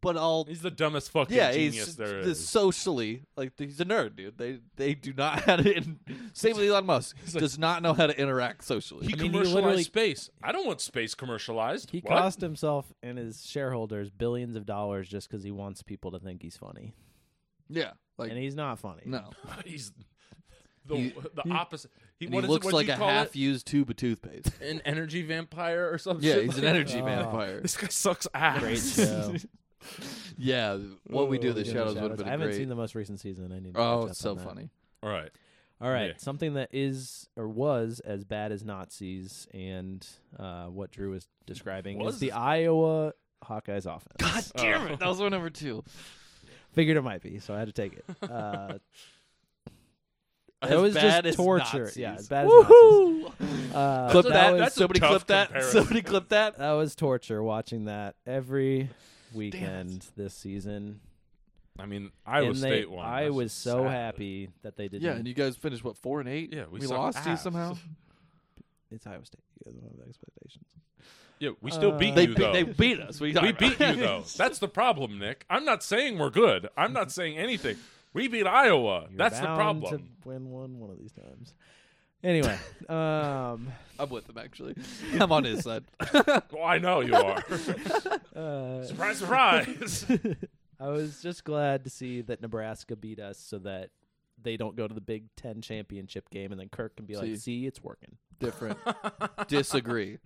S1: but all
S2: he's the dumbest fucking
S1: yeah,
S2: genius
S1: he's
S2: there
S1: the
S2: is.
S1: socially like he's a nerd, dude. They they do not how to in, same with Elon Musk
S2: like-
S1: does not know how to interact socially.
S2: He
S4: I mean, he
S2: commercialized
S4: literally-
S2: space. I don't want space commercialized.
S4: He
S2: What?
S4: cost himself and his shareholders billions of dollars just because he wants people to think he's funny,
S1: yeah, like
S4: and he's not funny.
S1: no,
S2: He's the
S1: He-
S2: the opposite. He,
S1: and
S2: what
S1: he
S2: is
S1: looks
S2: it, what
S1: like
S2: do you
S1: a
S2: call
S1: half
S2: it?
S1: used tube of toothpaste.
S2: an energy vampire or something.
S1: Yeah,
S4: Oh.
S1: he's an energy vampire.
S2: Oh. This guy sucks ass.
S4: Great show.
S1: Yeah, what we do the
S4: Doing
S1: shadows would have been
S4: Oh, I haven't
S1: great.
S4: seen the most recent season. I need. To
S1: oh,
S4: catch up
S1: it's so
S4: on that.
S1: funny.
S2: All right.
S4: All right,
S2: Yeah.
S4: something that is or was as bad as Nazis and uh, what Drew was describing
S2: Was
S4: is the
S2: as-
S4: Iowa Hawkeyes offense.
S1: God damn it, that was my number two.
S4: Figured it might be, so I had to take it. Uh,
S1: As
S4: it was
S1: bad
S4: just
S1: as
S4: torture.
S1: Nazis.
S4: Yeah, as bad as Nazis.
S1: Woohoo!
S4: Uh,
S1: clip
S2: a-
S1: that.
S2: was- that's a
S1: Somebody
S2: tough
S1: clip that.
S2: comparison.
S1: Somebody clip that.
S4: That was torture watching that every weekend this season.
S2: I mean, Iowa
S4: and they,
S2: State won.
S4: I
S2: That's
S4: was
S2: just
S4: so
S2: sad.
S4: happy that they didn't.
S1: Yeah, and you guys finished what four and eight.
S2: Yeah, we,
S1: we
S2: suck
S1: lost to you
S2: ass.
S1: somehow.
S4: it's Iowa State. You guys don't have expectations.
S2: Yeah, we still
S4: Uh,
S2: beat
S1: They
S2: you
S1: beat,
S2: though.
S1: they beat us. What are you
S2: we
S1: talking
S2: beat you
S1: about?
S2: though. That's the problem, Nick. I'm not saying we're good. I'm not saying anything. We beat Iowa.
S4: You're
S2: That's the
S4: bound
S2: problem.
S4: To win one one of these times. Anyway, um,
S1: I'm with him actually. I'm on his side.
S2: Well, I know you are.
S4: uh,
S2: surprise, surprise.
S4: I was just glad to see that Nebraska beat us, so that they don't go to the Big Ten championship game, and then Kirk can be
S1: See.
S4: like, "See, it's working."
S1: Different. Disagree.
S4: You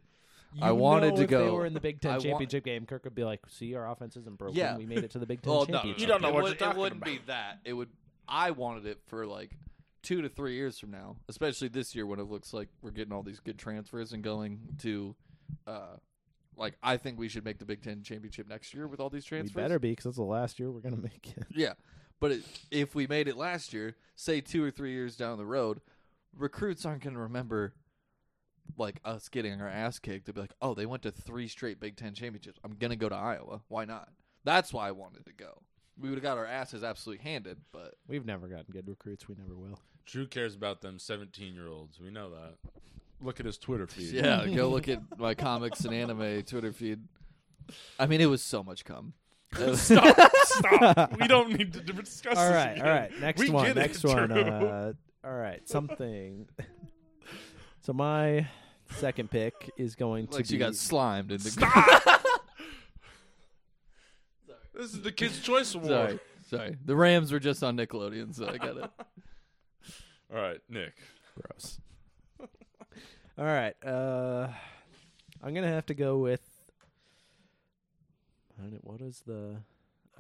S1: I wanted
S4: know
S1: to
S4: if They
S1: go-
S4: were in the Big
S1: I
S4: Ten
S1: want-
S4: championship game. Kirk would be like, "See, our offense isn't broken.
S1: Yeah.
S4: We made it to the Big Ten
S1: Well, no,
S4: championship."
S2: You don't know
S1: it
S2: what
S1: would,
S2: you're talking
S1: It wouldn't be that. It would. I wanted it for like two to three years from now, especially this year when it looks like we're getting all these good transfers and going to. uh like I think we should make the Big Ten championship next year with all these
S4: We
S1: transfers.
S4: better be because that's the last year we're gonna make it.
S1: Yeah, but it, if we made it last year, say two or three years down the road, recruits aren't going to remember like us getting our ass kicked. They'll be like, "Oh, they went to three straight Big Ten championships. I'm going to go to Iowa. Why not?" That's why I wanted to go. We would have got our asses absolutely handed, but
S4: We've never gotten good recruits. We never will.
S2: Drew cares about them 17 year olds. We know that. Look at his Twitter feed.
S1: yeah, go look at my comics and anime Twitter feed. I mean, it was so much cum.
S2: stop, stop. We don't need to d- discuss
S4: All
S2: this.
S4: right,
S2: again.
S4: all right. Next
S2: We
S4: one.
S2: get it,
S4: next one.
S2: Drew.
S4: Uh, all right, something. so my second pick is going to
S1: Like
S4: be
S1: you got slimed in the
S2: Stop. this is the Kids' Choice Award.
S1: sorry, sorry. The Rams were just on Nickelodeon, so I got it.
S2: All right, Nick.
S4: gross. all right, uh, I'm gonna have to go with. I don't know, what is the?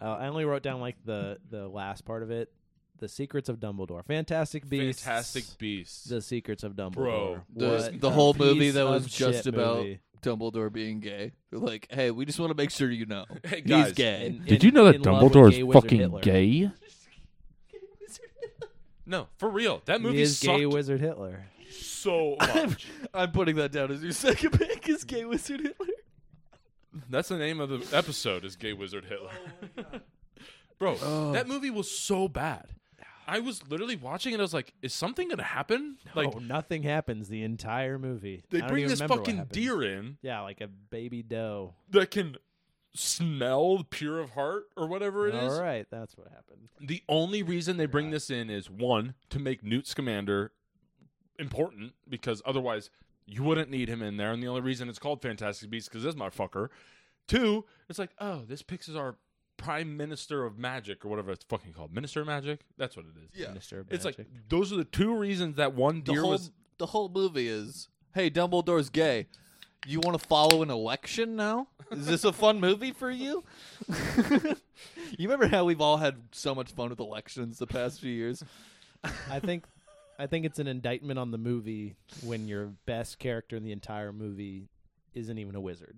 S4: Uh, I only wrote down like the the last part of it. The Secrets of Dumbledore, Fantastic Beasts,
S2: Fantastic Beasts.
S4: The Secrets of Dumbledore,
S2: Bro,
S1: the,
S4: What
S1: the
S4: a
S1: whole movie
S4: piece
S1: that was
S4: of
S1: just
S4: shit
S1: about
S4: movie.
S1: Dumbledore being gay. They're like, hey, we just want to make sure you know
S2: Hey,
S1: he's
S2: guys,
S1: gay.
S4: in- in love with gay wizard Hitler.
S2: gay? No, for real. That movie
S4: He is
S2: sucked
S4: gay wizard Hitler.
S2: so much.
S1: I'm putting that down as your second pick. Is gay wizard Hitler?
S2: That's the name of the episode is Gay Wizard Hitler. Bro,
S4: Oh.
S2: that movie was so bad. I was literally watching it. I was like, is something going to happen? like,
S4: oh, nothing happens the entire movie.
S2: they
S4: I don't
S2: bring
S4: even
S2: this
S4: remember what
S2: fucking
S4: happens.
S2: deer in
S4: Yeah, like a baby doe.
S2: that can smell pure of heart or whatever it is.
S4: All right, that's what happened.
S2: The only reason they bring this in is one to make Newt Scamander important because otherwise you wouldn't need him in there. And the only reason it's called Fantastic Beasts because this motherfucker. Two, it's like oh, this Pixar Prime Minister of Magic or whatever it's fucking called, Minister of Magic. That's what it is.
S1: Yeah.
S4: Mr.
S2: It's like
S4: Magic.
S2: those are the two reasons that one
S1: The
S2: deer
S1: whole,
S2: was
S1: the whole movie is hey, Dumbledore's gay. You want to follow an election now? Is this a fun movie for you? you remember how we've all had so much fun with elections the past few years?
S4: I think I think it's an indictment on the movie when your best character in the entire movie isn't even a wizard.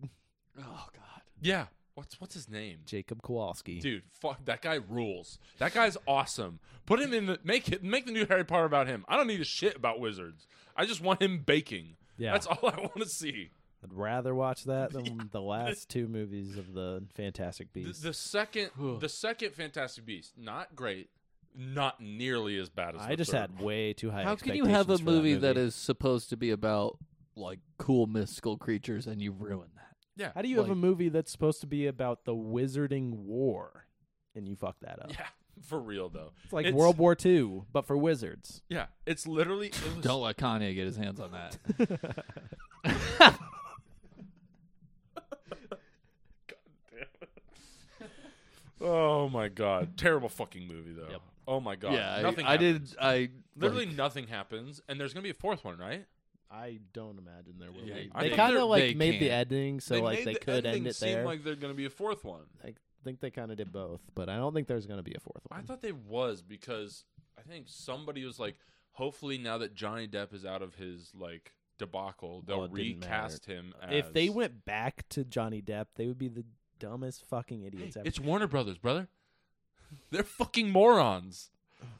S1: Oh God,
S2: yeah. What's what's his name?
S4: Jacob Kowalski.
S2: Dude, fuck that guy rules. That guy's awesome. Put him in the make it make the new Harry Potter about him. I don't need a shit about wizards. I just want him baking.
S4: Yeah.
S2: That's all I want to see.
S4: I'd rather watch that than the last two movies of the Fantastic
S2: The,
S4: Beasts.
S2: the second the second Fantastic Beast, not great, not nearly as bad as
S4: I
S2: the
S4: just
S2: third.
S4: had way too high.
S1: how can you have a
S4: expectations for
S1: movie
S4: that
S1: that is supposed to be about like cool mystical creatures and you ruin that?
S2: Yeah.
S4: How do you have a
S1: like-
S4: movie that's supposed to be about the Wizarding War and you fuck that up?
S2: Yeah. For real though.
S4: It's like World War II, but for wizards.
S2: Yeah. It's literally it was-
S1: Don't let Kanye get his hands on that.
S2: Oh my god. Terrible fucking movie though. Oh my god.
S1: yeah, I,
S2: nothing
S1: I did.
S2: happens.
S1: I
S2: literally
S1: like,
S2: nothing happens and there's going to be a fourth one, right?
S3: I don't imagine there will
S1: Yeah,
S3: be.
S1: I
S3: They
S1: think
S3: kind
S1: they're-
S3: of like
S1: they
S3: made the
S1: can.
S3: ending, so like
S2: made
S3: they
S2: the
S3: could
S2: ending
S3: end it
S2: seem
S3: there.
S2: like there's going to be a fourth one.
S3: I think they kind of did both, but I don't think there's going to be a fourth
S2: I
S3: one.
S2: thought they was because I think somebody was like, hopefully now that Johnny Depp is out of his like debacle, they'll
S4: Well, Oh, it didn't
S2: recast him. As...
S4: If they went back to Johnny Depp, they would be the dumbest fucking
S2: Hey,
S4: idiots ever.
S2: it's Warner Brothers, brother. They're fucking morons.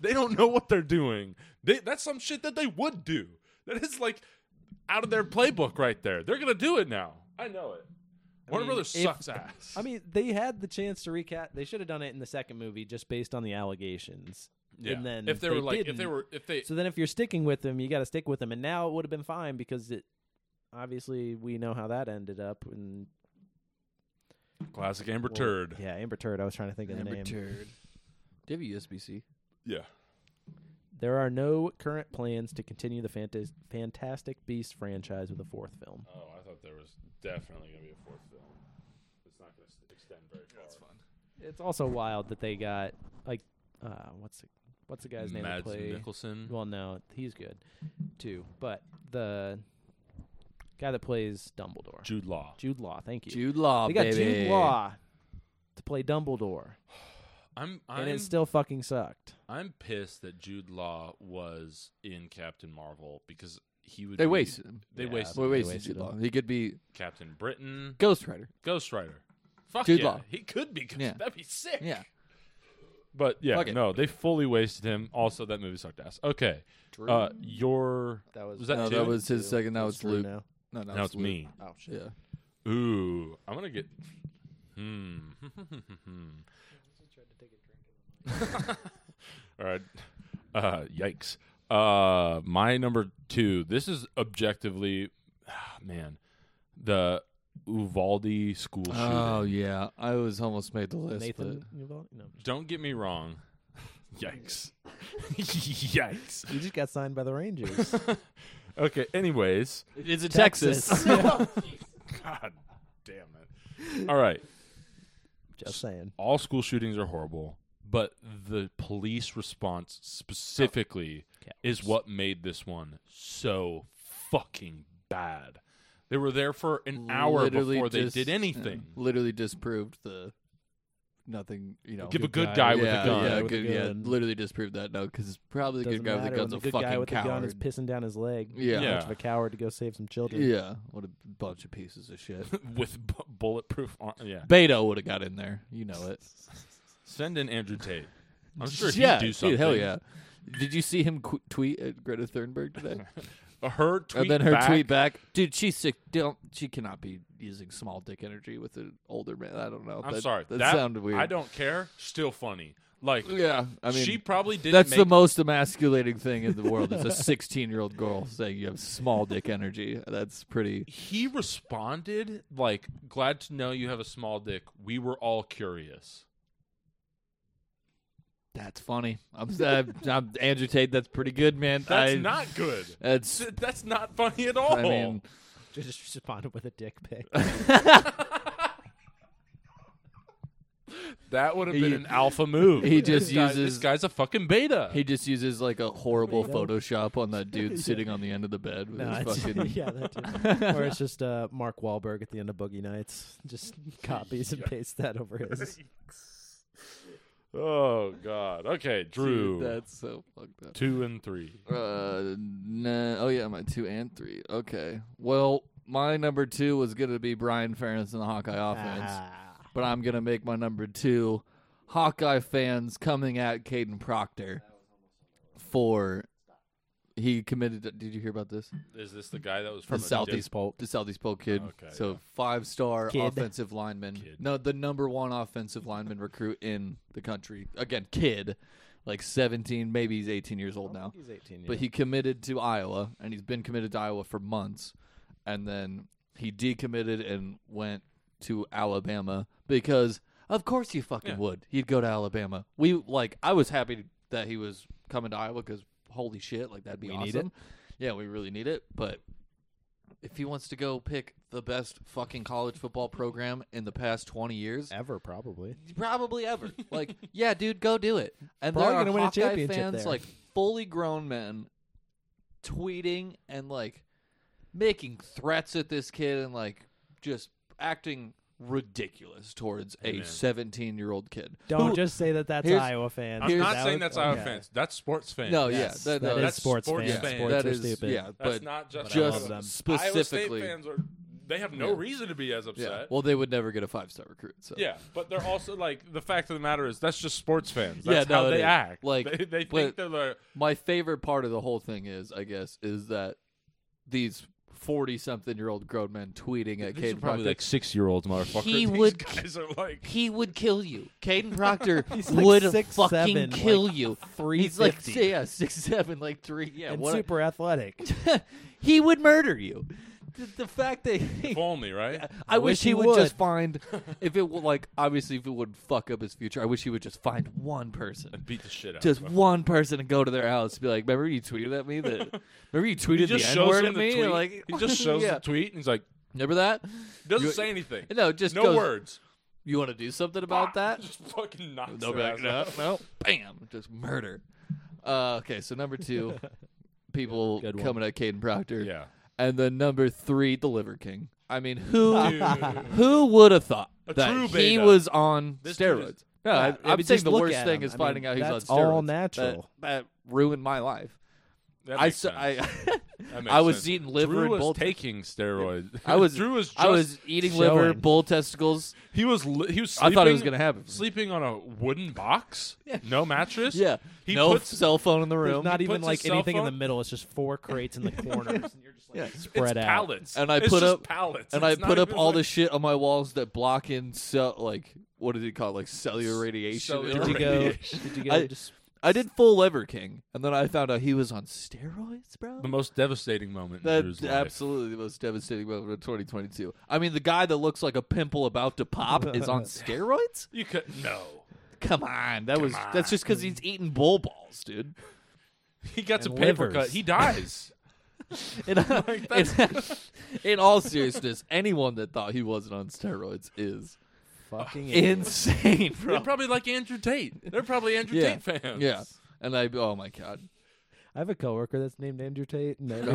S2: They don't know what they're doing. They, that's some shit that they would do. That is like out of their playbook right there. They're gonna do it now. I know it. Warner
S4: mean,
S2: Brothers
S4: if-
S2: sucks ass.
S4: I mean, they had the chance to recast. They should have done it in the second movie, just based on the allegations.
S2: yeah.
S4: and then
S2: if they,
S4: they
S2: were like, if they
S4: didn't,
S2: were, if they,
S4: So then, if you're sticking with them, you got to stick with them. And now it would have been fine because it. Obviously, we know how that ended up. And
S2: classic Amber
S4: well,
S2: Turd.
S4: Yeah, Amber Turd. I was trying to think of the name.
S1: turd. Do you have a USB-C?
S2: Yeah.
S4: There are no current plans to continue the Fantas- Fantastic Beast franchise with a fourth film.
S2: Oh, I thought there was definitely gonna be a fourth film. It's not gonna extend very far. That's fun.
S4: It's also wild that they got like, uh, what's the, what's the guy's name? that
S2: Mads
S4: play?
S2: Mikkelsen.
S4: Well, no, he's good too. But the guy that plays Dumbledore,
S2: Jude Law.
S4: Jude Law. Thank you.
S1: Jude Law,
S4: they got
S1: baby.
S4: Jude Law to play Dumbledore,
S2: I'm
S4: and
S2: I'm
S4: it still fucking sucked.
S2: I'm pissed that Jude Law was in Captain Marvel because he would
S1: They
S2: be-
S1: wasted him.
S2: they
S4: Yeah.
S2: wasted
S1: Well,
S4: They
S1: wait,
S4: wasted
S1: Jude
S4: him.
S1: Law. He could be
S2: Captain Britain,
S1: Ghost Rider.
S2: Ghost Rider. Fuck
S1: Jude
S2: yeah.
S1: Law.
S2: He could be Ghost-
S1: Yeah.
S2: that'd be sick.
S1: Yeah.
S2: But yeah,
S1: Fuck it.
S2: no, they fully wasted him. Also that movie sucked ass. Okay.
S3: Drew.
S2: Uh your
S3: that was,
S2: was that
S1: no,
S2: two?
S1: that was his
S3: Two.
S1: second. That
S4: That's
S1: was
S4: true
S1: Luke.
S4: now.
S1: No, that
S2: now
S1: was
S2: it's
S1: Luke.
S2: me.
S3: Oh shit!
S1: Yeah.
S2: Ooh, I'm gonna get. Hmm. All right. Uh, yikes. Uh, my number two. This is objectively, ah, man, the Uvalde school shooting.
S1: Oh yeah, I was almost made the list.
S4: Nathan, Uvalde? no,
S2: Don't get me wrong. Yikes. yikes.
S4: you just got signed by the Rangers.
S2: Okay. Anyways,
S1: But it's in
S2: God damn it. All right.
S4: just saying.
S2: all school shootings are horrible, but the police response specifically is what made this one so fucking bad. They were there for an hour
S1: Literally
S2: before
S1: dis-
S2: they did anything.
S1: yeah, literally disproved the nothing. You know,
S2: Give a good
S4: guy.
S2: guy, with
S1: uh, yeah,
S2: a gun.
S1: yeah,
S4: With a
S1: good, yeah.
S4: gun.
S1: Literally disproved that no, because probably the
S4: Doesn't
S1: good guy with
S4: matter
S1: the gun's
S4: when
S1: a
S4: the good
S1: fucking
S4: guy with the gun
S1: coward.
S4: is pissing down his leg.
S1: Yeah.
S4: How much
S2: Yeah.
S4: of a coward to go save some children.
S1: yeah, what a bunch of pieces of shit.
S2: With bu- bulletproof arm. Yeah.
S1: Beto would have got in there. You know it.
S2: Send in Andrew Tate. I'm sure he'd
S1: yeah,
S2: do
S1: dude,
S2: something.
S1: hell yeah. Did you see him qu- tweet at Greta Thunberg today?
S2: Uh, Her tweet
S1: and then her
S2: back,
S1: tweet back, dude, she's sick. Don't she cannot be using small dick energy with an older man. I don't know.
S2: I'm
S1: That-
S2: sorry.
S1: That,
S2: that
S1: sounded weird.
S2: I don't care. Still funny. Like
S1: Yeah, I mean,
S2: she probably didn't.
S1: that's the
S2: make-
S1: most emasculating thing in the world. is a 16 year old girl saying you have small dick energy. That's pretty.
S2: He responded like, "Glad to know you have a small dick. We were all curious."
S1: That's funny. I'm, I'm, I'm Andrew Tate. That's pretty good, man.
S2: That's
S1: I-
S2: not good.
S1: That's.
S2: That's not funny at all.
S1: I mean,
S4: Just responded with a dick pic.
S2: that would have
S1: He-
S2: been an alpha move.
S1: he just
S2: This guy-
S1: uses-
S2: this guy's a fucking beta.
S1: he just uses like a horrible Photoshop on that dude sitting on the end of the bed with
S4: No,
S1: his
S4: it's-
S1: fucking.
S4: yeah, that too. or it's just uh, Mark Wahlberg at the end of Boogie Nights. Just copies and pastes that over his.
S2: oh God. Okay, Drew.
S1: Dude, that's so fucked up.
S2: two and three.
S1: Uh, nah, oh yeah, my two and three. Okay. Well, my number two was gonna be Brian Ferentz in the Hawkeye offense,
S4: Ah.
S1: but I'm gonna make my number two Hawkeye fans coming at Caden Proctor for he committed. Did you hear about this?
S2: Is this the guy that was
S1: The
S2: from a
S1: Southeast
S2: dip-
S1: Polk, the Southeast Polk kid.
S2: Okay,
S1: so five star
S4: Kid.
S1: offensive lineman.
S2: Kid.
S1: No, the number one offensive lineman recruit in the country. Again, kid, like seventeen, maybe he's eighteen years
S2: Oh,
S1: old now.
S4: He's 18.
S1: But he committed to Iowa, and he's been committed to Iowa for months, and then he decommitted and went to Alabama because, of course, he fucking
S2: Yeah.
S1: would. He'd go to Alabama. We like, I was happy that he was coming to Iowa because holy shit, like that'd be
S4: We
S1: awesome.
S4: need
S1: Yeah, we really need it. But if he wants to go pick the best fucking college football program in the past twenty years,
S4: ever probably.
S1: probably ever. Like, yeah, dude, go do it. And
S4: Probably
S1: there are
S4: gonna win a
S1: Hawkeye
S4: championship
S1: fans,
S4: there.
S1: like fully grown men, tweeting and like making threats at this kid and like just acting ridiculous towards a
S2: Amen.
S1: 17 year old kid.
S4: Don't
S1: Who-
S4: just say that that's
S1: here's-
S4: Iowa fans.
S2: I'm
S1: Here's-
S2: not
S1: That
S2: saying
S4: would-
S2: that's our
S4: yeah.
S2: offense. That's sports fans.
S1: No,
S4: Yes,
S1: yeah, that,
S4: that
S1: no,
S4: is
S2: that's
S4: sports,
S2: sports
S4: fans.
S2: fans.
S1: yeah,
S4: Sports
S1: that
S4: are
S1: is
S4: stupid.
S1: yeah,
S2: That's
S1: but
S2: not just
S1: just
S4: love them.
S1: specifically,
S2: Iowa State fans are they have no
S1: Yeah.
S2: reason to be as upset.
S1: yeah.
S2: Yeah,
S1: Well, they would never get a five star recruit. So
S2: but they're also like the fact of the matter is that's just sports fans.
S1: Yeah,
S2: That's
S1: no,
S2: how
S1: it
S2: they
S1: is.
S2: act.
S1: Like,
S2: they, they
S1: but-
S2: think they're the
S1: my favorite part of the whole thing is, I guess, is that these forty-something-year-old grown men tweeting at Caden Proctor,
S2: six year olds, motherfucker.
S1: He
S2: These
S1: would-
S2: guys are like
S1: he would kill you. Caden Proctor
S4: He's like
S1: would
S4: six,
S1: fucking
S4: seven,
S1: kill
S4: like
S1: you. He's
S4: 350.
S1: like yeah, six seven, like three. Yeah,
S4: and
S1: what?
S4: super athletic.
S1: he would murder you. The, the fact that
S2: if only, right?
S1: I wish,
S4: wish
S1: he
S4: he
S1: would, just
S4: would.
S1: find if it would like obviously if it would fuck up his future. I wish he would just find one person.
S2: Beat the shit out.
S1: Just
S2: of them.
S1: one person and go to their house and be like, "Remember you tweeted at me that? Remember you tweeted
S2: He just
S1: the N
S2: shows
S1: word
S2: him
S1: at
S2: the
S1: me?
S2: tweet.
S1: Like
S2: he just shows
S1: yeah.
S2: the tweet and he's like
S1: Remember that?
S2: doesn't
S1: You-
S2: say anything.
S1: No, it just
S2: no
S1: goes,
S2: words.
S1: You want to do something about that?
S2: Just fucking knocks
S1: No
S2: their
S1: back
S2: ass
S1: no,
S2: out.
S1: no. Bam. Just murder. Uh, okay, so number two, people
S4: Good one.
S1: coming at Caden Proctor.
S2: Yeah.
S1: And then number three, the Liver King. I mean, who
S2: Dude.
S1: who would have thought
S2: A
S1: that
S2: true
S1: he
S2: beta.
S1: was on
S2: This dude
S1: steroids?
S2: is-
S1: no,
S4: Yeah,
S1: I,
S4: I
S1: am
S4: mean,
S1: saying
S4: just
S1: the
S4: look
S1: worst
S4: at
S1: thing
S4: him.
S1: is
S4: I
S1: finding
S4: mean,
S1: out he's on
S4: that's
S1: steroids.
S4: all
S1: That-
S4: natural.
S1: That, ruined my life.
S2: That
S1: I
S2: makes
S1: so,
S2: sense.
S1: I
S2: That makes
S1: I was
S2: sense.
S1: eating liver
S2: Drew
S1: and
S2: was
S1: bull.
S2: taking steroids.
S1: I was
S2: Drew was just,
S1: I was eating liver,
S4: showing.
S1: bull testicles.
S2: he was li- he was
S1: I
S2: sleeping,
S1: thought it was gonna happen.
S2: sleeping on a wooden box, no mattress.
S1: Yeah,
S2: he
S1: no
S2: puts
S1: cell phone in the room.
S4: There's not
S2: He
S4: even
S2: puts
S4: like
S2: his cell
S4: anything in the
S2: phone-
S4: middle. It's just four crates in the corners, and you're just like
S1: Yeah.
S2: it's
S4: spread out.
S2: pallets,
S1: And I
S2: It's
S1: put
S2: just
S1: up-
S2: pallets,
S1: and
S2: It's
S1: I
S2: not
S1: put up
S2: even
S1: all
S2: like-
S1: this shit on my walls that block in cell like what did it call it? like cellular radiation.
S2: cellular
S1: Did
S4: Did you go?
S2: Radiation.
S4: Did you go?
S1: I-
S4: just
S1: I did full Lever King, and then I found out he was on steroids, bro.
S2: The most devastating moment in Drew's
S1: That's
S2: life.
S1: absolutely the most devastating moment of 2022. I mean, the guy that looks like a pimple about to pop is on steroids.
S2: You could no.
S1: Come on, that was that's just because he's eating bull balls, dude.
S2: He gets
S4: And
S2: a paper
S4: livers.
S2: cut. He dies.
S1: In, in- in all seriousness, anyone that thought he wasn't on steroids is
S4: fucking
S1: insane,
S2: They're
S1: bro.
S2: probably like Andrew Tate. They're probably Andrew
S1: Yeah.
S2: Tate fans.
S1: Yeah, and I oh my god,
S4: I have a coworker that's named Andrew Tate, and every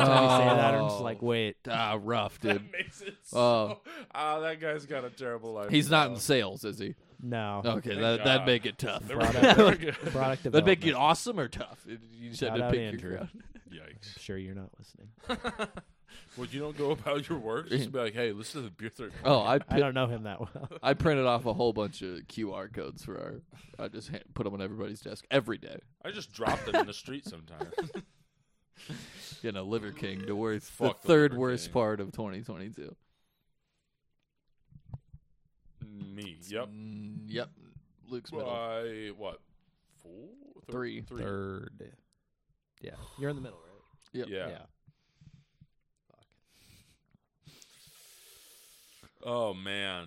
S4: time you say that, I'm
S1: Oh.
S4: just like, wait.
S1: ah, rough, dude.
S2: That makes it
S1: Oh.
S2: so. Ah, that guy's got a terrible life.
S1: He's not in
S2: Oh.
S1: sales, is he?
S4: No.
S1: Okay,
S2: Thank
S1: that that
S2: God.
S1: make it tough.
S2: There we go, there we go.
S4: Product
S1: That'd make it
S4: development.
S1: awesome or tough. It- You just had
S4: Shout
S1: to
S4: out
S1: pick
S4: Andrew.
S1: your crowd.
S2: Yikes.
S4: Sure, you're not listening.
S2: Well, you don't go about your work. Just be like, hey, listen to the beer third.
S1: Oh, I
S4: I
S1: pi-
S4: don't know him that well.
S1: I printed off a whole bunch of QR codes for our. I just ha- put them on everybody's desk every day.
S2: I just drop them in the street sometimes.
S1: You know, Liver King, the worst,
S2: Fuck
S1: the
S2: the
S1: third
S2: Liver
S1: worst
S2: King.
S1: part of 2022.
S2: Me. Yep.
S1: Mm, yep. Luke's middle.
S2: By what? four,
S1: Three.
S2: three.
S3: Third. Yeah. You're in the middle, right?
S1: Yep.
S2: Yeah.
S3: Fuck.
S2: Oh man.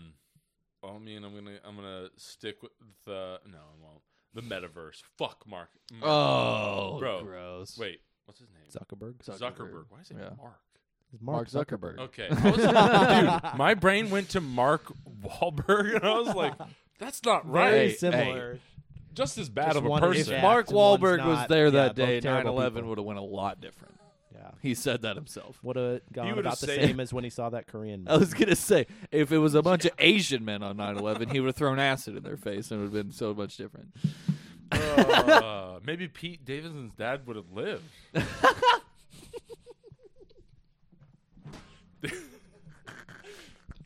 S2: I mean, I'm gonna I'm gonna stick with the no, I won't. The metaverse. Fuck Mark. Mark.
S1: Oh,
S2: uh, Bro.
S1: gross.
S2: Wait, what's his name?
S4: Zuckerberg.
S2: Zuckerberg.
S1: Zuckerberg.
S2: Why is it
S1: Yeah.
S2: Mark?
S3: It's
S1: Mark Zuckerberg.
S2: Okay. I was- dude, my brain went to Mark Wahlberg, and I was like, that's not right.
S1: Hey,
S3: Very
S1: hey.
S3: similar.
S2: Just as bad
S3: Just
S2: of a
S3: one is
S1: If
S2: person.
S3: Yeah.
S1: Mark
S3: And one's
S1: Wahlberg was
S3: not-
S1: there
S3: yeah,
S1: that
S3: both
S1: day,
S3: terrible
S1: 9/11
S3: people.
S1: would have went a lot different.
S3: Yeah.
S1: He said that himself.
S4: Would have gone
S2: would've Oh.
S4: about the
S2: saved-
S4: same as when he saw that Korean.
S1: I was gonna say if it was a bunch of Asian men on 9/11, he would have thrown acid in their face and it would have been so much different.
S2: Uh, maybe Pete Davidson's dad would have lived.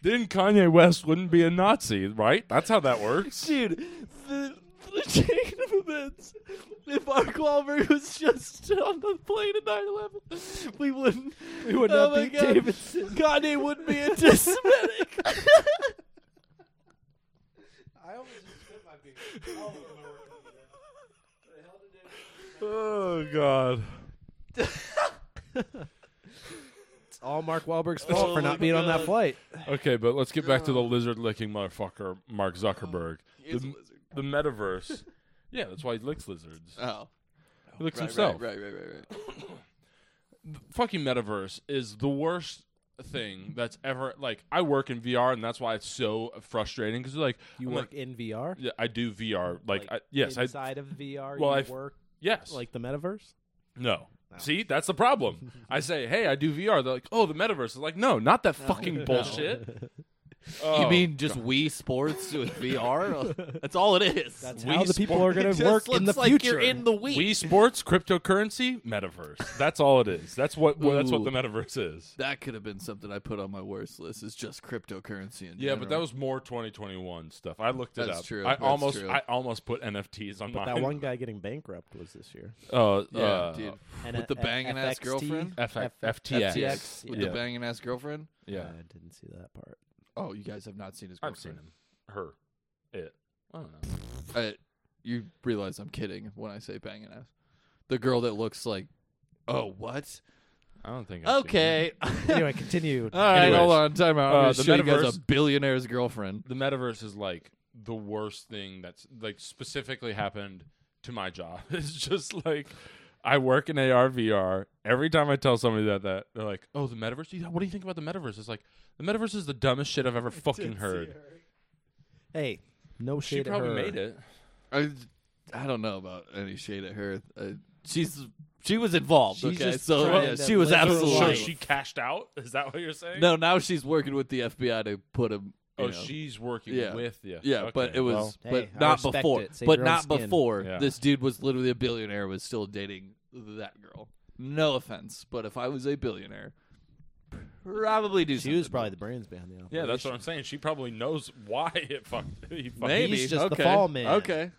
S2: then Kanye West wouldn't be a Nazi, right? That's how that works.
S1: Dude, the, the chain of events. If Mark Wahlberg was just on the plane at 9/11, we wouldn't.
S4: We would
S1: oh
S4: not
S1: my
S4: be
S1: God.
S4: Davidson.
S1: Kanye wouldn't be anti-Semitic.
S2: Oh God.
S4: It's all Mark Wahlberg's
S2: Oh
S4: fault for not being on that flight.
S2: Okay, but let's get back to the lizard licking motherfucker, Mark Zuckerberg.
S1: He's
S2: The-
S1: a lizard.
S2: The metaverse. yeah, that's why he licks lizards.
S1: Oh,
S2: He licks
S1: right,
S2: himself.
S1: right, right, right, right.
S2: fucking metaverse is the worst thing that's ever like I work in VR and that's why it's so frustrating cuz like
S4: You
S2: I'm
S4: work
S2: like,
S4: in VR.
S2: yeah, I do VR like, I, yes I
S4: inside of VR.
S2: Well,
S4: you
S2: I've-
S4: work
S2: yes
S4: like the metaverse.
S2: no. See, that's the problem. I say, "Hey, I do VR." They're like, "Oh, the metaverse." Is like, "No, not that fucking bullshit."
S1: you
S2: Oh,
S1: mean just Wii Sports with VR? That's all it is.
S4: That's
S2: We
S4: how the people
S2: sport-
S4: are going
S1: It
S4: to
S1: just
S4: work in the
S1: looks like
S4: future.
S1: You're in the Wii.
S2: Wii Sports, cryptocurrency, metaverse. That's all it is. That's what well, that's what
S1: Ooh.
S2: the metaverse is.
S1: That could have been something I put on my worst list. Is just cryptocurrency. In
S2: Yeah, but that
S1: general.
S2: was more 2021 stuff. I looked it
S1: That's
S2: up.
S1: true.
S2: I
S1: That's
S2: almost
S1: true.
S2: I almost put NFTs on
S4: but
S2: mine.
S4: that one guy getting bankrupt was this year.
S2: Oh,
S1: yeah,
S2: uh,
S1: dude.
S4: And
S1: With the banging ass girlfriend?
S2: F-
S4: F-
S2: FTX.
S1: FTX with
S2: Yeah.
S1: the banging ass girlfriend.
S2: Yeah,
S4: I didn't see that part.
S1: Oh, you guys have not seen his
S2: I've
S1: girlfriend.
S2: seen him, her, it. I don't know.
S1: I, you realize I'm kidding when I say banging ass. The girl that looks like, oh what?
S2: I don't think. I've seen
S1: Okay. All
S4: Anyway, continue.
S1: right,
S2: Anyways,
S1: hold on, time out. I'm
S2: uh,
S1: gonna
S2: the
S1: show you guys a
S2: metaverse-
S1: billionaire's girlfriend.
S2: it. the metaverse is like the worst thing that's like specifically happened to my job. It's just like I work in AR VR. Every time I tell somebody that, that they're like, "Oh, the metaverse. Yeah, What do you think about the metaverse?" It's like the metaverse is the dumbest shit I've ever fucking heard.
S4: Hey, no shade
S2: She probably
S4: at her.
S2: made it.
S1: I, I don't know about any shade at her. Uh, she's she was involved.
S4: She's
S1: okay,
S4: just
S1: so
S4: trying
S1: yeah,
S4: to
S1: she was
S4: live her
S1: absolutely.
S2: So
S4: life.
S2: she cashed out. Is that what you're saying?
S1: No, now she's working with the FBI to put him. you
S2: Oh,
S1: know.
S2: she's working
S1: Yeah.
S2: with you.
S1: Yeah, but
S2: Okay,
S1: it was,
S2: well,
S4: Hey,
S1: but
S4: I
S1: not
S4: respect
S1: before.
S4: it. Save
S1: But
S4: your own
S1: not
S4: skin.
S1: before.
S2: Yeah.
S1: This dude was literally a billionaire. Was still dating that girl. No offense, but if I was a billionaire, probably do.
S4: She was
S1: something.
S4: probably the brains behind the operation.
S2: Yeah, that's what I'm saying. She probably knows why it fucked. He fucked
S1: maybe
S4: He's just the
S1: okay.
S4: fall man.
S1: Okay,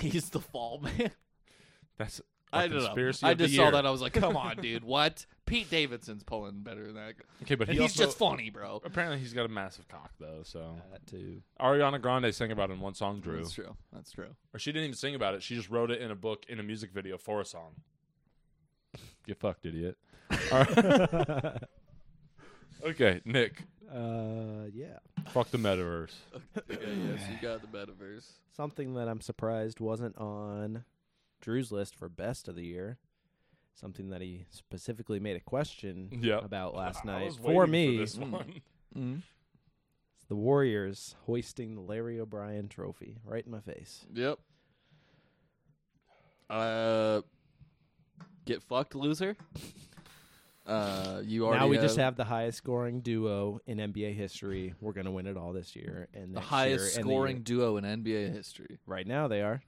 S1: he's the fall man.
S2: That's a
S1: I don't know.
S2: conspiracy
S1: I
S2: of the
S1: just saw
S2: year.
S1: that. I was like, come on, dude. What? Pete Davidson's pulling better than that.
S2: Okay, but
S1: And
S2: he
S1: he's
S2: also-
S1: just funny, bro.
S2: Apparently, he's got a massive cock though. So
S4: That too.
S2: Ariana Grande sang about it in one song, Drew.
S1: That's true. That's true.
S2: Or she didn't even sing about it. She just wrote it in a book in a music video for a song. Get fucked, idiot. All right. okay, Nick.
S4: Uh, yeah.
S2: Fuck the metaverse.
S1: Okay, yes, you got the metaverse.
S4: Something that I'm surprised wasn't on Drew's list for best of the year. Something that he specifically made a question
S2: Yeah.
S4: about last
S2: I
S4: night
S2: was
S4: for
S2: waiting
S4: me.
S2: this
S1: Mm.
S2: one.
S4: it's the Warriors hoisting the Larry O'Brien Trophy right in my face.
S1: Yep. Uh, get fucked, loser. Uh, you already
S4: now we just have the highest scoring duo in NBA history. We're gonna win it all this year, and
S1: the
S4: next
S1: highest
S4: year and the
S1: scoring
S4: year-
S1: duo in NBA history
S4: right now they are.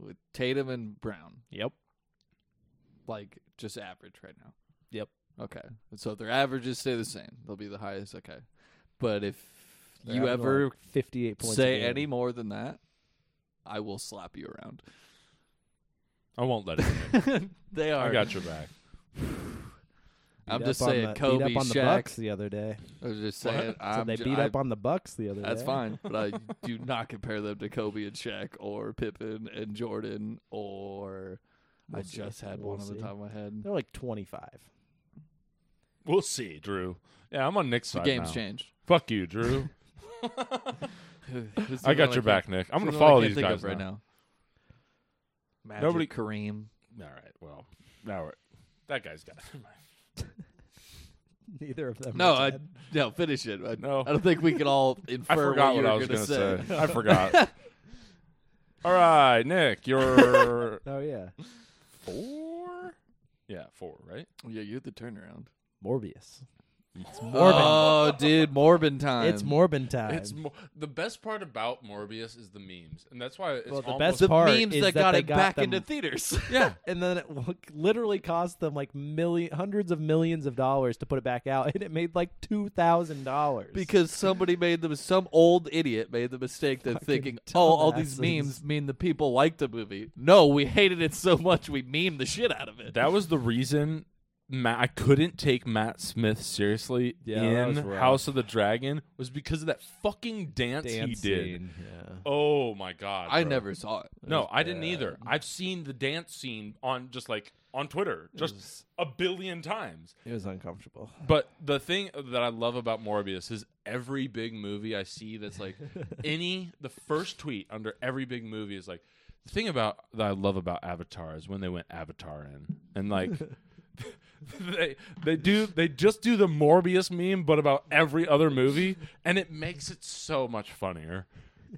S1: with Tatum and Brown,
S4: Yep.
S1: like just average right now.
S4: Yep.
S1: Okay, so if their averages stay the same, they'll be the highest. Okay, but if
S4: They're
S1: you
S4: having,
S1: ever
S4: like, 58 points a
S1: say
S4: game.
S1: any more than that, I will slap you around.
S2: I won't let it.
S1: they are.
S2: I got your back.
S4: beat
S1: I'm
S4: up
S1: just
S4: on
S1: saying
S4: the, beat
S1: Kobe,
S4: up on the
S1: Shaq.
S4: Bucks the other day.
S1: I was just saying.
S4: So
S1: I'm
S4: they
S1: ju-
S4: beat
S1: I-
S4: up on the Bucks the other day.
S1: That's fine, but I do not compare them to Kobe and Shaq or Pippen and Jordan or. I
S4: We'll see.
S1: just had
S4: We'll
S1: one on
S4: see.
S1: the top of my head.
S4: They're like 25.
S2: We'll see, Drew. Yeah, I'm on Nick's
S1: The
S2: side
S1: game's
S2: now.
S1: changed.
S2: Fuck you, Drew.
S1: Who's the
S2: I got your
S1: one can't-
S2: back, Nick. I'm gonna
S1: who's the one I
S2: follow
S1: can't
S2: these
S1: think
S2: guys
S1: of right
S2: now.
S1: now. Magic
S2: Nobody-
S1: Kareem.
S2: All right. Well, all right. That guy's got.
S4: Neither of them.
S1: No,
S4: are
S1: I
S4: dead.
S1: no finish it. I,
S2: No.
S1: I don't think we can all
S2: I
S1: infer
S2: forgot
S1: what,
S2: what,
S1: you
S2: I
S1: were
S2: was
S1: gonna
S2: gonna say. I forgot. all right, Nick, you're
S4: Oh yeah,
S2: four. Yeah, four. Right.
S1: yeah, you're the turnaround.
S4: Morbius.
S2: It's
S1: Oh, dude, Morbin time.
S4: It's Morbin time.
S2: It's mo- the best part about Morbius is the memes, and that's why it's
S4: Well, the
S2: almost
S4: best
S1: the
S4: part
S1: memes
S4: is
S1: that
S4: that
S1: got
S4: they
S1: it
S4: got
S1: back
S4: them-
S1: into theaters.
S2: yeah.
S4: and then it w- literally cost them like million, hundreds of millions of dollars to put it back out, and it made like two thousand dollars
S1: because somebody made them some old idiot made the mistake that
S4: Fucking
S1: thinking oh all these
S4: dumbasses.
S1: memes mean the people like the movie no we hated it so much we meme the shit out of it
S2: That was the reason Matt, I couldn't take Matt Smith seriously
S4: Yeah, that
S2: in
S4: was rough.
S2: House of the Dragon was because of that fucking dance, he did. Oh my god!
S1: i
S2: bro.
S1: never saw it
S2: No, I didn't either. I've seen the dance scene on just like on Twitter just
S4: was-
S2: a billion times.
S4: It was uncomfortable.
S2: But the thing that I love about Morbius is every big movie I see that's like any the first tweet under every big movie is like the thing about that I love about Avatar is when they went Avatar in and like they they do they just do the Morbius meme but about every other movie and it makes it so much funnier.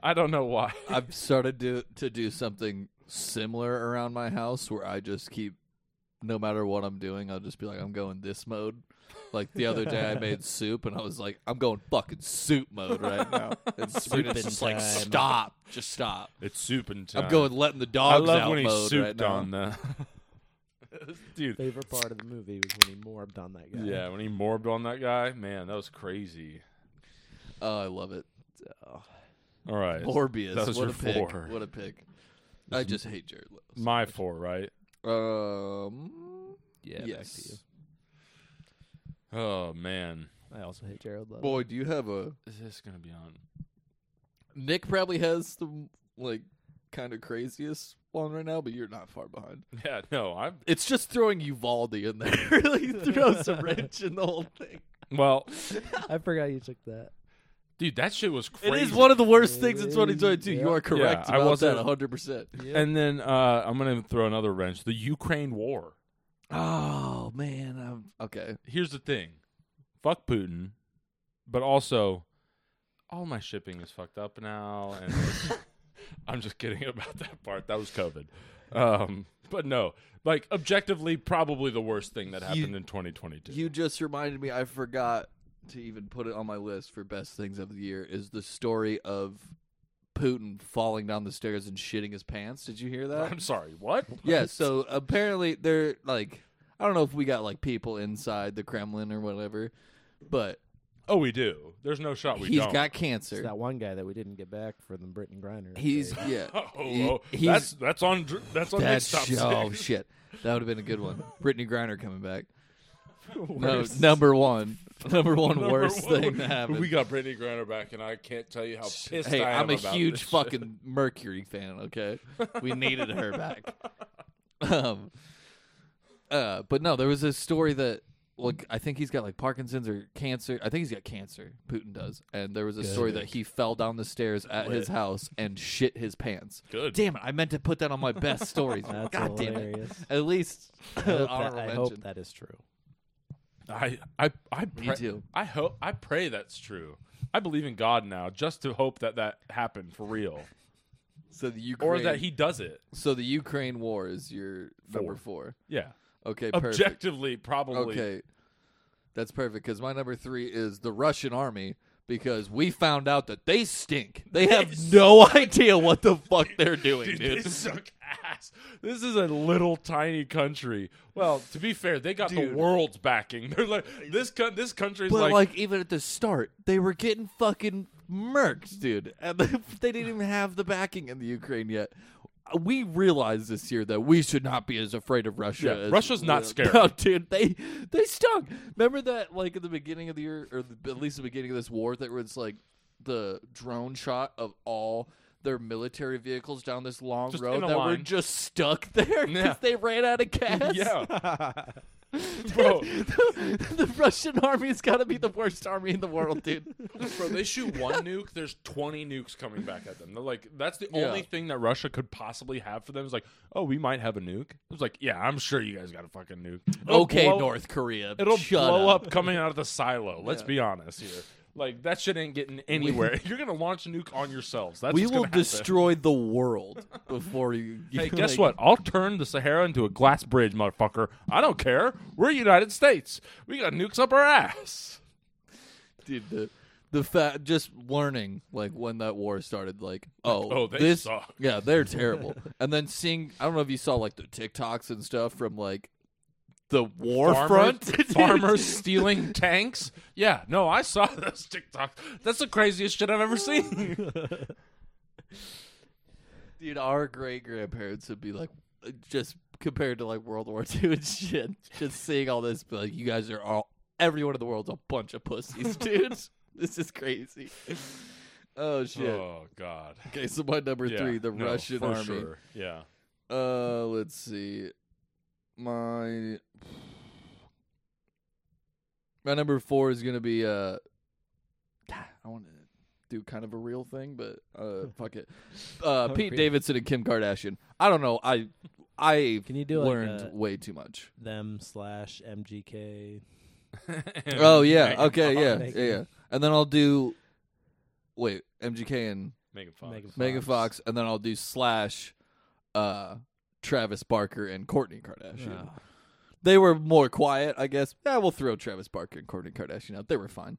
S2: I don't know why.
S1: i've started to to do something similar around my house where i just keep no matter what i'm doing i'll just be like i'm going this mode like the other day i made soup and i was like i'm going fucking soup mode right now and Sabrina's
S4: Soupin'
S1: just like
S4: time.
S1: stop just stop
S2: It's soup and
S1: i'm going letting the dogs out mode right now.
S2: the dude.
S4: Favorite part of the movie was when he morbed on that guy.
S2: Yeah, when he morbed on that guy, man, that was crazy.
S1: oh i love it
S2: All right,
S1: Morbius.
S2: That was
S1: what
S2: your
S1: a pick.
S2: four.
S1: What a pick. I just hate Jared Leto.
S2: my four, right?
S1: Um,
S4: yeah.
S1: yes.
S2: Oh man,
S4: I also hate Jared Leto.
S1: Boy, do you have a
S2: is this gonna be on?
S1: Nick? Probably has the like kind of craziest one right now, but you're not far behind.
S2: Yeah, no, I.
S1: It's just throwing Uvaldi in there really throws a wrench in the whole thing.
S2: Well,
S4: I forgot you took that.
S2: dude, that shit was
S1: It
S2: crazy.
S1: is one of the worst things in 2022.
S4: Yeah.
S1: You are correct
S2: Yeah, I
S1: about
S2: wasn't-
S1: that 100. percent
S2: And then uh, I'm gonna throw another wrench: the Ukraine war.
S1: Oh man, I'm okay.
S2: Here's the thing: fuck Putin, but also all my shipping is fucked up now. And I'm just kidding about that part. That was COVID. Um, but no, like objectively, probably the worst thing that happened
S1: You-
S2: in 2022.
S1: You just reminded me. I forgot to even put it on my list for best things of the year. Is the story of Putin falling down the stairs and shitting his pants? Did you hear that?
S2: I'm sorry. What?
S1: yeah. So apparently they're like, I don't know if we got like people inside the Kremlin or whatever, but
S2: Oh, we do. There's no shot we
S1: he's
S2: don't.
S1: got
S4: It's
S1: cancer.
S4: that one guy that we didn't get back for the Britton Griner.
S1: He's yeah.
S2: Oh,
S1: he-
S2: oh,
S1: he's
S2: that's that's on Dr- that's on
S1: that's
S2: Nick's top
S1: sh- oh
S2: six.
S1: shit. That would have been a good one. Brittany Griner coming back. No, number one, number one
S2: Number
S1: worst
S2: one.
S1: thing that happened.
S2: We got Brittany Griner back, and I can't tell you how pissed
S1: Hey,
S2: I am
S1: I'm a
S2: about
S1: huge
S2: this
S1: fucking Mercury fan. Okay, we needed her back. Um, uh, but no, there was a story that like I think he's got like Parkinson's or cancer. I think he's got cancer. Putin does, and there was a story that he fell down the stairs at his house and shit his pants.
S2: Good.
S1: Damn it! I meant to put that on my best stories.
S4: That's
S1: God damn it!
S4: hilarious.
S1: At least
S4: I hope, that,
S1: honorable
S4: I
S1: mention.
S4: hope that is true.
S2: shit. I I I
S1: Me
S2: pray,
S1: too.
S2: I hope I pray that's true. I believe in God now, just to hope that that happened for real,
S1: so the Ukraine
S2: or that he does it.
S1: so the Ukraine war is your number four.
S2: Yeah,
S1: Okay, perfect.
S2: objectively, probably.
S1: Okay. That's perfect because my number three is the Russian army because we found out that they stink. They have no idea what the fuck they're doing,
S2: Dude,
S1: dude.
S2: they suck ass. This is a little tiny country. Well, to be fair, they got the
S1: Dude.
S2: world's backing. They're like this. coun- This country's
S1: But like,
S2: like,
S1: even at the start, they were getting fucking murked, dude. And they, they didn't even have the backing in the Ukraine yet. we realized this year that we should not be as afraid of Russia.
S2: Yeah,
S1: as-
S2: Russia's not
S1: Yeah.
S2: scary.
S1: No, dude, they they stunk. Remember that, like at the beginning of the year, or the, at least the beginning of this war, that was like the drone shot of all their military vehicles down this long
S2: Just
S1: road
S2: in a
S1: that were
S2: line.
S1: just stuck there because
S2: Yeah.
S1: they ran out of gas.
S2: Yeah, bro,
S1: the, the Russian army's got to be the worst army in the world, dude.
S2: bro. They shoot one nuke. There's 20 nukes coming back at them. They're like, that's the
S1: Yeah.
S2: only thing that Russia could possibly have for them is like, oh, we might have a nuke. It was like, yeah, I'm sure you guys got a fucking nuke. It'll
S1: okay,
S2: blow-
S1: North Korea,
S2: It'll
S1: shut
S2: blow
S1: up.
S2: up. coming out of the silo. Let's
S1: Yeah.
S2: be honest here. Like that shit ain't getting anywhere. You're gonna launch a nuke on yourselves. That's
S1: we
S2: what's
S1: will
S2: gonna happen.
S1: destroy the world before you.
S2: Hey, guess what? I'll turn the Sahara into a glass bridge, motherfucker. I don't care. We're United States. We got nukes up our ass.
S1: dude? The, the fact, just learning like when that war started, like oh,
S2: oh, they
S1: this,
S2: suck.
S1: yeah, they're terrible. and then seeing, I don't know if you saw like the TikToks and stuff from like the war front.
S2: farmers, farmers stealing tanks. Yeah, no, I saw those TikToks. That's the craziest shit I've ever seen.
S1: dude, our great grandparents would be like, just compared to like World War II and shit. Just seeing all this, be like, you guys are all, everyone in the world's a bunch of pussies, dude. this is crazy. Oh shit.
S2: oh God.
S1: Okay, so my number
S2: Yeah,
S1: three, the
S2: no,
S1: Russian
S2: for
S1: army.
S2: sure. Yeah.
S1: Uh, let's see. My my number four is gonna be uh. I want to do kind of a real thing, but uh, fuck it. Uh, Pete
S4: Appropriate.
S1: Davidson and Kim Kardashian. I don't know. I I
S4: Can you do like uh,
S1: learned
S4: a-
S1: way too much.
S4: them slash MGK.
S1: Oh yeah.
S2: Megan
S1: Okay.
S2: Fox.
S1: Yeah.
S4: Megan.
S1: Yeah. yeah. And then I'll do. Wait, MGK and
S2: Megan Fox.
S4: Megan Fox.
S1: Megan Fox, and then I'll do slash, uh, Travis Barker and Courtney Kardashian. They were more quiet, I guess. Yeah, we'll throw Travis Barker and Courtney Kardashian out. They were fine,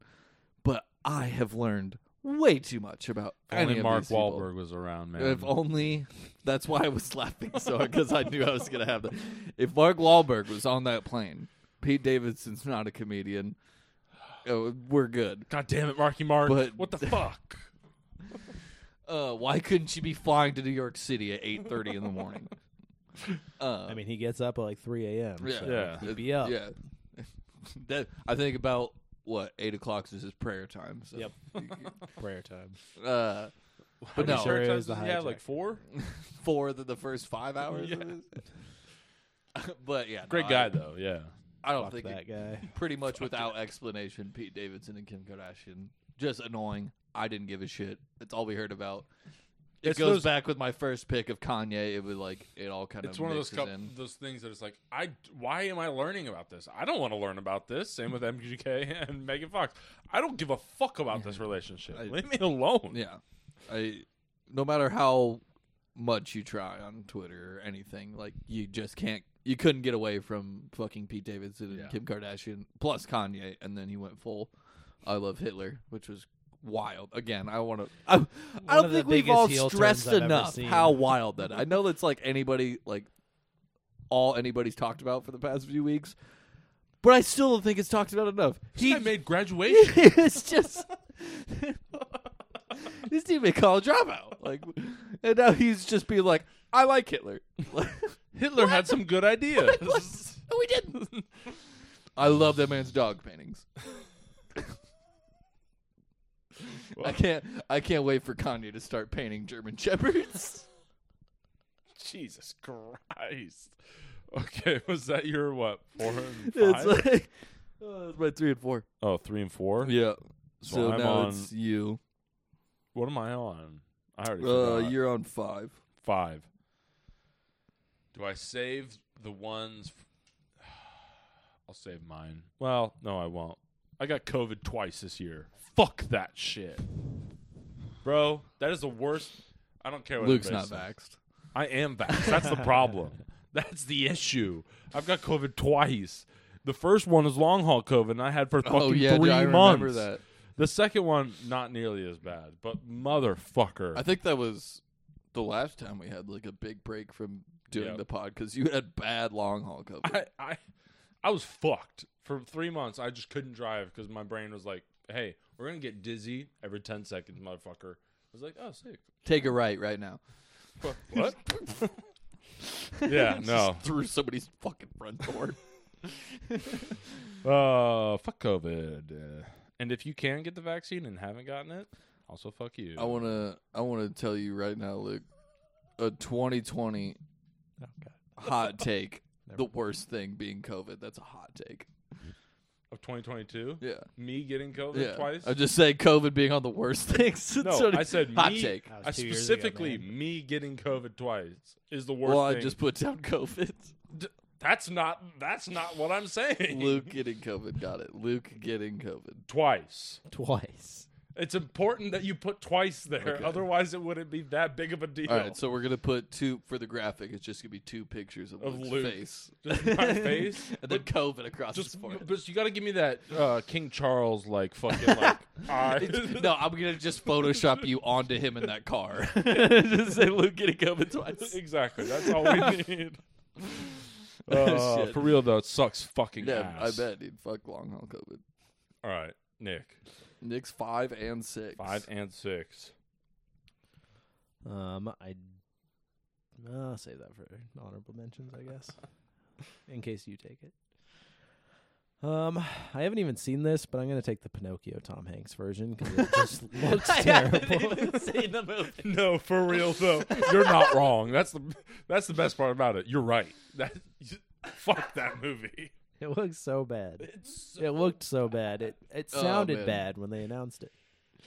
S1: but I have learned way too much about
S2: If only
S1: any of
S2: Mark
S1: these people.
S2: Wahlberg was around, man.
S1: If only that's why I was laughing so because I knew I was gonna have that. If Mark Wahlberg was on that plane, Pete Davidson's not a comedian. Oh, we're good.
S2: God damn it, Marky Mark.
S1: But-
S2: what the fuck?
S1: Uh, why couldn't you be flying to New York City at eight thirty in the morning? Uh,
S4: I mean, he gets up at like 3 a.m.
S1: Yeah.
S4: so
S2: Yeah.
S4: he'd be up.
S1: Yeah. that I think about what eight o'clock is his prayer time. So.
S4: Yep. Prayer time.
S1: Uh, but
S4: Are you
S1: no,
S4: sure?
S2: Prayer
S4: it
S2: times
S4: is the
S2: does he have,
S4: hijack.
S2: like four?
S1: four than the first five hours.
S2: Yeah.
S1: Of this. but yeah, no,
S2: Great
S1: I-
S2: guy though. Yeah.
S1: I don't
S4: Fuck
S1: think
S4: that
S1: it,
S4: guy.
S1: pretty much without explanation. Pete Davidson and Kim Kardashian just annoying. I didn't give a shit. That's all we heard about. It
S2: It's
S1: goes
S2: those-
S1: back with my first pick of Kanye. It was like it all kind
S2: it's
S1: of
S2: one of those
S1: mixes
S2: cou-
S1: in.
S2: those things that it's like I why am I learning about this? I don't want to learn about this. Same with MGK and Megan Fox. I don't give a fuck about this relationship.
S1: I-
S2: Leave me alone.
S1: Yeah. I no matter how much you try on Twitter or anything, like you just can't you couldn't get away from fucking Pete Davidson and
S2: Yeah.
S1: Kim Kardashian plus Kanye and then he went full I love Hitler, which was wild. Again, I want to I, I
S4: of
S1: don't
S4: the
S1: think we've
S4: biggest
S1: all
S4: heel turns
S1: stressed
S4: I've ever
S1: enough
S4: seen.
S1: how wild that. I know that's like anybody like all anybody's talked about for the past few weeks. But I still don't think it's talked about enough.
S2: He
S1: He
S2: made graduation.
S1: it's just this dude made college dropout. Like, and now he's just being like, "I like Hitler." Like,
S2: Hitler had some good ideas.
S1: no, we didn't. I love that man's dog paintings. I can't. I can't wait for Kanye to start painting German shepherds.
S2: Jesus Christ. Okay, was that your what four and
S1: It's
S2: five?
S1: like oh, it's my three and four.
S2: oh, three and four.
S1: Yeah. So,
S2: So I'm
S1: now
S2: on-
S1: it's you.
S2: What am I on? I already
S1: Uh,
S2: forgot.
S1: you're on five.
S2: five. Do I save the ones? f- I'll save mine. Well, no, I won't. I got COVID twice this year. Fuck that shit, bro. That is the worst. I don't care what
S1: Luke's
S2: anybody
S1: not
S2: says.
S1: vaxxed.
S2: I am vaxxed. That's the problem. That's the issue. I've got COVID twice. The first one was long haul COVID, and I had for fucking
S1: Oh yeah,
S2: three
S1: dude, I
S2: months.
S1: remember that.
S2: The second one, not nearly as bad, but motherfucker.
S1: I think that was the last time we had like a big break from doing
S2: Yep.
S1: the pod because you had bad long haul COVID.
S2: I, I I was fucked for three months. I just couldn't drive because my brain was like, "Hey, we're gonna get dizzy every ten seconds, motherfucker." I was like, "Oh, sick."
S1: Take a right right now.
S2: What? yeah, no.
S1: through somebody's fucking front door.
S2: Uh, fuck COVID. Uh, and if you can get the vaccine and haven't gotten it, also fuck you.
S1: I wanna I wanna tell you right now, Luke, a 2020
S4: Oh, God.
S1: hot take.
S4: Never
S1: the worst thing being COVID. That's a hot take.
S2: of 2022,
S1: Yeah.
S2: me getting COVID
S1: Yeah.
S2: twice.
S1: I just say COVID being on the worst things.
S2: No,
S1: Sort of
S2: I said
S1: hot
S2: me-
S1: take.
S4: That was
S2: I
S4: two years ago,
S2: specifically
S4: man.
S2: me getting COVID twice is the worst.
S1: Well, I
S2: thing.
S1: just put down COVID.
S2: D- that's not that's not what I'm saying.
S1: Luke getting COVID. Got it. Luke getting COVID.
S2: Twice.
S4: twice.
S2: It's important that you put twice there,
S1: Okay.
S2: otherwise it wouldn't be that big of a deal.
S1: All right, so we're gonna put two for the graphic. It's just gonna be two pictures of,
S2: Of
S1: Luke's
S2: Luke.
S1: face,
S2: Just my face?
S1: and then COVID across his
S2: just
S1: forehead.
S2: but you got to give me that uh, King Charles like fucking like eye.
S1: It's- no, I'm gonna just Photoshop you onto him in that car. just say Luke getting COVID twice.
S2: exactly. That's all we need. Uh,
S1: Oh, Shit.
S2: for real though, it sucks fucking
S1: Yeah, I
S2: ass.
S1: bet, dude. Fuck long haul COVID.
S2: All right, Nick,
S1: Nick's five and six.
S2: five and six.
S4: Um, I uh, save that for honorable mentions, I guess, in case you take it. Um, I haven't even seen this, but I'm gonna take the Pinocchio Tom Hanks version because it just looks terrible.
S2: No, for real though, you're not wrong. That's the that's the best part about it. You're right. That fuck that movie.
S4: it looks so bad.
S2: It's
S4: It looked so bad. It it
S1: Oh,
S4: sounded
S1: man.
S4: bad when they announced it.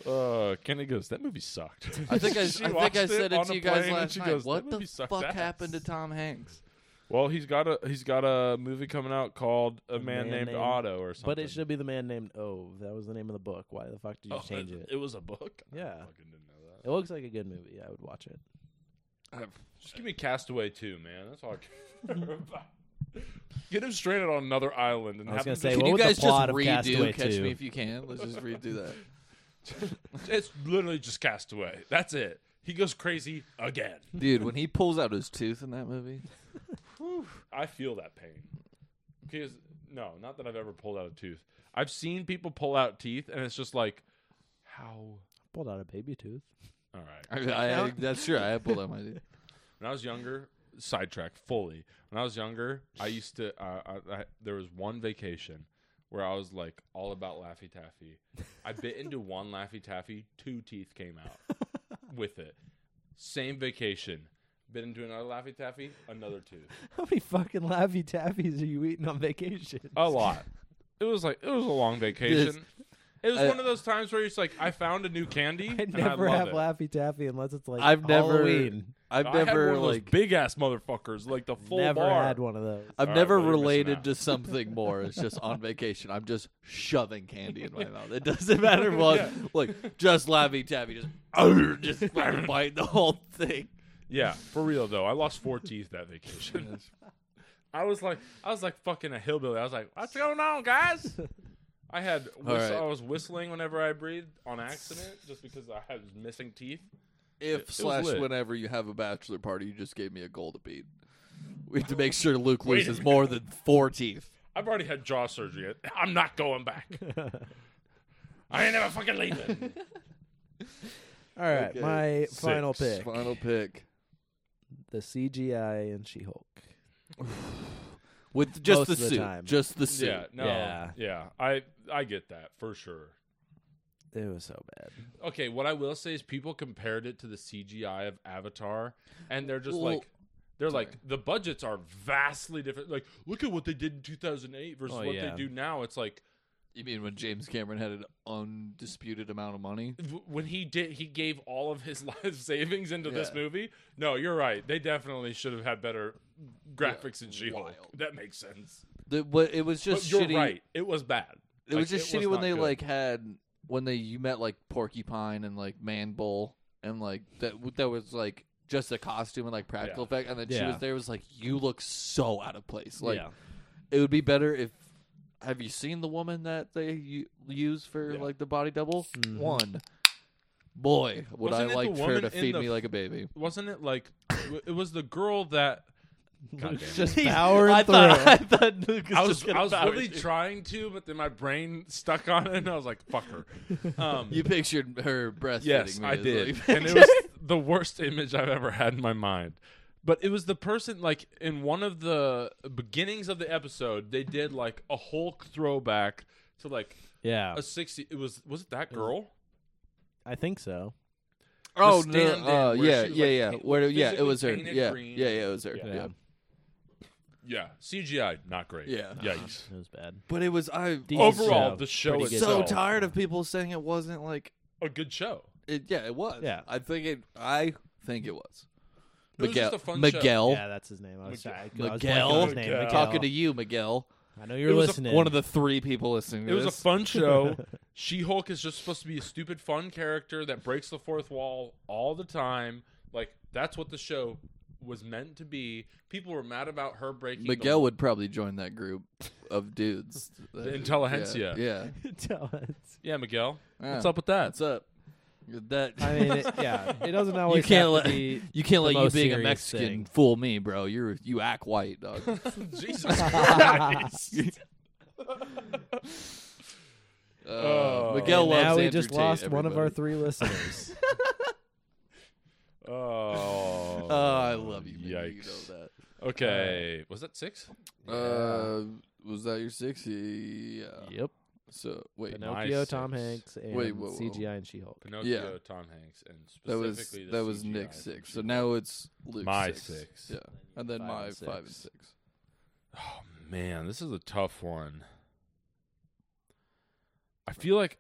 S2: Uh, Kenny goes, that movie sucked.
S1: I think I, I
S2: She
S1: think
S2: watched
S1: I said it,
S2: on
S1: to
S2: a
S1: you guys
S2: plane and
S1: last
S2: she
S1: night.
S2: goes,
S1: what
S2: "That
S1: the
S2: movie sucked
S1: fuck
S2: ass."
S1: happened to Tom Hanks?
S2: Well, he's got a he's got a movie coming out called A Man,
S4: Man
S2: Named,
S4: Named-
S2: Otto or something.
S4: But it should be the man named Ove. That was the name of the book. Why the fuck did you
S2: Oh,
S4: change it?
S2: It was a book. I
S4: Yeah.
S2: fucking didn't know that.
S4: It looks like a good movie. I would watch it.
S2: Just give me Castaway too, man. That's all. I care about. Get him stranded on another island and
S4: I was
S2: have him
S4: gonna say,
S2: just-
S1: Can
S4: what
S1: you
S4: would the
S1: guys just
S4: plot of
S1: redo
S4: Castaway
S1: Catch
S4: two?
S1: Me If You Can? Let's just redo that.
S2: it's literally just Castaway. That's it. He goes crazy again.
S1: Dude, when he pulls out his tooth in that movie,
S2: I feel that pain. Because no, not that I've ever pulled out a tooth. I've seen people pull out teeth, and it's just like, how?
S4: Pulled out a baby tooth.
S2: All right.
S1: I, I, I, that's true. I have pulled out my tooth.
S2: When I was younger, sidetrack fully. When I was younger, I used to. Uh, I, I, there was one vacation where I was like all about Laffy Taffy. I bit into one Laffy Taffy, two teeth came out with it. Same vacation, bit into another Laffy Taffy, another tooth.
S4: How many fucking Laffy Taffies are you eating on vacation?
S2: A lot. It was like it was a long vacation. It was
S1: I-
S2: one of those times where it's like I found a new candy.
S4: I
S2: and
S4: never
S2: love
S4: have
S2: it.
S4: Laffy Taffy unless it's like
S1: I've never-
S4: Halloween.
S1: I've
S2: I had one
S1: never
S2: of those
S1: like
S2: big ass motherfuckers, like the full
S4: never
S2: bar.
S4: had one of those.
S1: I've
S2: All right,
S1: never
S2: well, you're missing
S1: related
S2: out.
S1: to something more. It's just on vacation. I'm just shoving candy in my mouth. It doesn't matter what. Like just laffy taffy, just "Arr," just fucking bite the whole thing.
S2: Yeah, for real though. I lost four teeth that vacation. I was like, I was like fucking a hillbilly. I was like, what's going on, guys? I had,
S1: All
S2: whis-
S1: right.
S2: I was whistling whenever I breathed on accident, just because I was missing teeth.
S1: If
S2: It was
S1: slash
S2: lit.
S1: whenever you have a bachelor party, you just gave me a goal to beat. We have to make sure Luke
S2: Wait a
S1: loses more than four teeth.
S2: I've already had jaw surgery. I'm not going back. I ain't never fucking leaving.
S4: All right,
S1: Okay,
S4: my
S2: six.
S4: final pick:
S1: Final pick
S4: the CGI and She-Hulk.
S1: with just
S4: Most
S1: the
S4: of the
S1: suit,
S4: time.
S1: just the suit.
S2: yeah, no, yeah.
S4: Yeah.
S2: I I get that for sure.
S4: It was so bad.
S2: Okay, what I will say is people compared it to the CGI of Avatar, and they're just
S1: Well-
S2: like. They're like the budgets are vastly different. Like, look at what they did in 2008 versus
S4: Oh,
S2: what
S4: yeah.
S2: they do now. It's like
S1: You mean when James Cameron had an undisputed amount of money?
S2: w- when he did, he gave all of his life savings into this
S1: Yeah.
S2: movie. No, you're right. They definitely should have had better graphics in She-Hulk.
S1: wild.
S2: That makes sense.
S1: The, what, it was
S2: But
S1: just
S2: you're
S1: shitty.
S2: right. It was bad.
S1: It was
S2: Like,
S1: just shitty when
S2: not
S1: they
S2: good.
S1: like had when they you met like Porcupine and like Man Bull and like that that was like just a costume and like practical effect, and then she
S4: Yeah.
S1: was there was like you look so out of place. Like it would be better if. Have you seen the woman that they u- use for
S2: Yeah. Mm-hmm.
S1: like the body double? One, boy, would
S2: Wasn't it
S1: I
S2: the
S1: like her
S2: woman
S1: to
S2: in
S1: feed
S2: the
S1: me
S2: f-
S1: like a baby.
S2: wasn't it like w- it was the girl that
S4: just
S1: Jeez,
S4: power
S1: I
S4: through.
S1: thought I thought Luke was
S2: I was
S1: just gonna
S2: I was
S1: power
S2: really
S1: through.
S2: trying to, but then my brain stuck on it, and I was like, "Fuck her." Um,
S1: You pictured her breastfeeding
S2: yes,
S1: me.
S2: I
S1: is what you
S2: did, and it was the worst image I've ever had in my mind. But it was the person like in one of the beginnings of the episode, they did like a Hulk throwback to like
S4: Yeah,
S2: a sixty. It was was it that girl?
S4: I think so.
S1: Oh
S2: The
S1: no!
S2: stand-in
S1: Uh,
S2: where
S1: yeah,
S2: she was,
S1: yeah,
S2: like,
S1: yeah.
S2: paint-
S1: Where, yeah, it
S2: physically
S1: was her.
S2: painted
S1: Yeah,
S2: green.
S1: yeah, yeah, it was her.
S2: Yeah.
S1: Yeah.
S2: Yeah, CGI, not great.
S1: Yeah.
S2: yikes.
S4: It was bad.
S1: But it was I
S4: Decent
S2: Overall,
S4: show.
S2: the show
S4: Pretty
S2: is
S4: good
S1: so
S4: show.
S1: tired of people saying it wasn't like
S2: a good show.
S1: it. Yeah, it was.
S4: Yeah.
S1: I think it. I think it was.
S2: It was
S1: Miguel,
S2: just a fun show.
S1: Miguel,
S4: Yeah, that's his name. I was,
S2: Miguel-
S4: I, I was blanking
S1: Miguel,
S4: on his name.
S2: Miguel.
S1: talking to you, Miguel.
S4: I know you're
S2: It was a-
S4: listening.
S1: One of the three people listening. To
S2: It was a
S1: this.
S2: fun show. she Hulk is just supposed to be a stupid, fun character that breaks the fourth wall all the time. Like that's what the show was meant to be. People were mad about her breaking.
S1: Miguel
S2: the,
S1: would probably join that group of dudes.
S2: The intelligentsia.
S1: Yeah.
S4: Tell us.
S2: Yeah, Miguel.
S1: Yeah.
S2: What's up with that?
S1: What's up? That
S4: I mean, it, yeah, it doesn't
S1: you
S4: always
S1: can't
S4: have
S1: let
S4: to be.
S1: you can't let you
S4: most
S1: being a
S4: serious
S1: Mexican
S4: thing.
S1: fool me, bro. You're you act white, dog.
S2: Jesus Christ.
S1: Uh,
S2: Oh.
S1: Miguel
S2: And
S1: loves
S4: now we
S1: Andrew
S4: just
S1: Tate,
S4: lost one of our
S1: everybody.
S4: three listeners.
S2: oh,
S1: Oh, I love you. Yikes.
S2: Yikes.
S1: You know
S2: Okay, was that six?
S1: that. Uh, was that your sixty? Yeah.
S4: yep.
S1: So wait,
S2: No,
S4: Pinocchio,
S2: six.
S4: Tom Hanks, and
S1: Wait, whoa, whoa.
S4: CGI and She-Hulk.
S2: Pinocchio, Tom Hanks, and
S1: that was
S2: specifically the
S1: that was
S2: CGI
S1: Nick's
S2: from
S1: six. So
S2: She-Hulk.
S1: now it's Luke's
S2: My six.
S1: Yeah, and then
S4: Five
S1: my
S4: and
S1: five and
S4: six.
S1: six.
S2: Oh man, this is a tough one. I feel like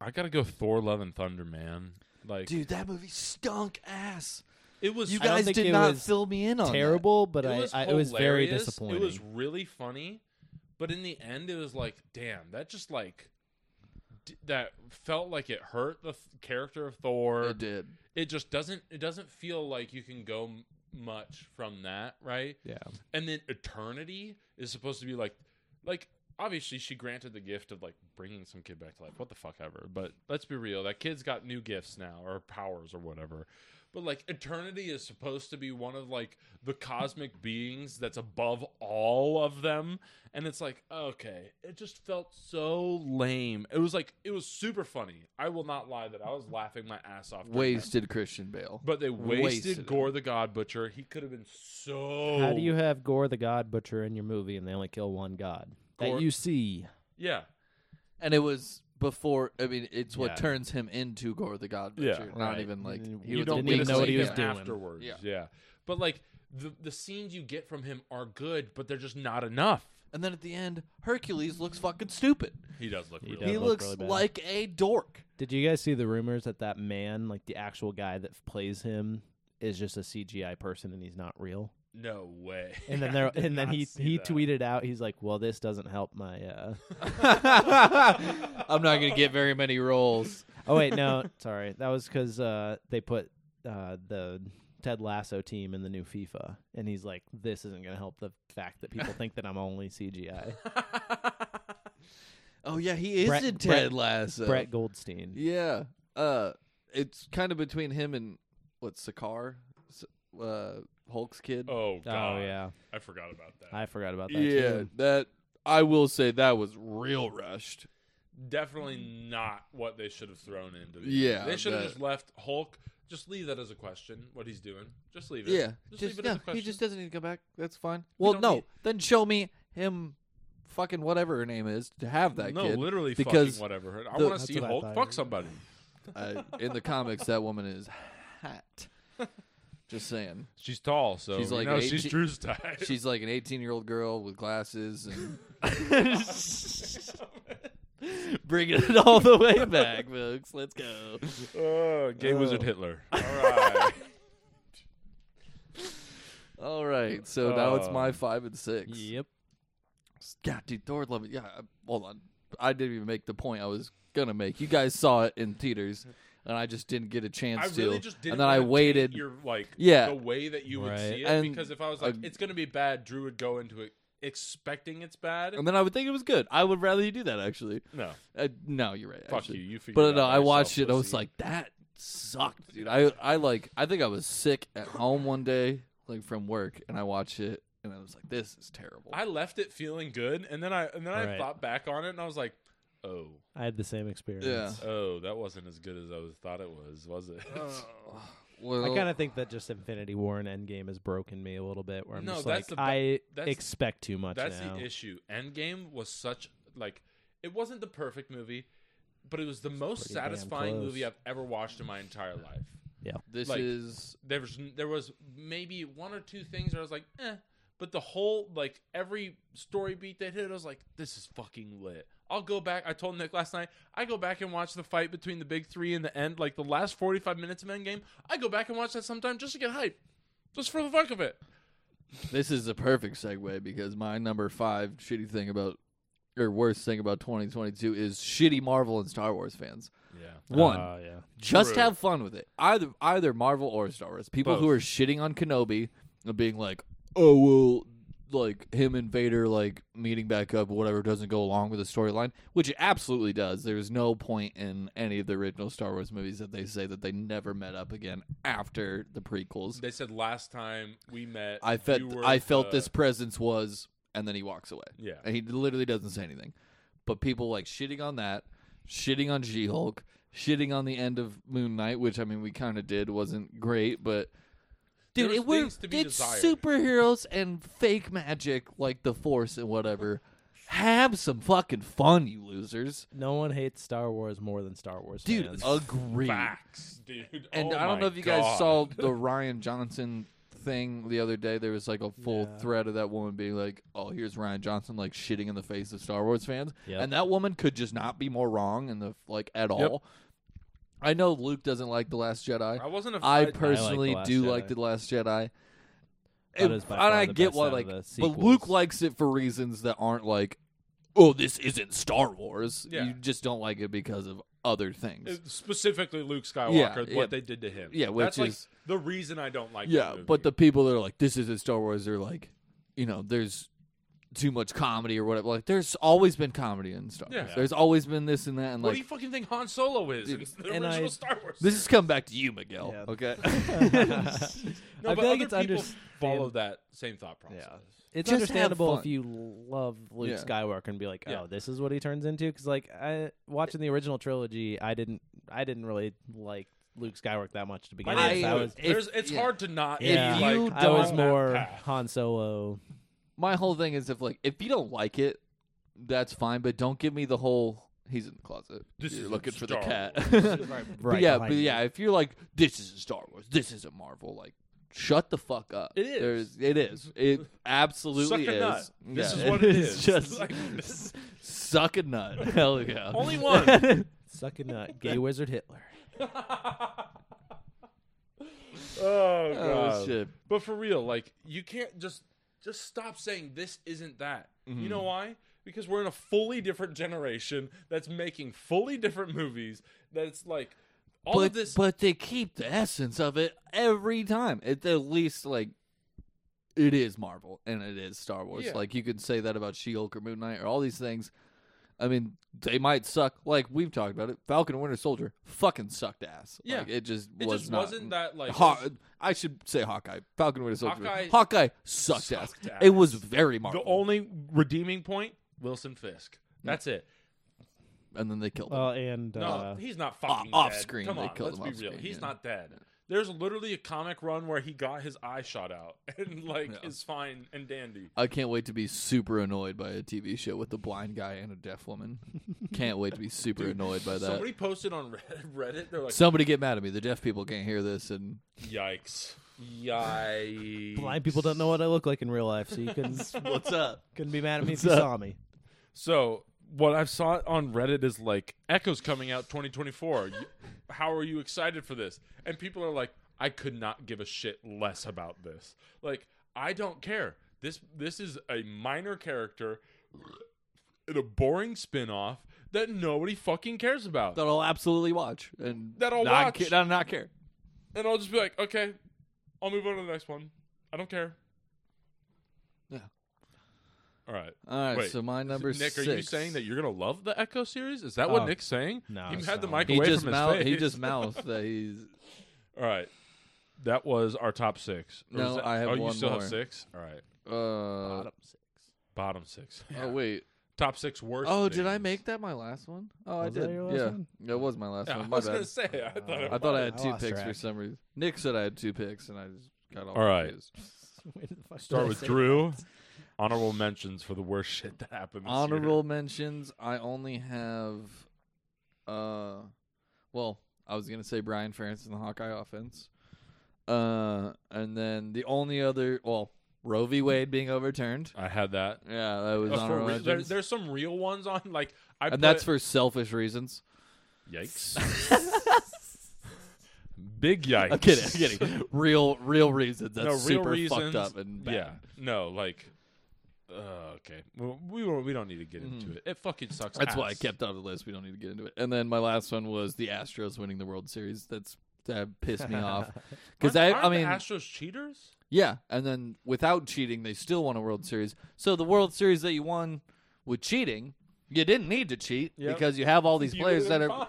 S2: I gotta go Thor: Love and Thunder, man. Like
S1: Dude, that movie stunk ass.
S2: it was
S1: You
S4: I don't
S1: guys
S4: think
S1: did
S4: it
S1: not
S4: was
S1: fill me in on that.
S4: Terrible, but
S2: it
S4: I,
S2: was
S4: I, it was very
S2: hilarious.
S4: disappointing.
S2: It was really funny, but in the end, it was like, damn, that just like d- that felt like it hurt the th- character of Thor.
S1: It did.
S2: It just doesn't. It doesn't feel like you can go m- much from that, right?
S4: yeah.
S2: and then eternity is supposed to be like like obviously she granted the gift of like bringing some kid back to life what the fuck ever but let's be real that kid's got new gifts now or powers or whatever but like eternity is supposed to be one of like the cosmic beings that's above all of them and it's like okay it just felt so lame it was like it was super funny i will not lie that i was laughing my ass off during that.
S1: Wasted Christian Bale.
S2: but they wasted,
S1: Wasted it.
S2: gore the god butcher he could have been so
S4: How do you have Gore the God Butcher in your movie and they only kill one god
S2: Gore-
S4: that you see?
S2: yeah
S1: and it was before. I mean, it's what
S2: Yeah.
S1: turns him into Gore the God
S2: Yeah,
S1: Butcher. not
S2: right.
S1: even like
S4: You
S1: he
S2: you
S1: was
S2: don't
S1: a
S4: didn't
S2: get
S4: even
S1: weak
S2: to
S4: know what
S2: see
S4: he was
S2: him
S4: doing.
S2: afterwards.
S1: Yeah.
S2: yeah, but like the the scenes you get from him are good, but they're just not enough.
S1: And then at the end, Hercules looks fucking stupid.
S2: He does look
S4: He
S2: really.
S4: does.
S1: he
S4: looked
S1: looks
S4: really bad.
S1: like a dork.
S4: Did you guys see the rumors that that man, like the actual guy that plays him, is just a CGI person and he's not real?
S2: No way.
S4: And then
S2: I
S4: there,
S2: did
S4: and then
S2: not
S4: he
S2: see
S4: he
S2: that.
S4: tweeted out, he's like, "Well, this doesn't help my." uh
S1: I'm not gonna get very many roles.
S4: Oh wait, no, sorry, that was because uh, they put uh, the Ted Lasso team in the new FIFA, and he's like, "This isn't going to help the fact that people think that I'm only CGI."
S1: Oh yeah, he is
S4: Brett-
S1: in Ted
S4: Brett-
S1: Lasso.
S4: Brett Goldstein.
S1: Yeah. Uh, it's kind of between him and what Sakar, S- uh, Hulk's kid.
S2: Oh god.
S4: Oh yeah,
S2: I forgot about that.
S4: I forgot about that.
S1: yeah,
S4: too.
S1: that I will say that was real rushed.
S2: Definitely not what they should have thrown into. The
S1: Yeah,
S2: They should have
S1: that-
S2: just left Hulk. Just leave that as a question. What he's doing. Just leave it.
S1: Yeah,
S2: Just,
S1: just,
S2: leave it
S1: no,
S2: as a question.
S1: he just doesn't need to come back. That's fine.
S2: We
S1: Well,
S2: don't
S1: no,
S2: need-
S1: then show me him, fucking whatever her name is, to have that
S2: no,
S1: kid.
S2: literally
S1: because
S2: fucking whatever. I
S1: the-
S2: want to
S4: That's
S2: see
S4: what I
S2: Hulk
S4: thought.
S2: fuck somebody.
S1: I, uh, in the comics, that woman is hot. Just saying,
S2: She's tall, so
S1: She's
S2: you
S1: like
S2: know, she's
S1: 18
S2: Drew's type.
S1: she's like an eighteen-year-old girl with glasses and bringing it all the way back, folks. Let's go.
S2: oh, gay wizard Hitler. All right.
S1: All right, so now it's my
S2: Um,
S1: five and six.
S4: Yep.
S1: Yeah, dude, Thor Love Yeah, I- hold on. I didn't even make the point I was gonna make. You guys saw it in theaters, and I just didn't get a chance
S2: I
S1: to.
S2: really just didn't.
S1: and then I
S2: wanna
S1: waited.
S2: Take your like,
S1: Yeah.
S2: the way that you would
S4: Right.
S2: see it,
S1: And,
S2: because if I was like,
S1: uh,
S2: it's gonna be bad, Drew would go into it expecting it's bad.
S1: And then I would think it was good. I would rather you do that actually.
S2: no,
S1: Uh, no, you're right.
S2: fuck
S1: actually.
S2: you. You figured.
S1: But
S2: it
S1: no,
S2: out by
S1: I watched
S2: yourself,
S1: it. and I was
S2: pussy.
S1: like, that sucked, dude. I I like. I think I was sick at home one day, like from work, and I watched it, and I was like, this is terrible.
S2: I left it feeling good, and then I and then I
S4: Right.
S2: thought back on it, and I was like, oh,
S4: I had the same experience.
S1: Yeah.
S2: oh, that wasn't as good as I was, thought it was, was it?
S1: Well,
S4: I kind of think that just Infinity War and Endgame has broken me a little bit. Where I'm
S2: No,
S4: just
S2: that's
S4: like,
S2: the bu-
S4: I
S2: that's-
S4: expect too much
S2: That's
S4: now.
S2: the issue. Endgame was such like it wasn't the perfect movie, but it was the most
S4: pretty damn
S2: satisfying
S4: close.
S2: movie I've ever watched in my entire life.
S1: this
S2: like-
S1: is
S2: There was there was maybe one or two things where I was like, eh, but the whole like every story beat they hit, I was like, this is fucking lit. I'll go back. I told Nick last night. I go back and watch the fight between the big three in the end, like the last forty-five minutes of Endgame. I go back and watch that sometime just to get hype, just for the fuck of it.
S1: this is a perfect segue because my number five shitty thing about or worst thing about 2022 is shitty Marvel and Star Wars fans.
S2: Yeah,
S1: One,
S4: Uh, yeah.
S1: just
S2: True.
S1: have fun with it. Either either Marvel or Star Wars. People who
S2: Both.
S1: are shitting on Kenobi and being like, "Oh well, like him and Vader like meeting back up, or whatever doesn't go along with the storyline," which it absolutely does. There's no point in any of the original Star Wars movies that they say that they never met up again after the prequels.
S2: they said last time we met,
S1: I
S2: you
S1: felt
S2: were,
S1: I felt
S2: uh,
S1: this presence was, and then he walks away.
S2: Yeah,
S1: And he literally doesn't say anything. But people like shitting on that, shitting on She Hulk, shitting on the end of Moon Knight, which I mean we kind of did, wasn't great, but dude,
S2: There's
S1: it was
S2: things to be
S1: it's
S2: desired.
S1: superheroes and fake magic like the Force and whatever. Have some fucking fun, you losers,
S4: No one hates Star Wars more than Star Wars
S1: dude.
S4: fans.
S1: Agree.
S2: facts, dude.
S1: And
S2: Oh
S1: I don't
S2: my
S1: know if you
S2: God.
S1: guys saw the Ryan Johnson thing the other day. There was like a full
S4: Yeah.
S1: thread of that woman being like, "Oh, here's Ryan Johnson like shitting in the face of Star Wars fans,"
S4: Yep.
S1: and that woman could just not be more wrong in the like at all. I know Luke doesn't like the Last Jedi.
S2: I wasn't. A,
S1: I
S2: I-
S1: personally
S4: Last
S1: do like
S4: Jedi.
S1: the Last Jedi.
S4: That
S1: And,
S4: is by
S1: and
S4: far
S1: I
S4: the
S1: get
S4: best
S1: why,
S4: out
S1: like,
S4: of the
S1: but Luke
S4: sequels.
S1: likes it for reasons that aren't like, oh, this isn't Star Wars.
S2: Yeah.
S1: You just don't like it because of other things.
S2: specifically Luke Skywalker,
S1: Yeah,
S2: what
S1: yeah.
S2: they did to him.
S1: Yeah, which
S2: That's like
S1: is-
S2: the reason I don't like.
S1: yeah,
S2: that movie.
S1: but the people that are like, this isn't Star Wars, are like, you know, there's too much comedy or whatever. Like, there's always been comedy in Star Wars.
S2: Yeah.
S1: There's always been this and that, and
S2: what do
S1: like,
S2: you fucking think Han Solo is?
S1: Dude,
S2: It's the
S4: and
S2: original
S4: I-
S2: Star Wars.
S1: this is coming back to you, Miguel.
S4: Yeah.
S1: Okay,
S2: no,
S4: I
S2: but
S4: feel like
S2: other
S4: it's
S2: people
S4: understand-
S2: follow that same thought process.
S4: Yeah. It's
S1: Just have
S4: understandable
S1: fun.
S4: if you love Luke
S1: Yeah.
S4: Skywalker and be like, "Oh,
S2: Yeah.
S4: this is what he turns into." Because like, I watching the original trilogy, I didn't, I didn't really like Luke Skywalker that much to
S2: My
S4: begin
S1: I-
S4: with.
S2: name's
S4: I
S2: Luke.
S4: was,
S1: if-
S2: There's, it's
S1: yeah.
S2: hard to not.
S1: If
S4: yeah,
S2: be like, ah,
S1: you
S4: I was
S2: on
S1: don't-
S2: that
S4: more
S2: path.
S4: Han Solo.
S1: my whole thing is if like, if you don't like it, that's fine, but don't give me the whole. He's in the closet.
S2: This
S1: You're
S2: isn't
S1: looking for the
S2: Star
S1: cat.
S2: Wars.
S1: but
S4: Right,
S1: yeah,
S4: like-
S1: but yeah, if you're like, this isn't Star Wars, this isn't Marvel, like. Shut the fuck up!
S2: It is.
S1: There's, it is. It absolutely
S2: Suck a
S1: is.
S2: nut. This
S1: Yeah,
S2: is what it is.
S1: Just
S2: Like, this-
S1: Suck a nut. Hell yeah.
S2: only one.
S4: Suck a nut, gay wizard Hitler.
S2: Oh god.
S1: oh, shit.
S2: But for real, like you can't just just stop saying this isn't that. You know why? Because we're in a fully different generation that's making fully different movies. That's like all
S1: but,
S2: of this.
S1: but they keep the essence of it every time. It's at least like it is Marvel and it is Star Wars.
S2: Yeah.
S1: Like you could say that about She Hulk or Moon Knight or all these things. I mean, they might suck. Like we've talked about it. Falcon and Winter Soldier fucking sucked ass.
S2: Yeah.
S1: Like, it just
S2: it
S1: was
S2: just
S1: not,
S2: wasn't that like
S1: Haw- I should say Hawkeye. Falcon and Winter Soldier.
S2: Hawkeye-
S1: Hawkeye, sucked,
S2: Sucked
S1: ass.
S2: ass.
S1: It was very Marvel.
S2: the only redeeming point. Wilson Fisk. That's it.
S1: and then they killed him.
S4: Well, and
S2: No,
S4: uh,
S2: he's not fucking
S1: off
S2: dead.
S1: screen,
S2: Come
S1: they
S2: on, let's
S1: killed him
S2: be
S1: off
S2: real.
S1: screen,
S2: he's
S1: yeah.
S2: not dead. There's literally a comic run where he got his eye shot out and like
S1: Yeah.
S2: is fine and dandy.
S1: I can't wait to be super annoyed by a TV show with a blind guy and a deaf woman. can't wait to be super annoyed by that.
S2: Somebody
S1: Somebody,
S2: posted on Red- Reddit. They're like,
S1: get mad at me. The deaf people can't hear this, and
S2: Yikes. Yikes.
S4: blind people don't know what I look like in real life, so you couldn't
S1: what's up?
S4: couldn't be mad at me if you saw me.
S2: So, what I've saw on Reddit is like Echo's coming out 2024. You- How are you excited for this? And people are like, I could not give a shit less about this. Like, I don't care. This this is a minor character in a boring spin-off that nobody fucking cares about.
S1: That I'll absolutely watch, and
S2: That I'll
S1: not
S2: watch.
S1: ca- not, not care.
S2: and I'll just be like, "Okay, I'll move on to the next one. I don't care."
S1: Yeah.
S2: All right.
S1: All right,
S2: Wait,
S1: so my number
S2: Nick,
S1: six.
S2: are you saying that you're gonna love the Echo series? Is that what
S4: Oh.
S2: Nick's saying?
S4: No,
S2: he
S4: it's
S2: had the
S4: not.
S2: mic
S1: he
S2: away
S1: just
S2: from his
S1: mouth,
S2: face.
S1: he just mouthed that he's
S2: All right, that was our top six. Or
S1: No,
S2: was that-
S1: I have
S2: Oh, you
S1: one
S2: still have
S1: more.
S2: six. All right,
S1: uh
S4: Bottom six.
S2: bottom six.
S1: oh uh, wait
S2: Top six worst.
S1: Oh, did I
S2: things.
S1: make that my last one? Oh, I
S4: Was that
S1: did.
S4: your last
S1: yeah,
S4: one?
S1: it was my last
S2: Yeah, I
S1: one. My
S2: was
S1: bad.
S2: gonna say. I thought. It
S1: I thought
S2: was.
S1: I had
S4: I
S1: two
S4: lost
S1: picks for
S4: track.
S1: some reason. Nick said I had two picks, and I just got all,
S2: All right.
S1: confused.
S4: Where the fuck did I
S2: Start with
S4: say
S2: Drew. Honorable mentions for the worst shit that happened. This
S1: Honorable mentions. I only have, uh, well, I was gonna say Brian Ferentz in the Hawkeye offense, uh, and then the only other, well, Roe v. Wade being overturned.
S2: year. I had that.
S1: Yeah, that was
S2: Uh, for
S1: honorable
S2: re- there-
S1: mentions.
S2: there's some real ones on like I.
S1: and
S2: put-
S1: that's for selfish reasons.
S2: yikes. Big yikes.
S1: I'm kidding. I'm kidding. Real, real reasons. That's
S2: no real
S1: super
S2: reasons.
S1: fucked up and bad.
S2: yeah. No, like. Uh, okay. Well, we won't- we don't need to get into it. It fucking sucks.
S1: Mm-hmm. That's why I
S2: ass.
S1: kept out of the list. We don't need to get into it. And then my last one was the Astros winning the World Series. That's that pissed me off because I,
S2: Aren't-
S1: I
S2: aren't the
S1: mean,
S2: Astros cheaters.
S1: yeah. And then without cheating, they still won a World Series. So the World Series that you won with cheating, you didn't need to cheat
S2: Yep.
S1: because you have all these players that are.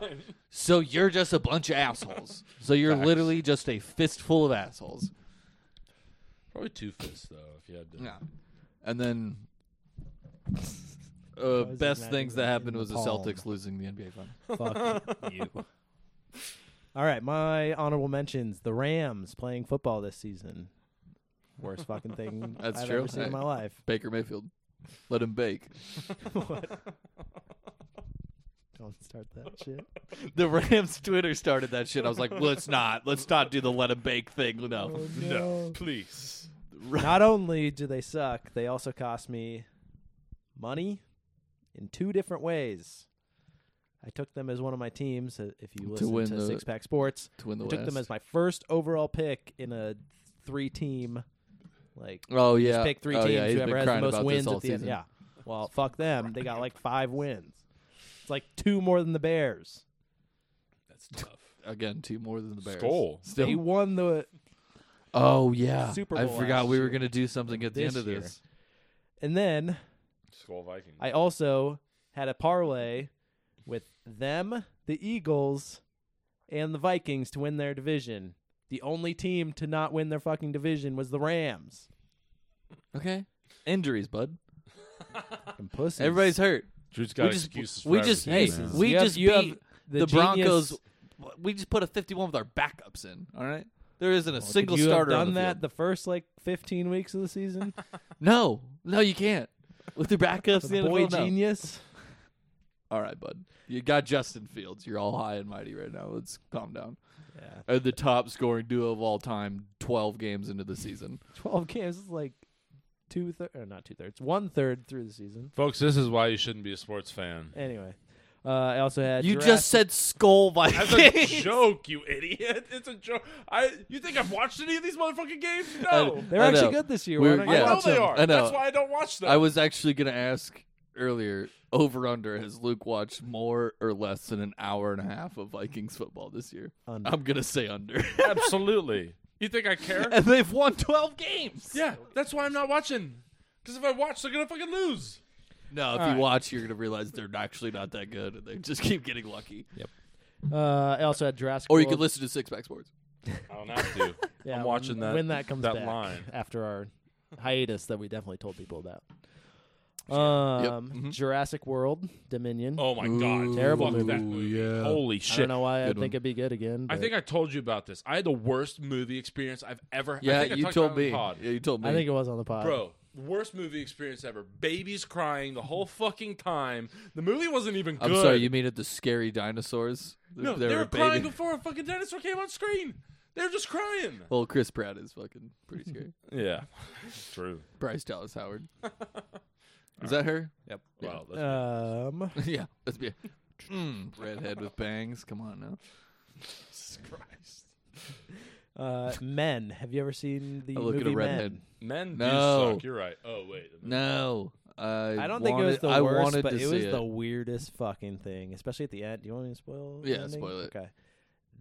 S1: So you're just a bunch of assholes. so you're
S2: Facts.
S1: literally just a fistful of assholes.
S2: probably two fists though. If you had to,
S1: Yeah. And then uh,
S4: Why is it
S1: best
S4: not
S1: things
S4: even
S1: that happened
S4: in
S1: was
S4: the
S1: the
S4: palm?
S1: Celtics losing the NBA final.
S4: Fuck you. All right, my honorable mentions: the Rams playing football this season. Worst fucking thing
S1: That's
S4: I've
S1: true.
S4: ever seen
S1: Hey.
S4: in my life.
S1: Baker Mayfield. Let him bake.
S4: What? Don't start that shit.
S1: The Rams Twitter started that shit. I was like, let's not. Let's not do the let him bake thing. No.
S2: no, please.
S4: Not only do they suck, they also cost me money in two different ways. I took them as one of my teams. uh, If you listen
S1: win
S4: to,
S1: the-
S4: Six Pack Sports,
S1: To win the
S4: I took
S1: West.
S4: them as my first overall pick in a three-team, like
S1: Oh yeah.
S4: just pick three
S1: oh,
S4: teams.
S1: Yeah, he's been
S4: whoever has
S1: crying
S4: the most
S1: about this
S4: wins
S1: all
S4: at the end.
S1: season.
S4: Yeah. Well, fuck them. They got like five wins. It's like two more than the Bears.
S2: That's tough.
S1: Again, two more than the Bears.
S2: Skull.
S1: Still.
S4: They won the
S1: oh yeah.
S4: Super
S1: I
S4: Bowl
S1: forgot
S4: last
S1: we were
S4: year.
S1: gonna do something at the
S4: This
S1: end of
S4: year.
S1: this.
S4: and then
S2: Skull Viking.
S4: I also had a parlay with them, the Eagles, and the Vikings to win their division. The only team to not win their fucking division was the Rams.
S1: Okay. Injuries, bud.
S4: And pussies.
S1: Everybody's hurt.
S2: Drew's got
S1: we just
S2: excuses. For
S1: we just hey,
S2: everything, man.
S1: we
S4: You have-
S1: just
S4: you have
S1: beat
S4: the
S1: the, Broncos.
S4: genius-
S1: We just put a 51 with our backups in. All right, there isn't a
S4: Well, could
S1: single
S4: you have
S1: starter
S4: done
S1: on the
S4: that
S1: field.
S4: the first like 15 weeks of the season.
S1: No, no, you can't with your backups.
S4: The
S1: the
S4: boy
S1: NFL, no.
S4: genius.
S1: All right, bud. You got Justin Fields. You're all high and mighty right now. Let's calm down.
S4: Yeah.
S1: And the top scoring duo of all time, 12 games into the season.
S4: 12 games is like two thirds, or not two thirds, one third through the season.
S2: folks, this is why you shouldn't be a sports fan.
S4: Anyway, uh, I also had
S1: you
S4: Jurassic-
S1: just said skull
S2: That's a
S1: Vikings.
S2: joke, you idiot. It's a joke. I you think I've watched any of these motherfucking games? No.
S4: they're
S1: I
S4: actually
S1: know.
S4: good this year.
S1: We
S4: Why
S1: were-
S4: don't
S2: I,
S4: you
S1: yeah.
S2: know
S4: watch
S2: they
S4: them?
S2: are.
S1: I know.
S2: That's why I don't watch them.
S1: I was actually going to ask earlier over under has Luke watched more or less than an hour and a half of Vikings football this year?
S4: Under.
S1: I'm going to say under.
S2: Absolutely. You think I care?
S1: and they've won 12 games.
S2: yeah. That's why I'm not watching. Because if I watch, they're gonna fucking lose.
S1: No, if
S4: All
S1: you
S4: right.
S1: watch, you're going to realize they're actually not that good and they just keep getting lucky.
S4: Uh, I also had Jurassic
S1: Or you
S4: World.
S1: could listen to Six Pack Sports.
S2: I don't have to.
S4: Yeah,
S2: I'm
S4: when-
S2: watching that
S4: when that comes
S2: that
S4: back
S2: line.
S4: after our hiatus that we definitely told people about.
S1: Yep.
S4: Um,
S1: Mhm.
S4: Jurassic World Dominion.
S2: Oh my god.
S4: Terrible
S2: Fuck that
S1: movie.
S2: movie.
S1: Yeah.
S2: Holy
S4: I
S2: shit.
S4: don't know why I
S1: Good
S4: think
S1: one.
S4: it'd be good again.
S2: I
S4: but
S2: think I told you about this. I had the worst movie experience I've ever. I
S1: Yeah,
S2: think I
S1: you
S2: talked
S1: told
S2: about it on
S1: me.
S2: the pod.
S1: Yeah, you told me.
S4: I think it was on the pod.
S2: Bro, worst movie experience ever. Babies crying the whole fucking time. The movie wasn't even good.
S1: I'm sorry, you mean at the scary dinosaurs?
S2: no,
S1: They're
S2: they
S1: a
S2: were
S1: baby.
S2: crying before a fucking dinosaur came on screen. They were just crying.
S1: Well, Chris Pratt is fucking pretty scary.
S2: Yeah, true.
S1: Bryce Dallas Howard. Is that her?
S2: Yep. Wow. that's-
S4: Um,
S1: yeah, let's be. Mm, redhead with bangs. Come on now.
S2: Jesus Christ.
S4: uh, Men. Have you ever seen the
S1: I look
S4: movie
S1: at a redhead.
S4: Men?
S2: Men do
S1: No.
S2: suck. You're right. Oh wait.
S1: No, I.
S4: I don't
S1: wanted,
S4: think it was the
S1: I
S4: worst,
S1: wanted
S4: but
S1: to
S4: it
S1: see
S4: was the weirdest fucking thing, especially at the end. Do you want me to spoil? the
S1: Yeah,
S4: ending?
S1: spoil it.
S4: Okay,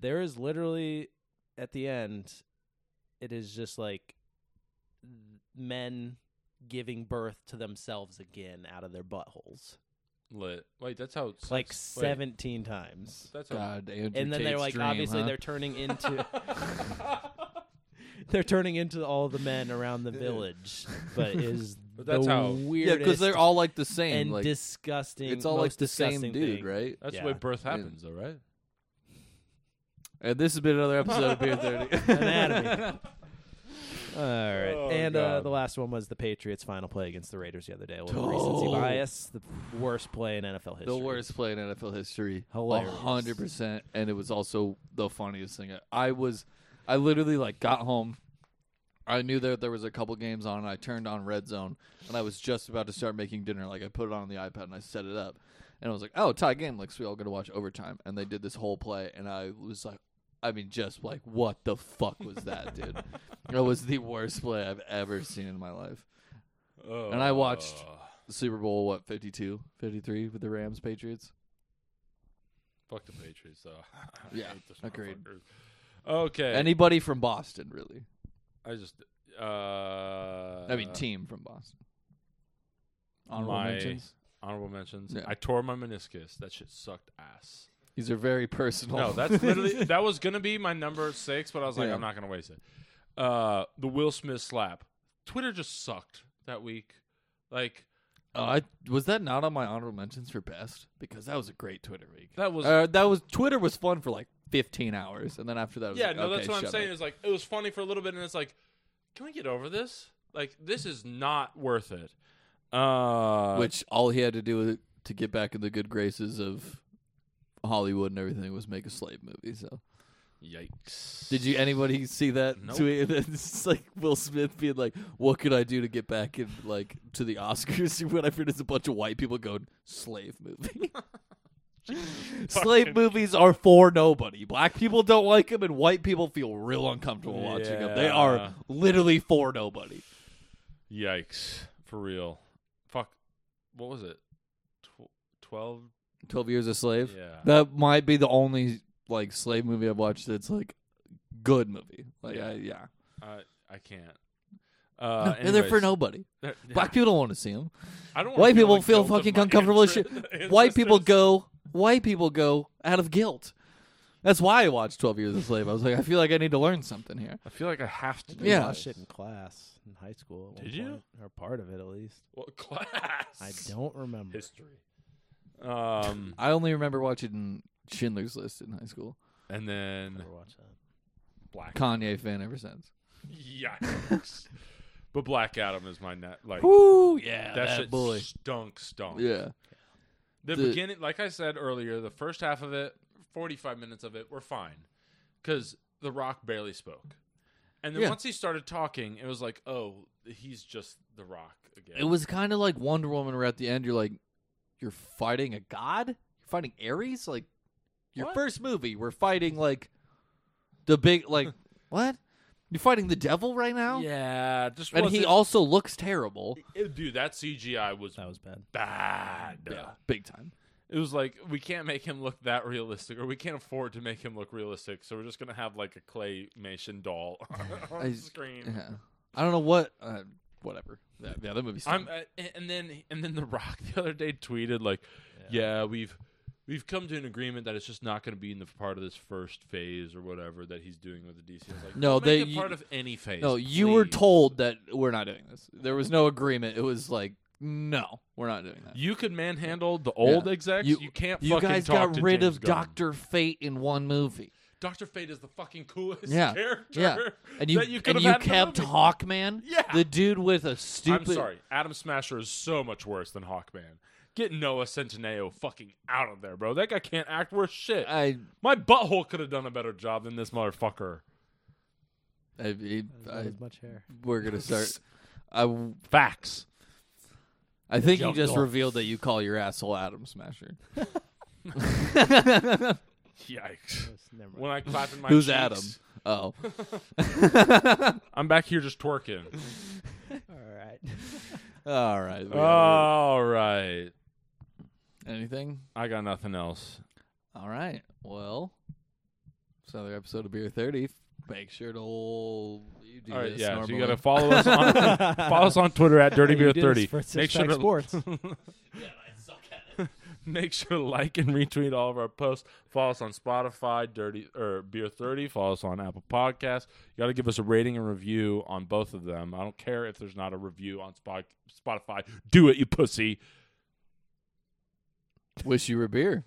S4: there is literally at the end, it is just like men giving birth to themselves again out of their buttholes,
S2: Lit. Wait, that's how. It's,
S4: like
S2: wait,
S4: seventeen times,
S2: That's how.
S1: God, Andrew
S4: and then they're
S1: Tate's
S4: like,
S1: dream,
S4: obviously,
S1: huh?
S4: they're turning into. they're turning into all the men around the village, but is
S2: But that's
S4: the
S2: how- Yeah,
S1: yeah,
S4: weirdest
S1: because they're all like the same.
S4: and
S1: Like
S4: disgusting.
S1: it's all like
S4: most
S1: the same
S4: disgusting
S1: dude,
S4: thing.
S1: right?
S2: That's
S4: Yeah.
S2: the way birth
S1: Yeah.
S2: happens, though, right?
S1: And this has been another episode of Beer Thirty.
S4: Anatomy. All right,
S2: Oh,
S4: and uh,
S2: God.
S4: the last one was the Patriots' final play against the Raiders the other day. A little
S1: Oh.
S4: recency bias, the worst play in NFL history.
S1: the worst play in NFL history.
S4: Hilarious.
S1: hundred percent. And it was also the funniest thing. I was, I literally like got home. I knew that there was a couple games on. And I turned on Red Zone, and I was just about to start making dinner. Like I put it on the iPad and I set it up, and I was like, "Oh, tie game! Like so we all going to watch overtime." And they did this whole play, and I was like, "I mean, just like what the fuck was that, dude? That was the worst play I've ever seen in my life." And I watched-
S2: Oh,
S1: Super Bowl what 52, 53 with the Rams Patriots.
S2: Fuck the Patriots, though. I
S1: Yeah,
S2: hate those
S1: agreed.
S2: motherfuckers. Okay.
S1: Anybody from Boston, really?
S2: I just. Uh,
S1: I mean, team from Boston. Honorable
S2: my-
S1: mentions.
S2: Honorable mentions.
S1: Yeah.
S2: I tore my meniscus. That shit sucked ass.
S1: These are very personal.
S2: No, that's literally that was gonna be my number six, but I was like,
S1: Yeah.
S2: I'm not gonna waste it. Uh, the Will Smith slap. Twitter just sucked that week. Like
S1: Oh, I was that not on my honorable mentions for best because that was a great Twitter week.
S2: that was.
S1: Uh, that was Twitter was fun for like 15 hours, and then after that, it was
S2: yeah,
S1: like,
S2: no,
S1: okay,
S2: that's what I'm
S1: shut
S2: saying.
S1: up.
S2: Is like it was funny for a little bit, and it's like, can we get over this? Like this is not worth it. Uh,
S1: Which all he had to do to get back in the good graces of Hollywood and everything was make a slave movie. So,
S2: yikes?
S1: did you anybody see that
S2: Nope.
S1: tweet? It's like Will Smith being like, "What could I do to get back in like to the Oscars?" when I heard it's a bunch of white people going slave movie. Slave movies are for nobody. Black people don't like them, and white people feel real uncomfortable watching them. They
S2: Yeah.
S1: are literally for nobody.
S2: Yikes! For real. Fuck. What was it? Tw- Twelve.
S1: Twelve Years a Slave.
S2: Yeah.
S1: That might be the only like slave movie I've watched that's like good movie. Like
S2: Yeah.
S1: I, yeah.
S2: I I can't. Uh,
S1: no, they're for
S2: anyways.
S1: nobody.
S2: They're- yeah.
S1: Black people don't want to see them.
S2: I don't wanna
S1: White people
S2: like
S1: feel
S2: guilt of
S1: fucking
S2: my
S1: uncomfortable as
S2: ancest-
S1: White people
S2: ancestors.
S1: go. White people go out of guilt. That's why I watched Twelve Years a Slave. I was like, I feel like I need to learn something here.
S2: I feel like I have to. Do
S1: Yeah.
S4: I
S2: This.
S4: watched it in class in high school. at one
S2: Did you?
S4: point, Or part of it, at least.
S2: What class?
S4: I don't remember.
S2: History. Um,
S1: I only remember watching Schindler's List in high school.
S2: and then
S4: Never watched that.
S2: Black.
S1: Kanye fan ever since.
S2: Yikes. but Black Adam is my net. Like
S1: Woo, yeah,
S2: that, shit stunk, stunk.
S1: Yeah,
S2: The,
S1: The-
S2: beginning, like I said earlier, the first half of it, forty-five minutes of it, were fine, because The Rock barely spoke, and then
S1: Yeah.
S2: once he started talking, it was like, oh, he's just The Rock again.
S1: it was kind of like Wonder Woman. Where at the end, you're like, you're fighting a god. You're fighting Ares. Like your
S2: What?
S1: first movie, we're fighting like the big like what? You're fighting the devil right now.
S2: yeah, just
S1: and he
S2: wasn't-
S1: also looks terrible.
S2: It- dude, that CGI was
S4: That was bad.
S2: bad.
S1: big time.
S2: It was like we can't make him look that realistic, or we can't afford to make him look realistic, so we're just gonna have like a claymation doll on
S1: I-
S2: the screen.
S1: Yeah, I don't know what. Uh, whatever. Yeah, yeah, that movie's.
S2: I'm, uh, and then and then The Rock the other day tweeted like, yeah. we've we've come to an agreement that it's just not going to be in the part of this first phase or whatever that he's doing with the DC." I was like,
S1: No,
S2: "Don't make
S1: they-
S2: it part of any phase."
S1: No, you were
S2: please."
S1: told that we're not doing this. There was no agreement. It was like, no, we're not doing that.
S2: You could manhandle the old
S1: Yeah.
S2: execs. You,
S1: You-
S2: can't.
S1: You
S2: fucking
S1: guys
S2: talk
S1: got
S2: to
S1: rid
S2: James
S1: of
S2: Gunn.
S1: Doctor Fate in one movie.
S2: Doctor Fate is the fucking coolest
S1: Yeah,
S2: character.
S1: yeah. And you,
S2: that you could
S1: and
S2: have
S1: you
S2: had in the
S1: kept
S2: movie.
S1: Hawkman?
S2: Yeah.
S1: The dude with a stupid
S2: I'm sorry, Adam Smasher is so much worse than Hawkman. Get Noah Centineo fucking out of there, bro. That guy can't act worth shit.
S1: I
S2: My butthole could have done a better job than this motherfucker.
S1: I, I,
S4: Not
S1: I
S4: as much hair.
S1: we're going to start I
S2: Facts.
S1: I think you
S2: Joke
S1: just
S2: off.
S1: revealed that you call your asshole Adam Smasher.
S2: Yikes.
S4: Just Never mind.
S2: When I clap in my
S1: Who's
S2: cheeks,
S1: Adam? Oh.
S2: I'm back here just twerking.
S4: All right.
S1: All right. we are-
S2: All right.
S1: Anything?
S2: I got nothing else.
S1: All right. Well, it's another episode of Beer 30. Make sure to l- you do
S2: All right,
S1: this
S2: yeah. So
S1: normally.
S2: you gotta follow us on follow us on Twitter at Dirty
S4: You
S2: Beer
S4: did this
S2: Thirty.
S4: for Six
S2: Make sure
S4: Pack
S2: to
S4: sports.
S1: yeah, I suck at it.
S2: Make sure to like and retweet all of our posts. Follow us on Spotify, Dirty or Beer Thirty. Follow us on Apple Podcasts. You got to give us a rating and review on both of them. I don't care if there's not a review on Spot- Spotify. Do it, you pussy.
S1: Wish you were beer.